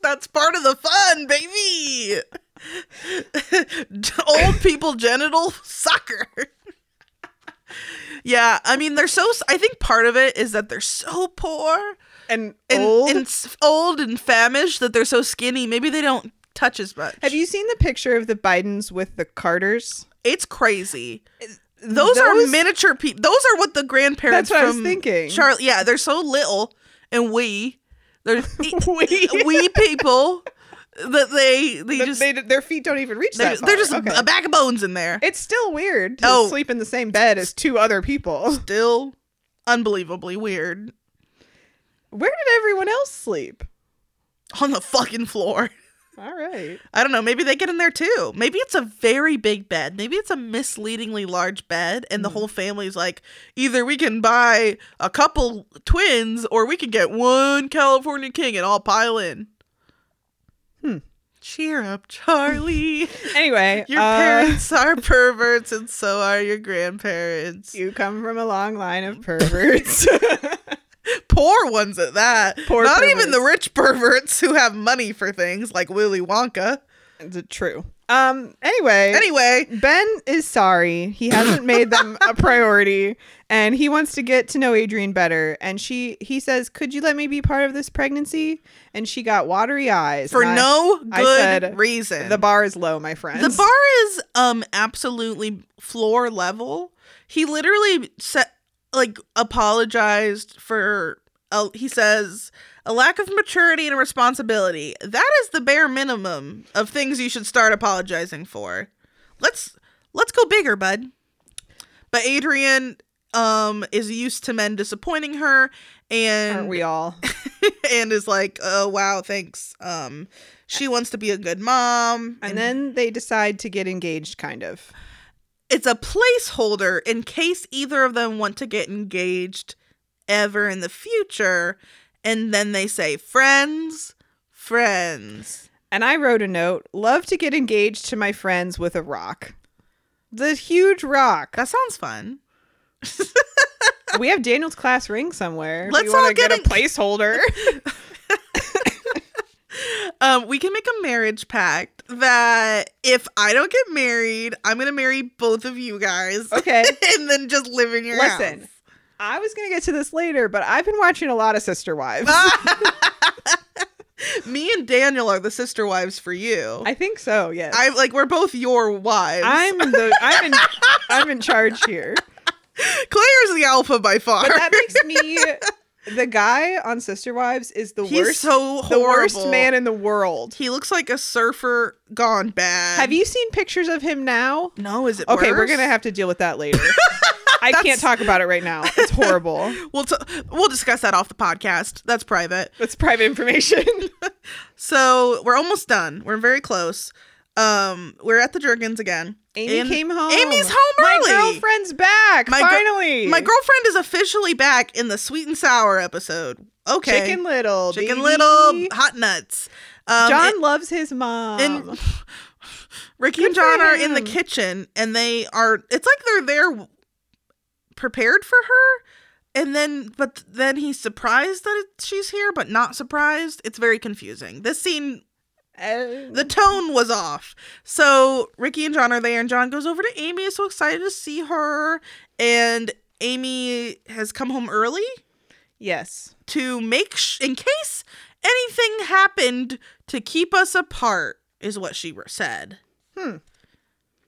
A: That's part of the fun, baby. Old people genital soccer. yeah, I mean they're so. I think part of it is that they're so poor
B: And,
A: and
B: old?
A: and s- old and famished that they're so skinny. Maybe they don't touch as much.
B: Have you seen the picture of the Bidens with the Carters?
A: It's crazy. Those, are
B: those-
A: miniature people. Those are what the grandparents.
B: That's what I was
A: from
B: thinking.
A: Charlotte. Yeah, they're so little and wee. They're e,
B: Wee.
A: wee people that they they
B: But
A: just
B: they, their feet don't even reach
A: They're
B: that
A: just, they're just
B: far. Okay.
A: a bag of bones in there.
B: It's still weird to
A: Oh.
B: sleep in the same bed as two other people.
A: Still unbelievably weird.
B: Where did everyone else sleep?
A: On the fucking floor.
B: All right.
A: I don't know. Maybe they get in there too. Maybe it's a very big bed. Maybe it's a misleadingly large bed, and the
B: Hmm.
A: whole family's like, either we can buy a couple twins, or we can get one California king and all pile in.
B: Hmm.
A: Cheer up, Charlie.
B: Anyway,
A: your
B: uh,
A: parents are perverts, and so are your grandparents.
B: You come from a long line of perverts.
A: poor ones at that.
B: Poor
A: Not
B: perverts.
A: even the rich perverts who have money for things like Willy Wonka.
B: It's True. Um. Anyway.
A: Anyway,
B: Ben is sorry. He hasn't made them a priority and he wants to get to know Adrian better. And she he says, "Could you let me be part of this pregnancy?" And she got watery eyes.
A: for
B: and I-
A: no
B: I
A: good
B: said
A: reason.
B: The bar is low, my friends.
A: The bar is um absolutely floor level. He literally set like apologized for uh, he says a lack of maturity and responsibility. That is the bare minimum of things you should start apologizing for. Let's let's go bigger, bud. But Adrian um is used to men disappointing her
B: aren't
A: and
B: we all?
A: and is like, "Oh wow, thanks." Um she wants to be a good mom
B: And then they decide to get engaged kind of.
A: it's a placeholder in case either of them want to get engaged ever in the future and then they say friends friends
B: And I wrote a note, "Love to get engaged to my friends with a rock." The huge rock.
A: that sounds fun
B: we have Daniel's class ring somewhere. If
A: Let's
B: you wanna
A: all get
B: get a
A: en-
B: placeholder.
A: um we can make a marriage pact that if i don't get married i'm gonna marry both of you guys
B: okay.
A: and then just live in your
B: Listen, I was gonna get to this later, but I've been watching a lot of Sister Wives.
A: house. me and daniel are the sister wives for you
B: I think so. Yes,
A: I like we're both your wives.
B: I'm the I'm in I'm in charge here.
A: Claire's the alpha by far.
B: But that makes me the guy on Sister Wives is the
A: He's
B: worst,
A: so
B: the
A: horrible.
B: worst man in the world.
A: He looks like a surfer gone bad.
B: Have you seen pictures of him now?
A: No, is it
B: Okay, we're
A: worse?
B: gonna have to deal with that later. I can't talk about it right now. It's horrible.
A: We'll t- we'll discuss that off the podcast. That's private.
B: That's private information.
A: So we're almost done. We're very close. Um, we're at the Jergens again.
B: Amy
A: And-
B: came home.
A: Amy's home early.
B: My girlfriend's back.
A: My gir-
B: finally,
A: My girlfriend is officially back in the sweet and sour episode. Okay.
B: Chicken Little,
A: Chicken
B: baby.
A: Little, hot nuts. Um,
B: John loves his mom.
A: and, and Ricky and
B: Good for
A: John are in the
B: him.
A: kitchen and they are it's like they're there prepared for her and then but then he's surprised that it, she's here but not surprised. It's very confusing. This scene
B: Uh,
A: the tone was off. So Ricky and John are there, and John goes over to Amy. Is so excited to see her, and Amy has come home early
B: yes.
A: to make sh- in case anything happened to keep us apart is what she re- said.
B: Hmm.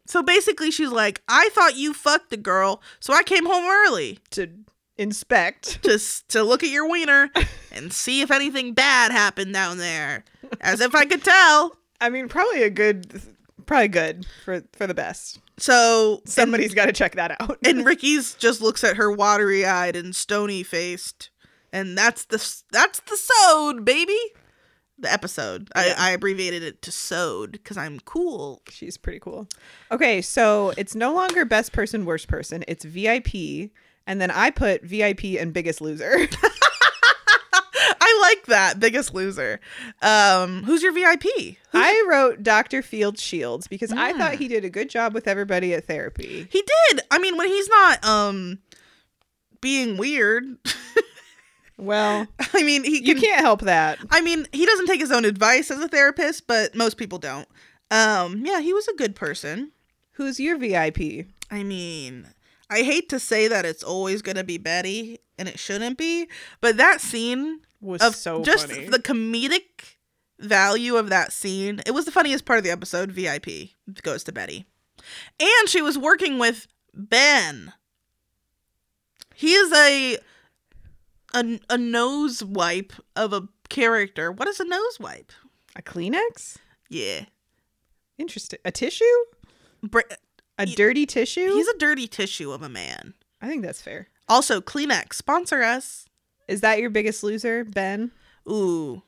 A: So basically she's like, "I thought you fucked the girl, so I came home early
B: To inspect.
A: to s- to look at your wiener and see if anything bad happened down there." As if I could tell.
B: I mean, probably a good, probably good for for the best.
A: So and-
B: Somebody's got to check that out.
A: and Ricky's just looks at her watery-eyed and stony-faced, and that's the s- that's the sode, baby. The episode.
B: Yeah.
A: I, I abbreviated it to sode because I'm cool.
B: she's pretty cool. Okay, so it's no longer best person, worst person. It's VIP, and then I put VIP and biggest loser.
A: I like that. Biggest loser. Um, who's your VIP?
B: I wrote Doctor Field Shields because I thought
A: Ah.
B: he did a good job with everybody at therapy.
A: He did. I mean, when he's not um being weird.
B: Well,
A: I mean, he
B: you
A: can
B: can't help that.
A: I mean, he doesn't take his own advice as a therapist, but most people don't. Um, yeah, he was a good person.
B: Who's your VIP?
A: I mean, I hate to say that it's always going to be Betty and it shouldn't be, but that scene
B: Was
A: of
B: so
A: just
B: funny.
A: the comedic value of that scene. It was the funniest part of the episode. VIP goes to Betty. And she was working with Ben. He is a a, a nose wipe of a character. What is a nose wipe?
B: a Kleenex?
A: Yeah.
B: Interesting. A tissue?
A: Br-
B: A
A: He-
B: dirty tissue?
A: he's a dirty tissue of a man.
B: I think that's fair.
A: Also, Kleenex sponsor us.
B: Is that your biggest loser, Ben?
A: Ooh.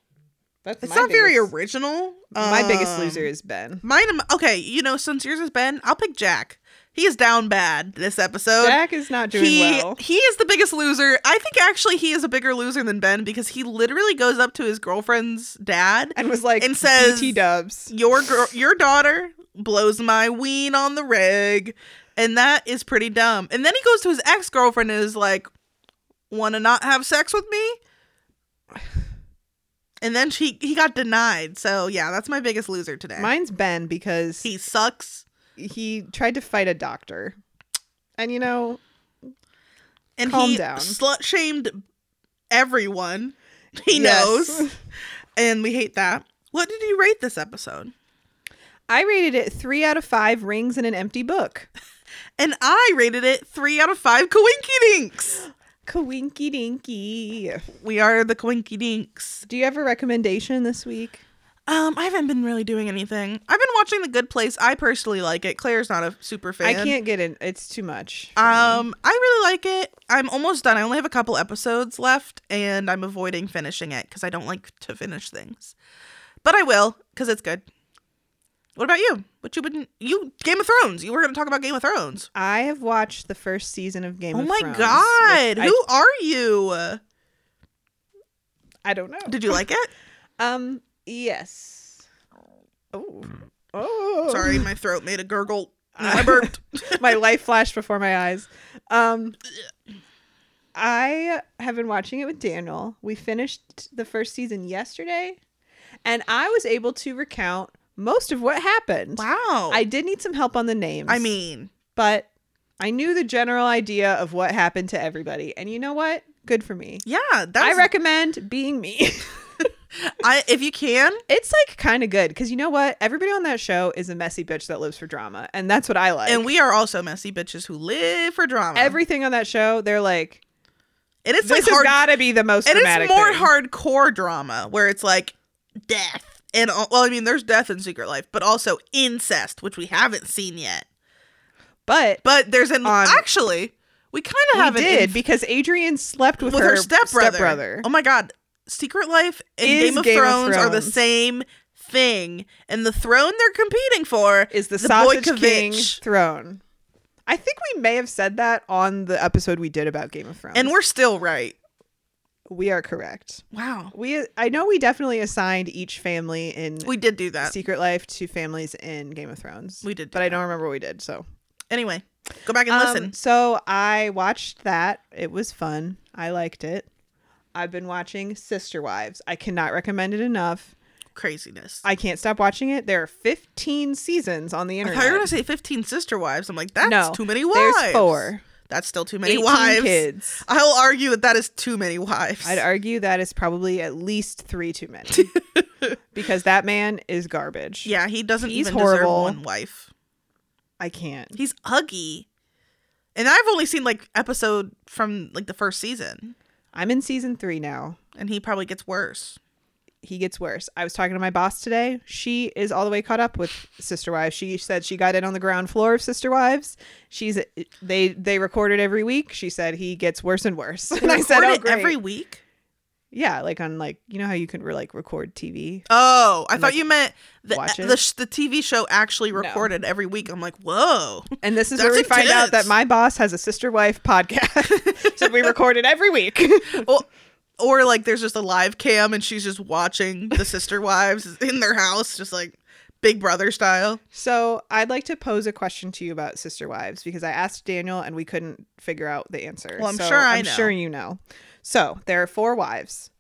B: That's
A: It's
B: my
A: not very
B: biggest-
A: original.
B: My biggest
A: Um,
B: loser is Ben.
A: mine. am- Okay, you know, since yours is Ben, I'll pick Jack. He is down bad this episode.
B: Jack is not doing
A: he
B: well.
A: he is the biggest loser. I think actually he is a bigger loser than Ben because he literally goes up to his girlfriend's dad.
B: And was like
A: and says-
B: BT dubs.
A: Your girl, your daughter blows my ween on the reg, and that is pretty dumb. And then he goes to his ex girlfriend and is like, "Want to not have sex with me?" And then she he got denied. So yeah, that's my biggest loser today.
B: Mine's Ben because
A: he sucks
B: he tried to fight a doctor. And you know,
A: and
B: Calm
A: he
B: down.
A: slut shamed everyone he
B: Yes.
A: knows and we hate that what did you rate this episode
B: I rated it three out of five rings in an empty book.
A: and i rated it three out of five coinky dinks
B: Kawinky dinky.
A: we are the coinky dinks
B: Do you have a recommendation this week?
A: um i haven't been really doing anything i've been watching the good place i personally like it claire's not a super fan
B: I can't get in. It's too much. for me.
A: um i really like it i'm almost done i only have a couple episodes left and i'm avoiding finishing it because i don't like to finish things but i will because it's good what about you what you been you game of thrones you were going to talk about game of thrones
B: I have watched the first season of Game
A: oh
B: of
A: my
B: Thrones. which
A: god
B: I-
A: who are you
B: I, don't know.
A: did you like it
B: Um. Yes. Oh. Oh.
A: sorry my throat made a gurgle and i burped
B: my life flashed before my eyes. Um. I have been watching it with Daniel. We finished the first season yesterday, and I was able to recount most of what happened.
A: wow
B: I did need some help on the names.
A: I mean
B: but I knew the general idea of what happened to everybody. And you know what? Good for me.
A: yeah that's
B: I recommend being me.
A: I, if you can
B: it's like kind of good because you know what? Everybody on that show is a messy bitch that lives for drama, and that's what I like.
A: and we are also messy bitches who live for drama
B: everything on that show, they're like,
A: and it's
B: this
A: like
B: has
A: hard
B: got to be the most.
A: and
B: dramatic
A: it's more
B: thing.
A: hardcore drama where it's like death and uh, well i mean there's death in secret life but also incest which we haven't seen yet
B: but
A: but there's an
B: On-
A: actually we kind of
B: we
A: have an
B: did
A: inf-
B: because Adrian slept with,
A: with her, stepbrother.
B: stepbrother.
A: oh my god secret life and
B: Is
A: game, of,
B: Game of
A: thrones are the
B: Thrones.
A: same thing and the throne they're competing for
B: is the,
A: the
B: sausage
A: Boykovich.
B: king throne? I think we may have said that on the episode we did about Game of Thrones,
A: and we're still right
B: we are correct.
A: wow
B: We I know we definitely assigned each family in
A: we did do that
B: Secret Life to families in Game of Thrones.
A: we did do
B: but I
A: that.
B: don't remember what we did. So
A: anyway go back and
B: Um,
A: listen
B: So I watched that. It was fun. I liked it. I've been watching Sister Wives. I cannot recommend it enough.
A: craziness
B: I can't stop watching it. There are 15 seasons on the
A: I
B: internet.
A: thought you were gonna say fifteen sister wives. I'm like, that's
B: No,
A: too many wives.
B: There's four.
A: That's still too many
B: 18
A: wives.
B: kids.
A: I will argue that that is too many wives.
B: I'd argue that is probably at least three too many because that man is garbage.
A: yeah, he doesn't
B: He's
A: even
B: horrible.
A: deserve one wife.
B: I can't.
A: He's uggy, and I've only seen like episode from like the first season,
B: I'm in season three now.
A: and he probably gets worse.
B: he gets worse. I was talking to my boss today. She is all the way caught up with Sister Wives. She said she got in on the ground floor of Sister Wives. She's they they recorded every week. She said he gets worse and worse. And I said,
A: Record
B: oh,
A: it
B: great.
A: every week.
B: yeah, like on like you know how you can re- like record TV.
A: Oh, I thought
B: like,
A: you meant the
B: watch it?
A: the, sh- the TV show actually recorded every week. I'm like, whoa.
B: And this is where we
A: That's
B: find out that
A: intense.
B: my boss has a sister wife podcast. so we record it every week.
A: Well, Oh, or like there's just a live cam and she's just watching the sister wives in their house, just like Big Brother style.
B: So I'd like to pose a question to you about sister wives because I asked Daniel and we couldn't figure out the answer.
A: Well, I'm
B: So
A: sure I
B: I'm
A: know.
B: sure you know. So there are four wives.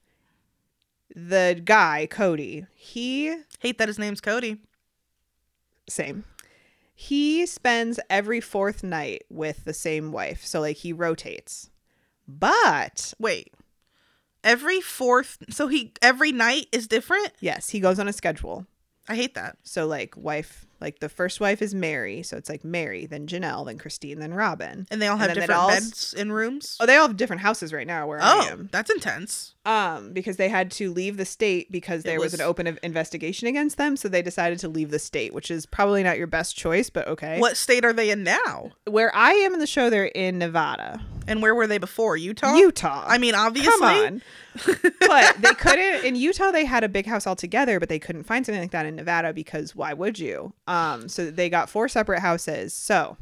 B: The guy Cody, he
A: Hate that his name's Cody.
B: same. He spends every fourth night with the same wife, so like he rotates. But
A: Wait. Every fourth, so he every night is different.
B: yes, he goes on a schedule.
A: I hate that.
B: So like wife, like the first wife is Mary, so it's like Mary, then Janelle, then Christine, then Robin.
A: And they all
B: And
A: have
B: then they'd
A: different
B: all s-
A: beds and rooms.
B: Oh, they all have different houses right now where I
A: Oh,
B: am.
A: that's intense.
B: um because they had to leave the state because there was,
A: was-
B: an open of- investigation against them so they decided to leave the state which is probably not your best choice but okay
A: What state are they in now?
B: where i am in the show they're in nevada
A: And where were they before? Utah?
B: utah
A: Oh. I mean, obviously.
B: come on but they couldn't in utah they had a big house altogether but they couldn't find something like that in nevada because why would you um so they got four separate houses so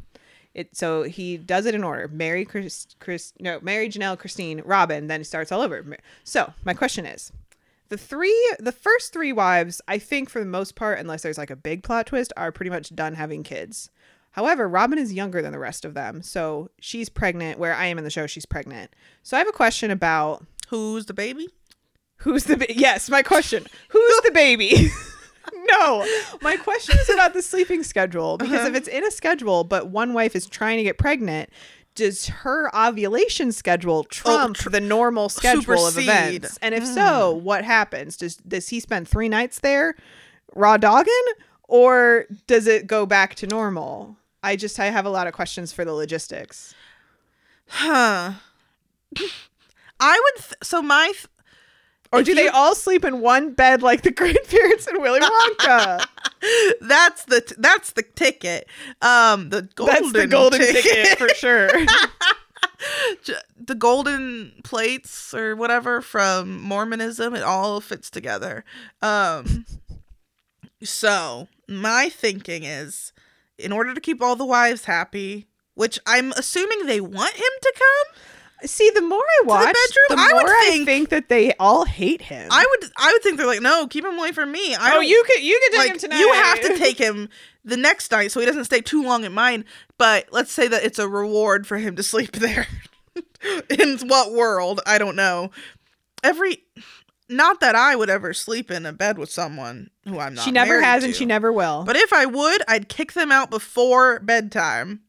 B: it so he does it in order mary chris chris no mary janelle christine robin then it starts all over Ma- so my question is the three the first three wives i think for the most part unless there's like a big plot twist are pretty much done having kids however robin is younger than the rest of them so she's pregnant where i am in the show she's pregnant so i have a question about
A: Who's the baby?
B: Who's the ba- yes? My question: Who's the baby? no, my question is about the sleeping schedule because
A: Uh-huh.
B: if it's in a schedule, but one wife is trying to get pregnant, does her ovulation schedule trump
A: Oh, tr-
B: the normal schedule of
A: supersede. Mm.
B: events? And if so, what happens? Does does he spend three nights there, raw dogging, or does it go back to normal? I just I have a lot of questions for the logistics.
A: Huh. I would. Th- so my. Th-
B: Or
A: If
B: do they
A: you-
B: all sleep in one bed like the grandparents in Willy Wonka?
A: that's the t- that's the ticket. Um, the golden
B: That's the golden ticket, for sure.
A: J- the golden plates or whatever from Mormonism. It all fits together. Um, so my thinking is, in order to keep all the wives happy, which I'm assuming they want him to come,
B: See, the more I watch, the,
A: bedroom? I would
B: more I think,
A: think-
B: that they all hate him.
A: I would I would think they're like, no, keep him away from me. I
B: oh,
A: don't-
B: you could you could take him
A: like
B: tonight.
A: you have to take him the next night so he doesn't stay too long at mine but let's say that it's a reward for him to sleep there in what world i don't know every not that i would ever sleep in a bed with someone who i'm not
B: She never
A: married
B: has, and
A: to.
B: she never will.
A: but if i would i'd kick them out before bedtime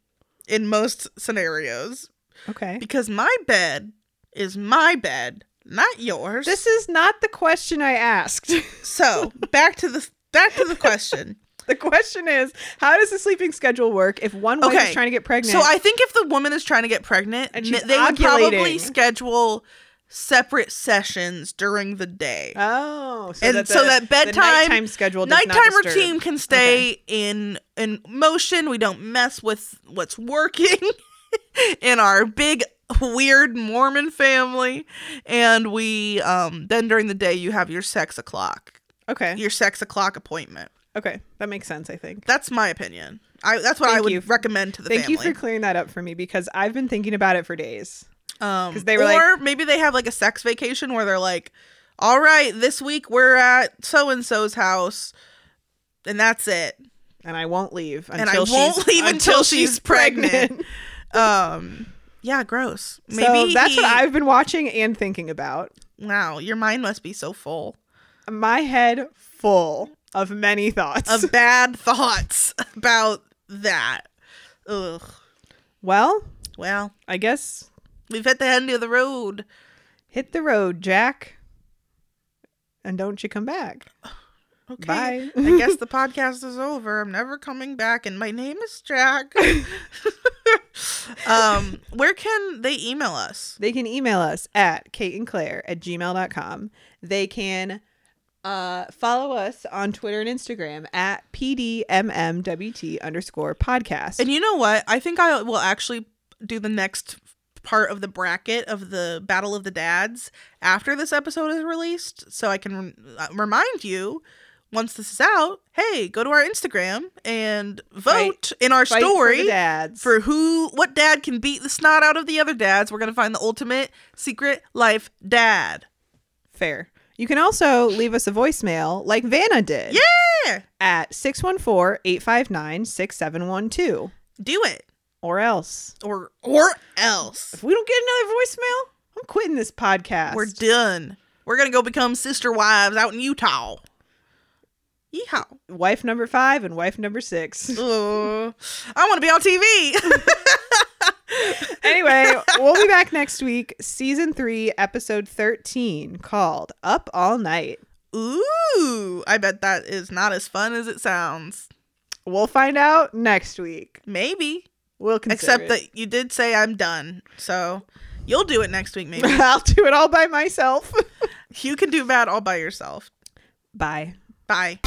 A: in most scenarios
B: okay,
A: because my bed is my bed not yours
B: this is not the question I asked.
A: so back to the back to the question
B: the question is, how does the sleeping schedule work if one wife is
A: Okay,
B: trying to get pregnant?
A: So I think if the woman is trying to get pregnant,
B: And
A: n-
B: she's
A: they would probably
B: ovulating.
A: schedule separate sessions during the day.
B: oh, so
A: and
B: that
A: so
B: the-
A: that
B: the
A: bedtime-
B: nighttime schedule, does not
A: Nighttime
B: disturb.
A: routine can stay in in motion. We don't mess with what's working in our big weird Mormon family, and we um, then during the day you have your sex o'clock,
B: Okay,
A: your sex o'clock appointment.
B: okay, that makes sense. I think.
A: That's my opinion. I that's what I
B: Thank
A: would
B: you.
A: recommend to the
B: Thank
A: family.
B: you for clearing that up for me because I've been thinking about it for days.
A: Um,
B: 'Cause they were like-
A: or maybe they have like a sex vacation where they're like, "All right, this week we're at so and so's house, and that's it."
B: and I won't leave until
A: I won't
B: she's,
A: leave until she's pregnant. Um, yeah, gross. Maybe
B: so that's what
A: he-
B: I've been watching and thinking about.
A: Wow, your mind must be so full
B: My head full of many thoughts.
A: of bad thoughts about that. Ugh.
B: well,
A: Well,
B: I guess
A: we've hit the end of the road.
B: hit the road, Jack, and don't you come back.
A: Okay.
B: Bye.
A: I guess the podcast is over. I'm never coming back, and my name is Jack. um, where can they email us?
B: They can email us at Kate and Claire at gmail.com. They can uh, follow us on Twitter and Instagram at PDMMWT underscore podcast.
A: And you know what? I think I will actually do the next part of the bracket of the Battle of the Dads after this episode is released, so I can rem- uh, remind you once this is out. Hey, go to our Instagram and vote in our
B: Fight for the
A: story.
B: dads.
A: for who what dad can beat the snot out of the other dads we're gonna find the ultimate secret life dad
B: Fair. You can also leave us a voicemail like Vanna did
A: Yeah,
B: at 614-859-6712
A: do it
B: or else.
A: or or else.
B: If we don't get another voicemail, I'm quitting this podcast.
A: We're done. We're gonna go become sister wives out in Utah. Yeehaw.
B: wife number 5 and wife number 6.
A: Ugh. I want to be on TV.
B: anyway, we'll be back next week, season 3, episode 13 called Up All Night.
A: Ooh, I bet that is not as fun as it sounds.
B: We'll find out next week.
A: Maybe,
B: We'll consider
A: except
B: it.
A: that you did say I'm done, so you'll do it next week. Maybe
B: I'll do it all by myself.
A: you can do that all by yourself.
B: Bye.
A: Bye.